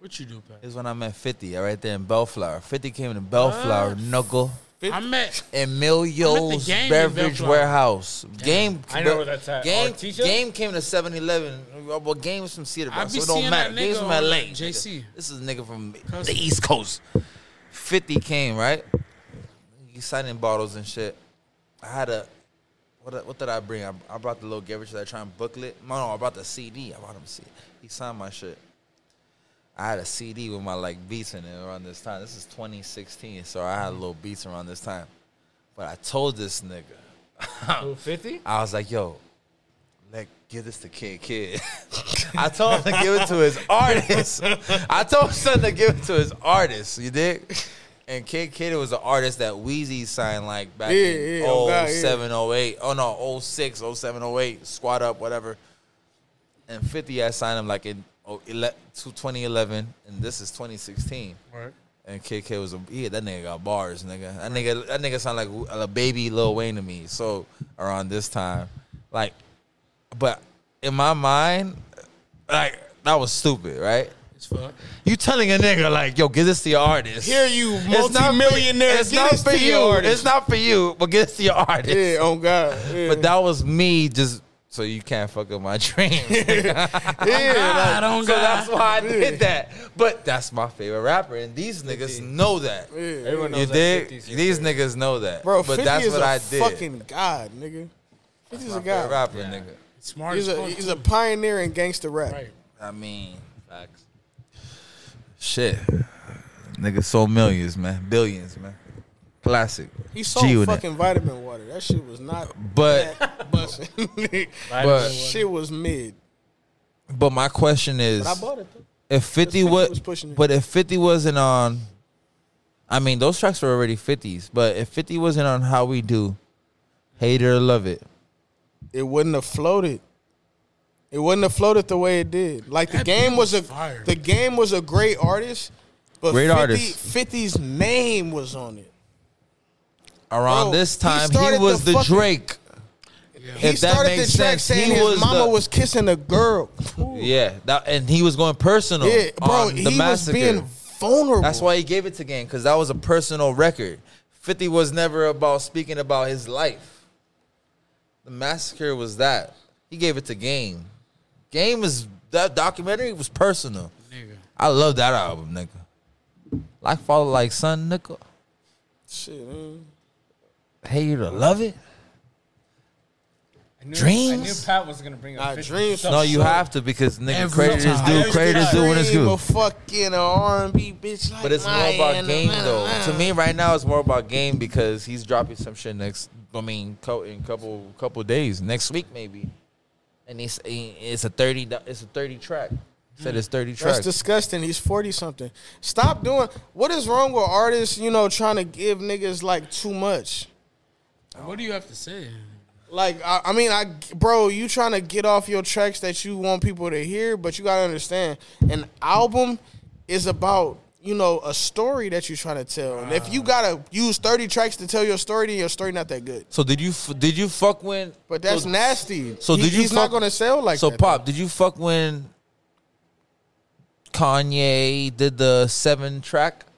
What you do, Pat?
Is when I met 50 uh, right there in Bellflower. 50 came to Bellflower, Knuckle,
I met.
Emilio's
game in
Beverage
Bellflower.
Warehouse. Game.
I know where that's at.
Game,
Artesia?
game came to 7 Eleven. Well, game was from Cedar
I
Brook, so
be
it don't
seeing
matter.
that
Game's
nigga
from
on
LA.
JC.
This is a nigga from the
Cousin.
East Coast. 50 came, right? He signing bottles and shit. I had a. What, I- what did I bring? I, I brought the little Garbage that I try and booklet. No, no, I brought the CD. I brought him a CD. He signed my shit. I had a CD with my like beats in it around this time. This is 2016, so I had a little beats around this time. But I told this nigga,
Fifty.
I was like, "Yo, let give this to Kid Kid." I told him to give it to his artist. I told son to give it to his artist. You dig? And Kid Kid was an artist that Wheezy signed like back in
Yeah, yeah, oh, God, yeah.
07, 08. Oh no, 06, 07, 08, Squad Up, whatever. And 50 I signed him like in oh, ele- 2011, and this is 2016.
Right.
And KK was a yeah, that nigga got bars, nigga. That nigga that nigga sound like a baby Lil Wayne to me. So around this time, like, but in my mind, like that was stupid, right?
It's fuck.
You telling a nigga like, yo, give this to your artist.
Here you
It's not for-
multi-millionaire,
It's
get
not
this
for
to
you.
your artist.
It's not for you, but give this to your artist.
Yeah, oh God. Yeah.
But that was me just. So you can't fuck up my dreams.
yeah,
I don't
so that's
got.
why I did that. But that's my favorite rapper, and these niggas know that.
like, yeah.
Everyone knows
You
that
dig?
50's your
These
favorite.
niggas know that.
Bro,
but
50
that's
is
what
a
I did.
fucking god, nigga.
My
50 is a
favorite
god.
rapper, nigga.
Smart
He's
as
a
fuck.
he's a pioneer in gangster rap.
Right.
I mean, facts. Shit. Niggas sold millions, man. Billions, man. Classic.
He sold
G-Unit.
fucking vitamin water. That shit was not
But
busting.
but
shit was mid.
but my question is
But I bought it. Though.
if 50
'cause 50
was,
was pushing it.
but if 50 wasn't on I mean those tracks were already 50s, but if 50 wasn't on How We Do, Hate It or Love It.
It wouldn't have floated. It wouldn't have floated the way it did. Like the
That
game
beat
was a
was fire.
the game was a great artist, but
Great
50,
artist.
50's name was on it.
Around
Bro,
this
he
time he,
started
was
the
the,
fucking-
Drake.
He
If that
started
makes
the track
sense,
saying
he
his
was
mama
the-
was kissing a girl.
Yeah, that, and he was going personal.
Yeah, bro,
on
he
the
was
massacre.
being vulnerable.
That's why he gave it to Gang because that was a personal record. Fifty was never about speaking about his life. The massacre was that he gave it to Game. Game is that documentary was personal.
Nigga.
I love that album, nigga. Like follow like son, nigga.
Shit, man.
Hey, you to love it?
I knew, I knew
Dreams?
Pat was gonna bring up
Nah,
50.
dreams-
So-
No, you
so-
have to because nigga,
Every
credit is
time.
due. Credit is due when it's
Dream
due.
of fucking R and B bitch like
But it's more
my
about
Anna,
game
nah,
though.
nah.
To me, right now, it's more about game because he's dropping some shit next. I mean, co- in couple couple days, next week maybe. And it's it's a thirty do- it's a thirty track. Said it's thirty
That's
tracks.
disgusting. He's forty something. Stop doing. What is wrong with artists? You know, trying to give niggas like too much.
What do you have to say?
Like I, I mean, I bro, you trying to get off your tracks that you want people to hear, but you gotta understand, an album is about you know a story that you're trying to tell. And
Ah.
if you gotta use thirty tracks to tell your story, then your story not that good.
so did you f- did you fuck when?
But that's
so,
nasty.
So
He-
did you?
He's
fuck-
not gonna sell like
So
that,
pop, did you fuck when Kanye did the seven track?
though.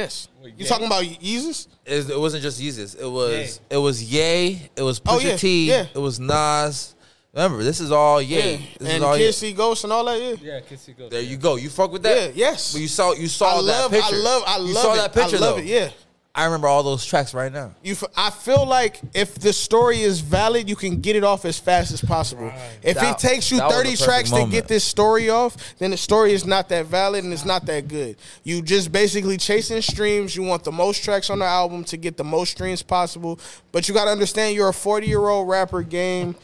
Yes.
Wait,
You
yeah.
talking about Yeezus?
It, it wasn't just Yeezus. It was it was Ye. It was Pusha
Oh, yeah,
T.
yeah.
It was Nas. Remember, this is all Ye. This
And
is all Ye.
Kids See Ghosts and all that. Yeah.
Yeah, Kissy goes.
There you go. You fuck with
Yeah.
that.
Yes.
But you saw you saw that
I love.
picture.
I love. I
You
love.
saw
it.
that picture.
I love
though.
it. Yeah.
I remember all those tracks right now.
You, f- I feel like if the story is valid, you can get it off as fast as possible. If
That-
it takes you
that was the
thirty
perfect
tracks
moment.
to get this story off, then the story is not that valid and it's not that good. You just basically chasing streams. You want the most tracks on the album to get the most streams possible, but you got to understand you're a forty year old rapper. Game.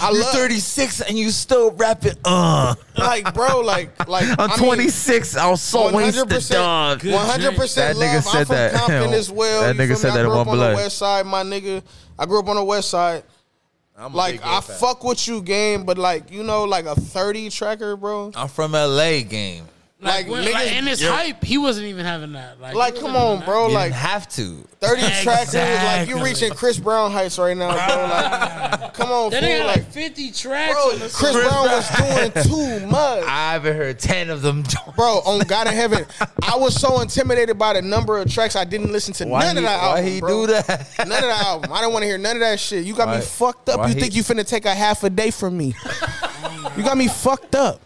I
You're
love
36 and you still rapping. Uh,
like bro, like like
I'm
I mean,
26. I'll salt waste the dog.
One hundred percent.
That nigga
love.
said
I'm from
that.
Compton as well.
That
You
nigga
feel
said
me? I
that in
grew up
One
on
Blood.
the West Side, my nigga. I grew up on the West Side.
I'm a big
Like
gay
I
fan.
fuck with you, game, but like you know, like a thirty tracker, bro.
I'm from LA, game.
Like,
Like,
when,
niggas-
like, and it's
Yeah.
hype. He wasn't even having that. Like,
Like
he
come
wasn't
on,
having
bro.
You
Like
didn't have to.
thirty tracker, like
Exactly.
you reaching Chris Brown heights right now, bro. Like come on,
That That nigga had
fool. Like
like 50 tracks.
bro,
on the
Chris Brown was doing too much.
I haven't heard 10 of them.
Bro, on God in heaven, I was so intimidated by the number of tracks I didn't listen to
Why
none
he,
of that album.
why he
bro.
do that?
None of the album. I don't want to hear none of that shit. You got
Why-
me fucked up.
why
You
he-
think you finna take a half a day from me? you got me fucked up.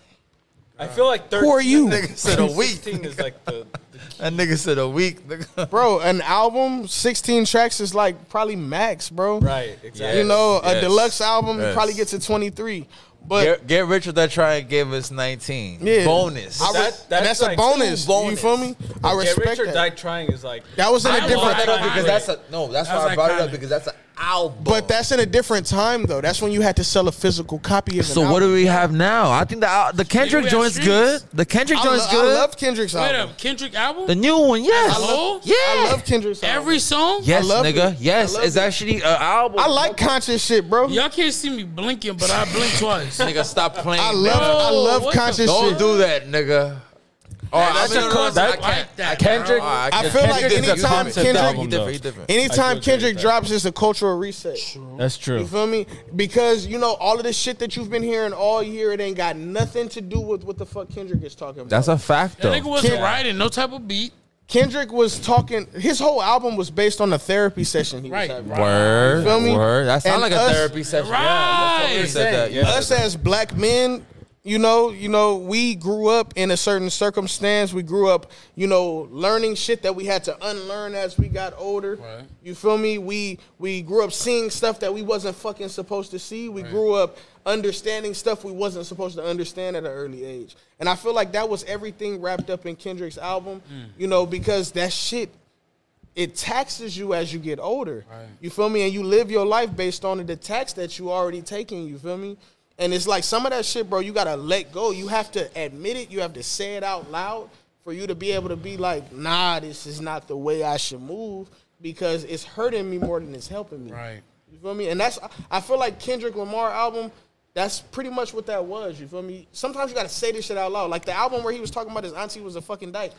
I feel like 13,
Who are you,
nigga said a week.
16 is like the, the
That nigga said a week. nigga.
bro? An album, sixteen tracks is like probably max, bro.
right. Exactly.
You know, a
Yes.
deluxe album you
Yes.
probably get to twenty three, but
Get, get rich with that try and give us 19.
Yeah.
Bonus.
I re-
That-
and
that's
that's
like
a bonus.
two bonus.
You feel me? I
Get
respect
Rich or
that.
Die Trying is like
that was in
I
a
want
different.
brought that up because that's a no. That's,
That's
why I brought it
iconic.
up because that's an album.
But that's in a different time though. That's when you had to sell a physical copy of. an
So what
album.
do we have now? I think the al- the Kendrick
we have
joint's
streams.
good. The Kendrick
I,
joint's
lo-
good.
I love Kendrick's
Wait
album.
up, Kendrick album?
the new one, yes.
I love-
yeah.
I love Kendrick's album.
Every song?
yes,
I love
nigga.
it.
Yes,
I love
it's
it.
actually an album.
I like conscious shit, bro.
Y'all can't see me blinking, but I blink twice.
nigga. Stop playing.
I love I
Bro,
love
what the
conscious
Don't
shit.
do that, nigga. All right,
That's
I mean,
a
no, no, no,
concept.
I can't.
That-
I can't.
Kendrick-
All right,
I
can't-
feel like
Kendrick is a
anytime
concept
Kendrick-
album,
He
though.
different, he I feel
Anytime
great
Kendrick
with that.
drops is a cultural reset.
that's true.
You feel me? Because you know all of this shit that you've been hearing all year, it ain't got nothing to do with what the fuck Kendrick is talking about.
That's a fact,
That nigga
though.
wasn't
Kendrick-
riding no type of beat.
Kendrick was talking. His whole album was based on a therapy session he
Right.
was having.
Word,
feel me?
word. That sounds
And
like a
us-
therapy session.
Right.
Yeah, that's what we said that. Yeah.
Us as black men, you know, you know, we grew up in a certain circumstance. We grew up, you know, learning shit that we had to unlearn as we got older.
Right.
You feel me? We we grew up seeing stuff that we wasn't fucking supposed to see. We grew up understanding stuff we wasn't supposed to understand at an early age. And I feel like that was everything wrapped up in Kendrick's album, you know, because that shit it taxes you as you get older. You feel me? And you live your life based on the tax that you already taking, you feel me? And it's like some of that shit, bro, you gotta let go. You have to admit it, you have to say it out loud for you to be able to be like, nah, this is not the way I should move because it's hurting me more than it's helping me.
Right.
You feel me? And that's I feel like Kendrick Lamar album. That's pretty much what that was. You feel me? Sometimes you gotta say this shit out loud. Like the album where he was talking about his auntie was a fucking dyke.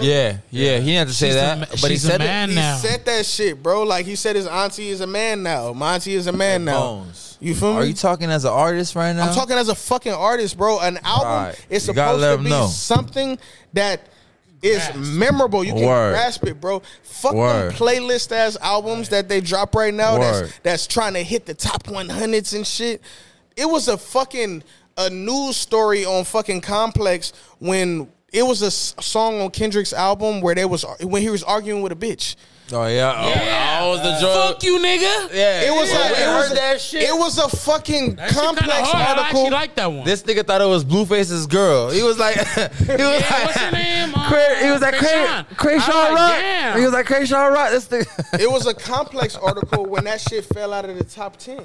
yeah, yeah. He didn't have to say
She's a
that,
ma-
but he
she's a
said
man.
it.
He
now.
said that shit, bro. Like he said, his auntie is a man now. My auntie is a man now.
Bones.
You feel me?
Are you talking as an artist right now?
I'm talking as a fucking artist, bro. An album
Right.
is
You gotta
supposed
let
to
'em
be
know.
something that is
Grasp.
memorable. You can
Word.
grasp it, bro. Fuck
Word.
them playlist ass albums that they drop right now.
Word.
That's that's trying to hit the top 100s and shit. It was a fucking a news story on fucking Complex when it was a s- song on Kendrick's album where they was when he was arguing with a bitch.
Oh yeah. Oh,
Yeah.
I was the drug.
Fuck you, nigga.
Yeah.
It was
yeah. We
like it
heard
was
that shit.
It was a fucking
That shit kinda
complex
hard. I actually
article.
like that one.
This nigga thought it was Blueface's girl. He was like, he was like,
what's her name? Uh,
Cray- he was like, Cray-
Krayshawn.
Krayshawn
I was like,
Rock.
damn.
He was like, Krayshawn Rock. This nigga.
it was a complex article when that shit fell out of the top ten.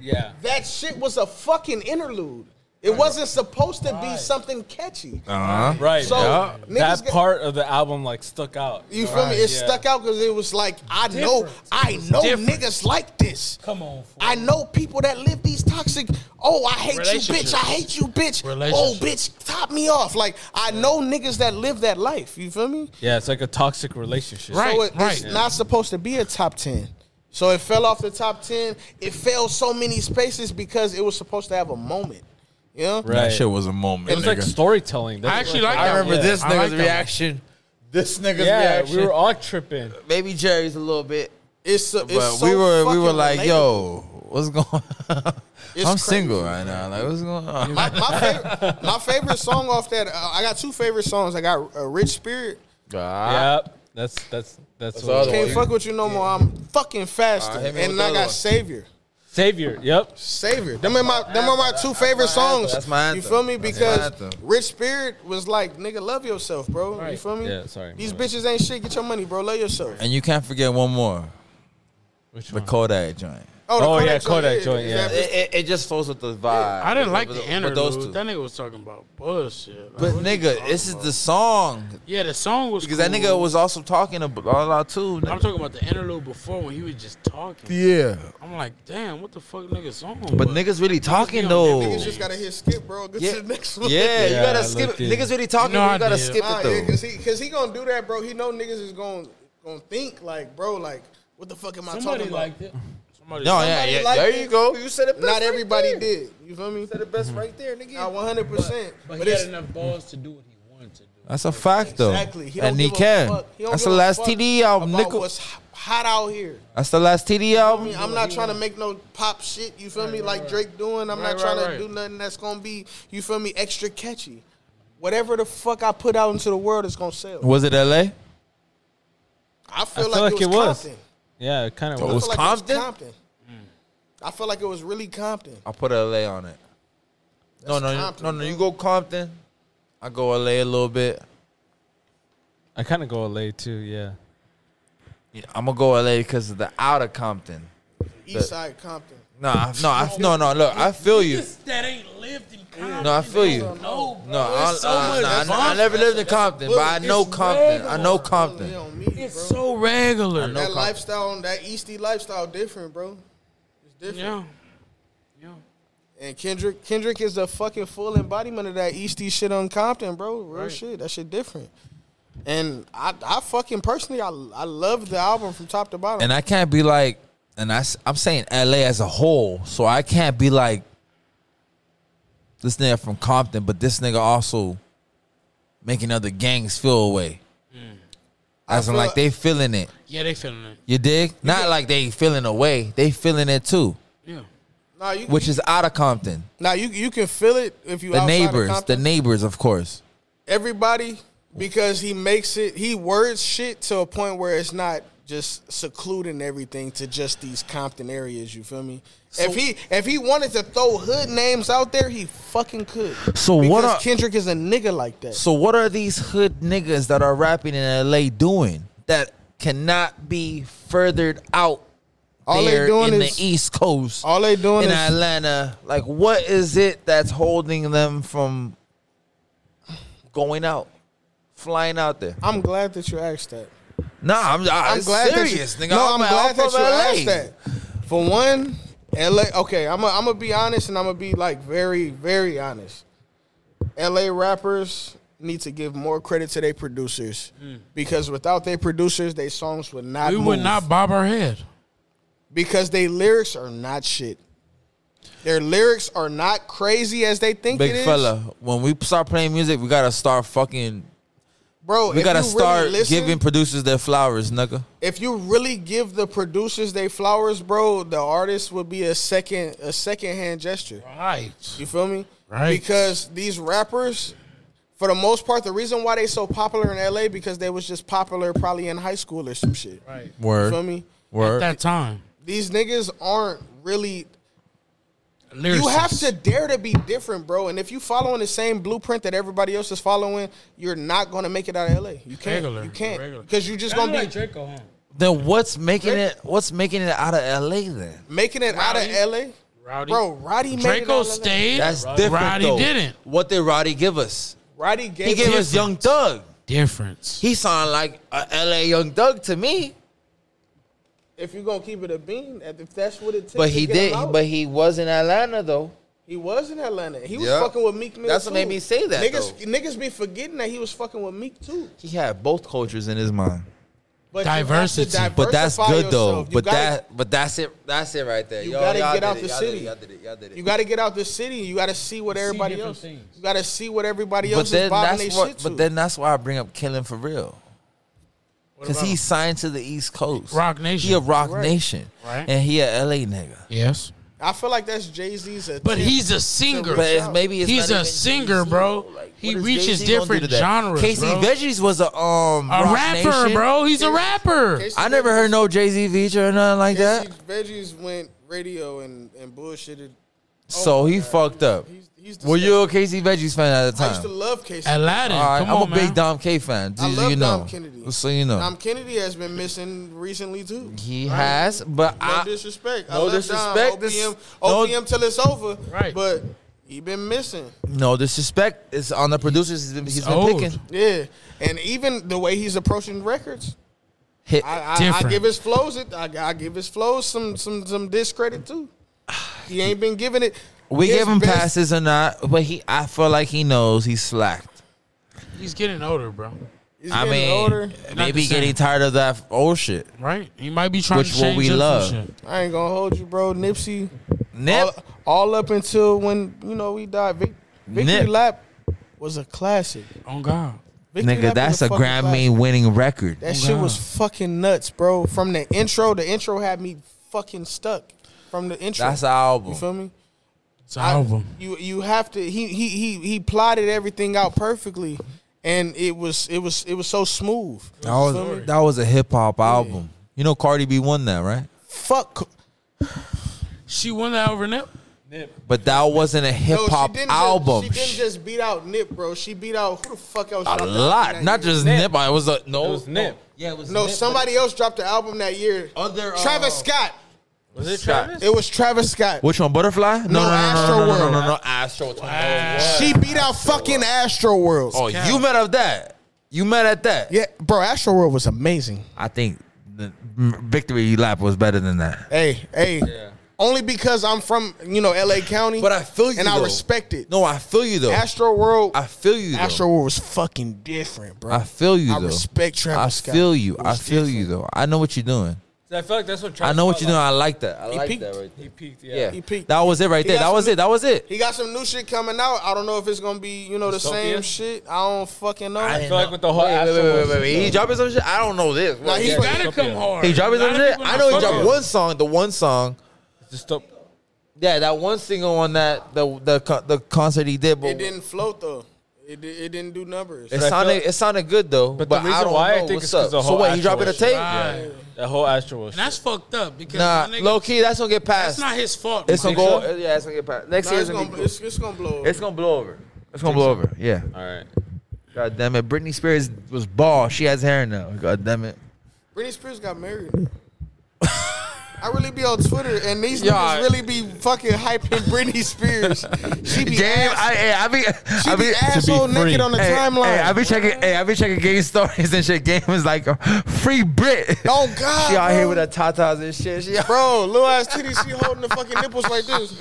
Yeah.
That shit was a fucking interlude. It wasn't supposed to be something catchy.
Uh-huh.
Right.
So,
yeah.
niggas
that
get-
part of the album like stuck out.
You feel me? It stuck out because it was like I know, I know niggas like this.
Come on. fool.
I know people that live these toxic. Oh, I hate you, bitch. I hate you, bitch. Oh, bitch, top me off. Like I know niggas that live that life. You feel me?
Yeah, it's like a toxic relationship.
Right.
So it, it's
right.
not supposed to be a top ten. So it fell off the top ten. It fell so many spaces because it was supposed to have a moment. You know?
Right. It
was a moment.
was like storytelling. That's
I actually
what-
like
I
that
remember
one.
this
I like
nigga's
that one.
reaction. This nigga's
Yeah,
reaction.
we were all tripping.
Maybe Jerry's a little bit,
It's, it's
but
so
we were we
fucking
were like,
relatable.
yo, what's going? on?
It's
I'm
crazy,
single right now. Like, what's going on?
My, my, favorite, my favorite song off that. Uh, I got two favorite songs. I got uh, "Rich Spirit."
God.
Yep. That's that's that's,
That's
what
all
it
Can't
is.
fuck with you no more. I'm fucking faster,
Alright, hit me
and
with the
I
other
got
one.
Savior.
savior. Yep.
Savior. Them are my them are my two
That's
favorite
my anthem.
songs.
That's my
You
anthem.
feel me?
That's my
Because
anthem.
Rich Spirit was like, nigga, love yourself, bro. You feel me?
Yeah, sorry,
These
my
bitches ain't shit. Get your money, bro. Love yourself.
And you can't forget one more,
Which
the
one?
Kodak joint.
the
Oh, yeah, Kodak joint, yeah.
exactly.
It, it, it just flows with the vibe.
I didn't
With-
like
with-
the
with
interlude.
those two.
That nigga was talking about bullshit. Like,
But
what he
nigga,
talking
this is
about?
the song
yeah. The song was
because that
cool.
nigga was also talking about all out too.
I'm talking about the interlude before when he was just talking.
Yeah,
I'm like, damn, what the fuck, nigga, song?
but
was?
niggas really talking
on
though.
that
Niggas just gotta hit skip, bro. Get
Yeah,
to the next
yeah,
one.
you
Yeah, I
gotta skip.
looked
it.
in.
Niggas really talking.
No,
but
I
you gotta
did.
skip
Nah,
it
yeah,
though.
cause he cause he gonna do that, bro. He know niggas is gonna gonna think like, bro, like what the fuck am I
somebody
talking about?
liked it. Somebody
No,
liked
yeah, yeah.
liked
there
it.
you go. You said it. Best
Not
right
everybody
there.
did. You feel me?
You said it best right there, nigga.
Nah, one hundred percent.
it. But,
But
he
it's
had enough balls to do what he wanted to do.
That's a fact though.
exactly. He don't
And he
give a
can.
fuck. He don't
That's the
give a
last
fuck
TD album,
about
Nickel.
What's h- hot out here?
That's the last TD
I
album.
mean, I'm not trying to make no pop shit. You feel me? like Drake doing. I'm
Right,
not trying
right,
to
right.
do nothing that's gonna be. You feel me? Extra catchy. Whatever the fuck I put out into the world is gonna sell.
Was it L.A.?
I feel,
I
like, it was. Compton.
Yeah, it kind of
So
was.
was-
I feel like
Compton?
It was Compton. I feel like it was really Compton.
I put L.A. on it. No, no, you-
Compton,
no, no.
bro.
You go Compton. I go L.A. a little bit.
I kind of go LA too. Yeah.
I'm gonna go L.A. because of the out of Compton.
East Side Compton.
No, I, no, I, no, no. Look, I feel you.
Niggas that ain't lived in Compton.
No, I feel you.
No,
No,
bro.
I,
it's so
I-
much.
nah, I- I never lived in Compton, but I
It's
know Compton. I
regular.
know
Really
Compton.
on me, bro.
it's so regular.
I know
that
Compton.
lifestyle, that Eastie lifestyle, different, bro. It's different.
Yeah. Yeah.
And Kendrick, Kendrick is the fucking full embodiment of that Eastie shit on Compton, bro. Real
Right.
shit. That shit different. And I, I fucking personally, I, I love the album from top to bottom.
And I can't be like, and I, am saying LA as a whole, so I can't be like, this nigga from Compton, but this nigga also making other gangs feel away. As in,
feel
like
like-
they feeling it.
Yeah, they feeling it.
You dig? Not like they feeling away. They feeling it too,
Yeah.
now you,
which is out of Compton.
now you, you can feel it if you
The
outside of
neighbors, the
Compton.
neighbors, of course.
everybody because he makes it he words shit to a point where it's not just secluding everything to just these Compton areas, you feel me? if he if he wanted to throw hood names out there, he fucking could.
So
because
what are-
Kendrick is a nigga like that.
So what are these hood niggas that are rapping in LA doing that cannot be furthered out
All they
there
doing
in
is-
the East Coast?
All they doing
in
is
Atlanta, like what is it that's holding them from going out, flying out there?
I'm glad that you asked that.
Nah, I'm, I'm,
I'm glad
serious,
that you,
nigga.
No, I'm, glad
I'm
that
from
you asked
LA.
that. For one, LA. Okay, I'm gonna I'm be honest, and I'm gonna be like very, very honest. LA rappers need to give more credit to their producers
Mm.
because without their producers, their songs would not.
We would
move.
not bob our head.
because their lyrics are not shit. Their lyrics are not crazy as they think it
Big
is.
fella, when we start playing music, we gotta start fucking.
bro.
We
if
gotta
you really
start
listen-
giving producers their flowers, nigga.
if you really give the producers they flowers, bro, the artist would be a second a second hand gesture.
Right.
You feel me?
Right.
Because these rappers, for the most part, the reason why they so popular in LA because they was just popular probably in high school or some shit.
Right.
You
Word,
feel me?
At
word.
that time.
These niggas aren't really
Lyricist.
you have to dare to be different, bro. And if you following the same blueprint that everybody else is following, you're not gonna make it out of LA. You can't.
Regular,
You can't.
regular.
Because you're just
Kinda
gonna be
like Draco, huh?
Then what's making it? What's making it out of LA? Then
making it
Rowdy.
out of LA.
Rowdy.
Bro, Roddy made it out
Draco
of LA.
stayed.
that's different.
Roddy
though.
didn't.
What did Roddy give us?
Roddy gave
He gave
us-
us Young Thug.
Difference.
He sounded like a LA Young Thug to me,
if you're gonna keep it a bean, if that's what it takes.
but
to
he
get him
did.
out.
But he was in Atlanta though.
he was in Atlanta. He was
Yeah.
fucking with Meek Mill.
That's what
too.
made me say that,
Niggas, niggas be forgetting that he was fucking with Meek too.
He had both cultures in his mind.
But
Diversity.
you have to
But that's
diversify
good though.
yourself. You
But
gotta-
that. But that's it. That's it right there.
You
Yo,
gotta
y'all
get
did
out
it,
the
y'all
city.
Did it, y'all did it. Y'all did it.
you got to get out the city. You got to see what everybody
different
else.
things.
You got to see what everybody
but
else is
then
bobbing their
that's
shit
what.
to.
But then that's why I bring up Killing for real.
What
Because
about
he
him?
signed to the East Coast.
Rock Nation.
He a Rock
Right.
Nation.
Right.
And he a LA nigga.
Yes.
I feel like that's Jay Z's.
But he's a singer.
But it's- maybe it's
he's
not
a
even
singer,
Jay-Z,
bro.
Like,
he
what is
reaches
Jay-Z gonna do
different
to that?
genres.
Casey
bro.
Veggies was a um
a
Roc
rapper,
Nation.
bro. He's a rapper.
I never heard no Jay Z feature or nothing like that.
Veggies went radio and and bullshitted. oh
so he fucked up.
He's, he's
Were
disgusting.
you a Casey Veggies fan at the
I used to
time?
love Casey.
Aladdin.
All right,
Come
I'm
on,
a big
man.
Dom K fan.
I
Just so
love
you know.
Dom Kennedy.
So you know.
Dom Kennedy has been missing recently too.
he has, but
No
I
disrespect. I
no
love
disrespect.
Dom.
This-
OPM,
no-
OPM till it's over.
Right.
But he been missing.
no disrespect. It's on the producers. He's been, he's been
old.
picking.
Yeah. And even the way he's approaching records,
Hit.
I, I, I
Different.
give his flows it. I, I give his flows some some some discredit too. He ain't been giving it.
we
his
give him
best-
passes or not, but he. I feel like he knows he slacked.
He's getting older, bro.
He's
I
getting
mean,
older.
maybe
the same.
getting tired of that old shit.
Right? He might be trying
Which
to
one
change
we
up
love.
some shit.
I ain't gonna hold you, bro. Nipsey,
Nip.
All, all up until when you know we died. Vic, Victory
Nip.
Lap was a classic.
On God.
Victory
Nigga,
Lap was
that's a
fucking
Grammy winning record.
That shit was fucking nuts, bro. From the intro, the intro had me fucking stuck. From the intro,
That's an album.
you feel me?
It's an
I-
album.
You you have to. He he he he plotted everything out perfectly, and it was it was it was so smooth.
That was, that was a hip hop album. You know Cardi B won that, right?
Fuck.
She won that over Nip.
But that wasn't a hip
No, she
hop
didn't.
album.
Just, she didn't just beat out Nip, bro. She beat out who the fuck else? dropped
a
the album
lot,
that
not
year?
just
Nip.
Nip. I was a no.
It was Nip.
Oh, Yeah, it was
no.
Nip,
somebody else dropped the album that year.
but Other, uh,
Travis Scott.
Was it
Scott.
Travis?
It was Travis Scott.
Which one? Butterfly? No, no, no, no, no, no, no, no, no, no. Astro.
She beat out fucking Astro World.
Oh, you mad at that? You mad at that?
Yeah, bro. Astro World was amazing.
I think the m- victory lap was better than that.
Hey, hey. Only because I'm from you know L.A. County,
But I feel you,
and I
though.
respect it.
No, I feel you though.
Astro World,
I feel you. Though.
Astro World was fucking different, bro.
I feel you
I
though.
respect Travis
I
Scott.
feel you.
It
I
was
feel
different.
you though. I know what you're doing.
I feel like that's what
I
Travis
know what
felt
you're doing.
like.
I like that. I like
peaked.
that right
He peaked. Yeah.
there.
He
Yeah.
peaked.
That was it right
He
there.
got
That was
some-
it. That was it.
He got some new shit coming out. I don't know if it's gonna be you know the
Utopia?
same shit. I don't fucking know.
I feel like with the whole
Wait, wait,
Astro
wait, wait,
World
wait, wait. He dropping some shit. I don't know this.
Nah, he-
He
Yeah,
gotta
Dystopia.
come hard.
He dropping
A lot
some
of
shit.
people
I
not
know he
fucking
dropped
with him.
one song. The one song.
Just stop.
Yeah, that one single on that the the con- the concert he did. But
it didn't float though. It, di- it didn't do numbers.
It
But I
sounded
feel-
it sounded good though. But,
But the
I
reason
don't
why I
know
think
what's
it's 'cause
up.
the
So
whole
what? He dropping a
actual
tape?
Right.
That whole Astro World.
And that's fucked up because
Nah,
my nigga,
low key, that's gonna get
that's
passed.
not his fault.
it's
bro.
gonna go. Yeah, it's gonna get passed. Next
Nah,
year,
it's,
it's gonna,
gonna,
be,
it's, it's gonna blow.
it's gonna blow over. It's gonna blow over. Yeah.
All right.
God damn it. Britney Spears was ball. She has hair now. God damn it.
Britney Spears got married. I really be on Twitter and these
Yeah, I-
niggas really be fucking hyping Britney Spears. She be
Damn,
ass-
I, hey, I be,
she
I
be,
be,
asshole naked on the
hey,
timeline.
Hey, I be checking. Hey, I be checking game stories and shit. Game is like free Brit.
Oh, God,
she out here
bro.
with her tatas and shit. She,
Bro, little ass titties, she holding the fucking nipples like this.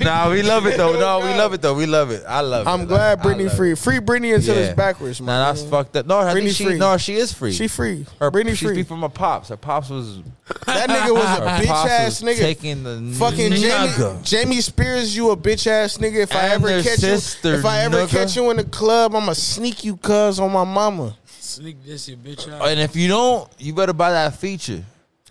nah, we love it though.
Oh,
No, we
God.
love it though. We love it. I love it.
I'm
Like,
glad
I
Britney
love it.
free. Free Britney until it's backwards, man.
Nah, that's fucked up. No, I think
Britney
she
free.
no, she is free.
She free.
Her,
Britney
she's
free.
free from her pops. Her pops was
That nigga was
her
a bitch
pops
ass
was
nigga.
taking the
Fucking Jamie,
nigga.
Jamie Spears, you a bitch ass nigga. If I
And
ever
her
catch
sister,
you, if I ever
nigga.
catch you in the club, I'ma sneak you, cuz, on my mama.
Sneak this, your bitch out.
And if you don't, you better buy that feature.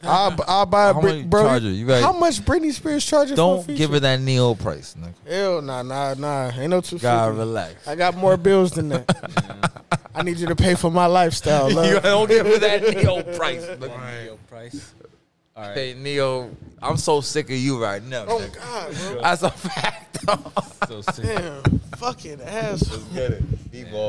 I'll, I'll buy a
How
Brit-
much
bro.
charge her? You got-
how much Britney Spears charges?
Don't
for a
give her
feature?
that neo price, nigga.
Hell nah, nah, nah. Ain't no two
God,
fifty.
relax.
I got more bills than that. I need you to pay for my lifestyle. Love.
You don't give her that neo price. nigga.
Yo, Price. All right.
Hey, neo, I'm so sick of you right now.
oh
nigga.
God, bro.
That's a fact.
So sick.
Damn, fucking ass.
Get it. Be ball.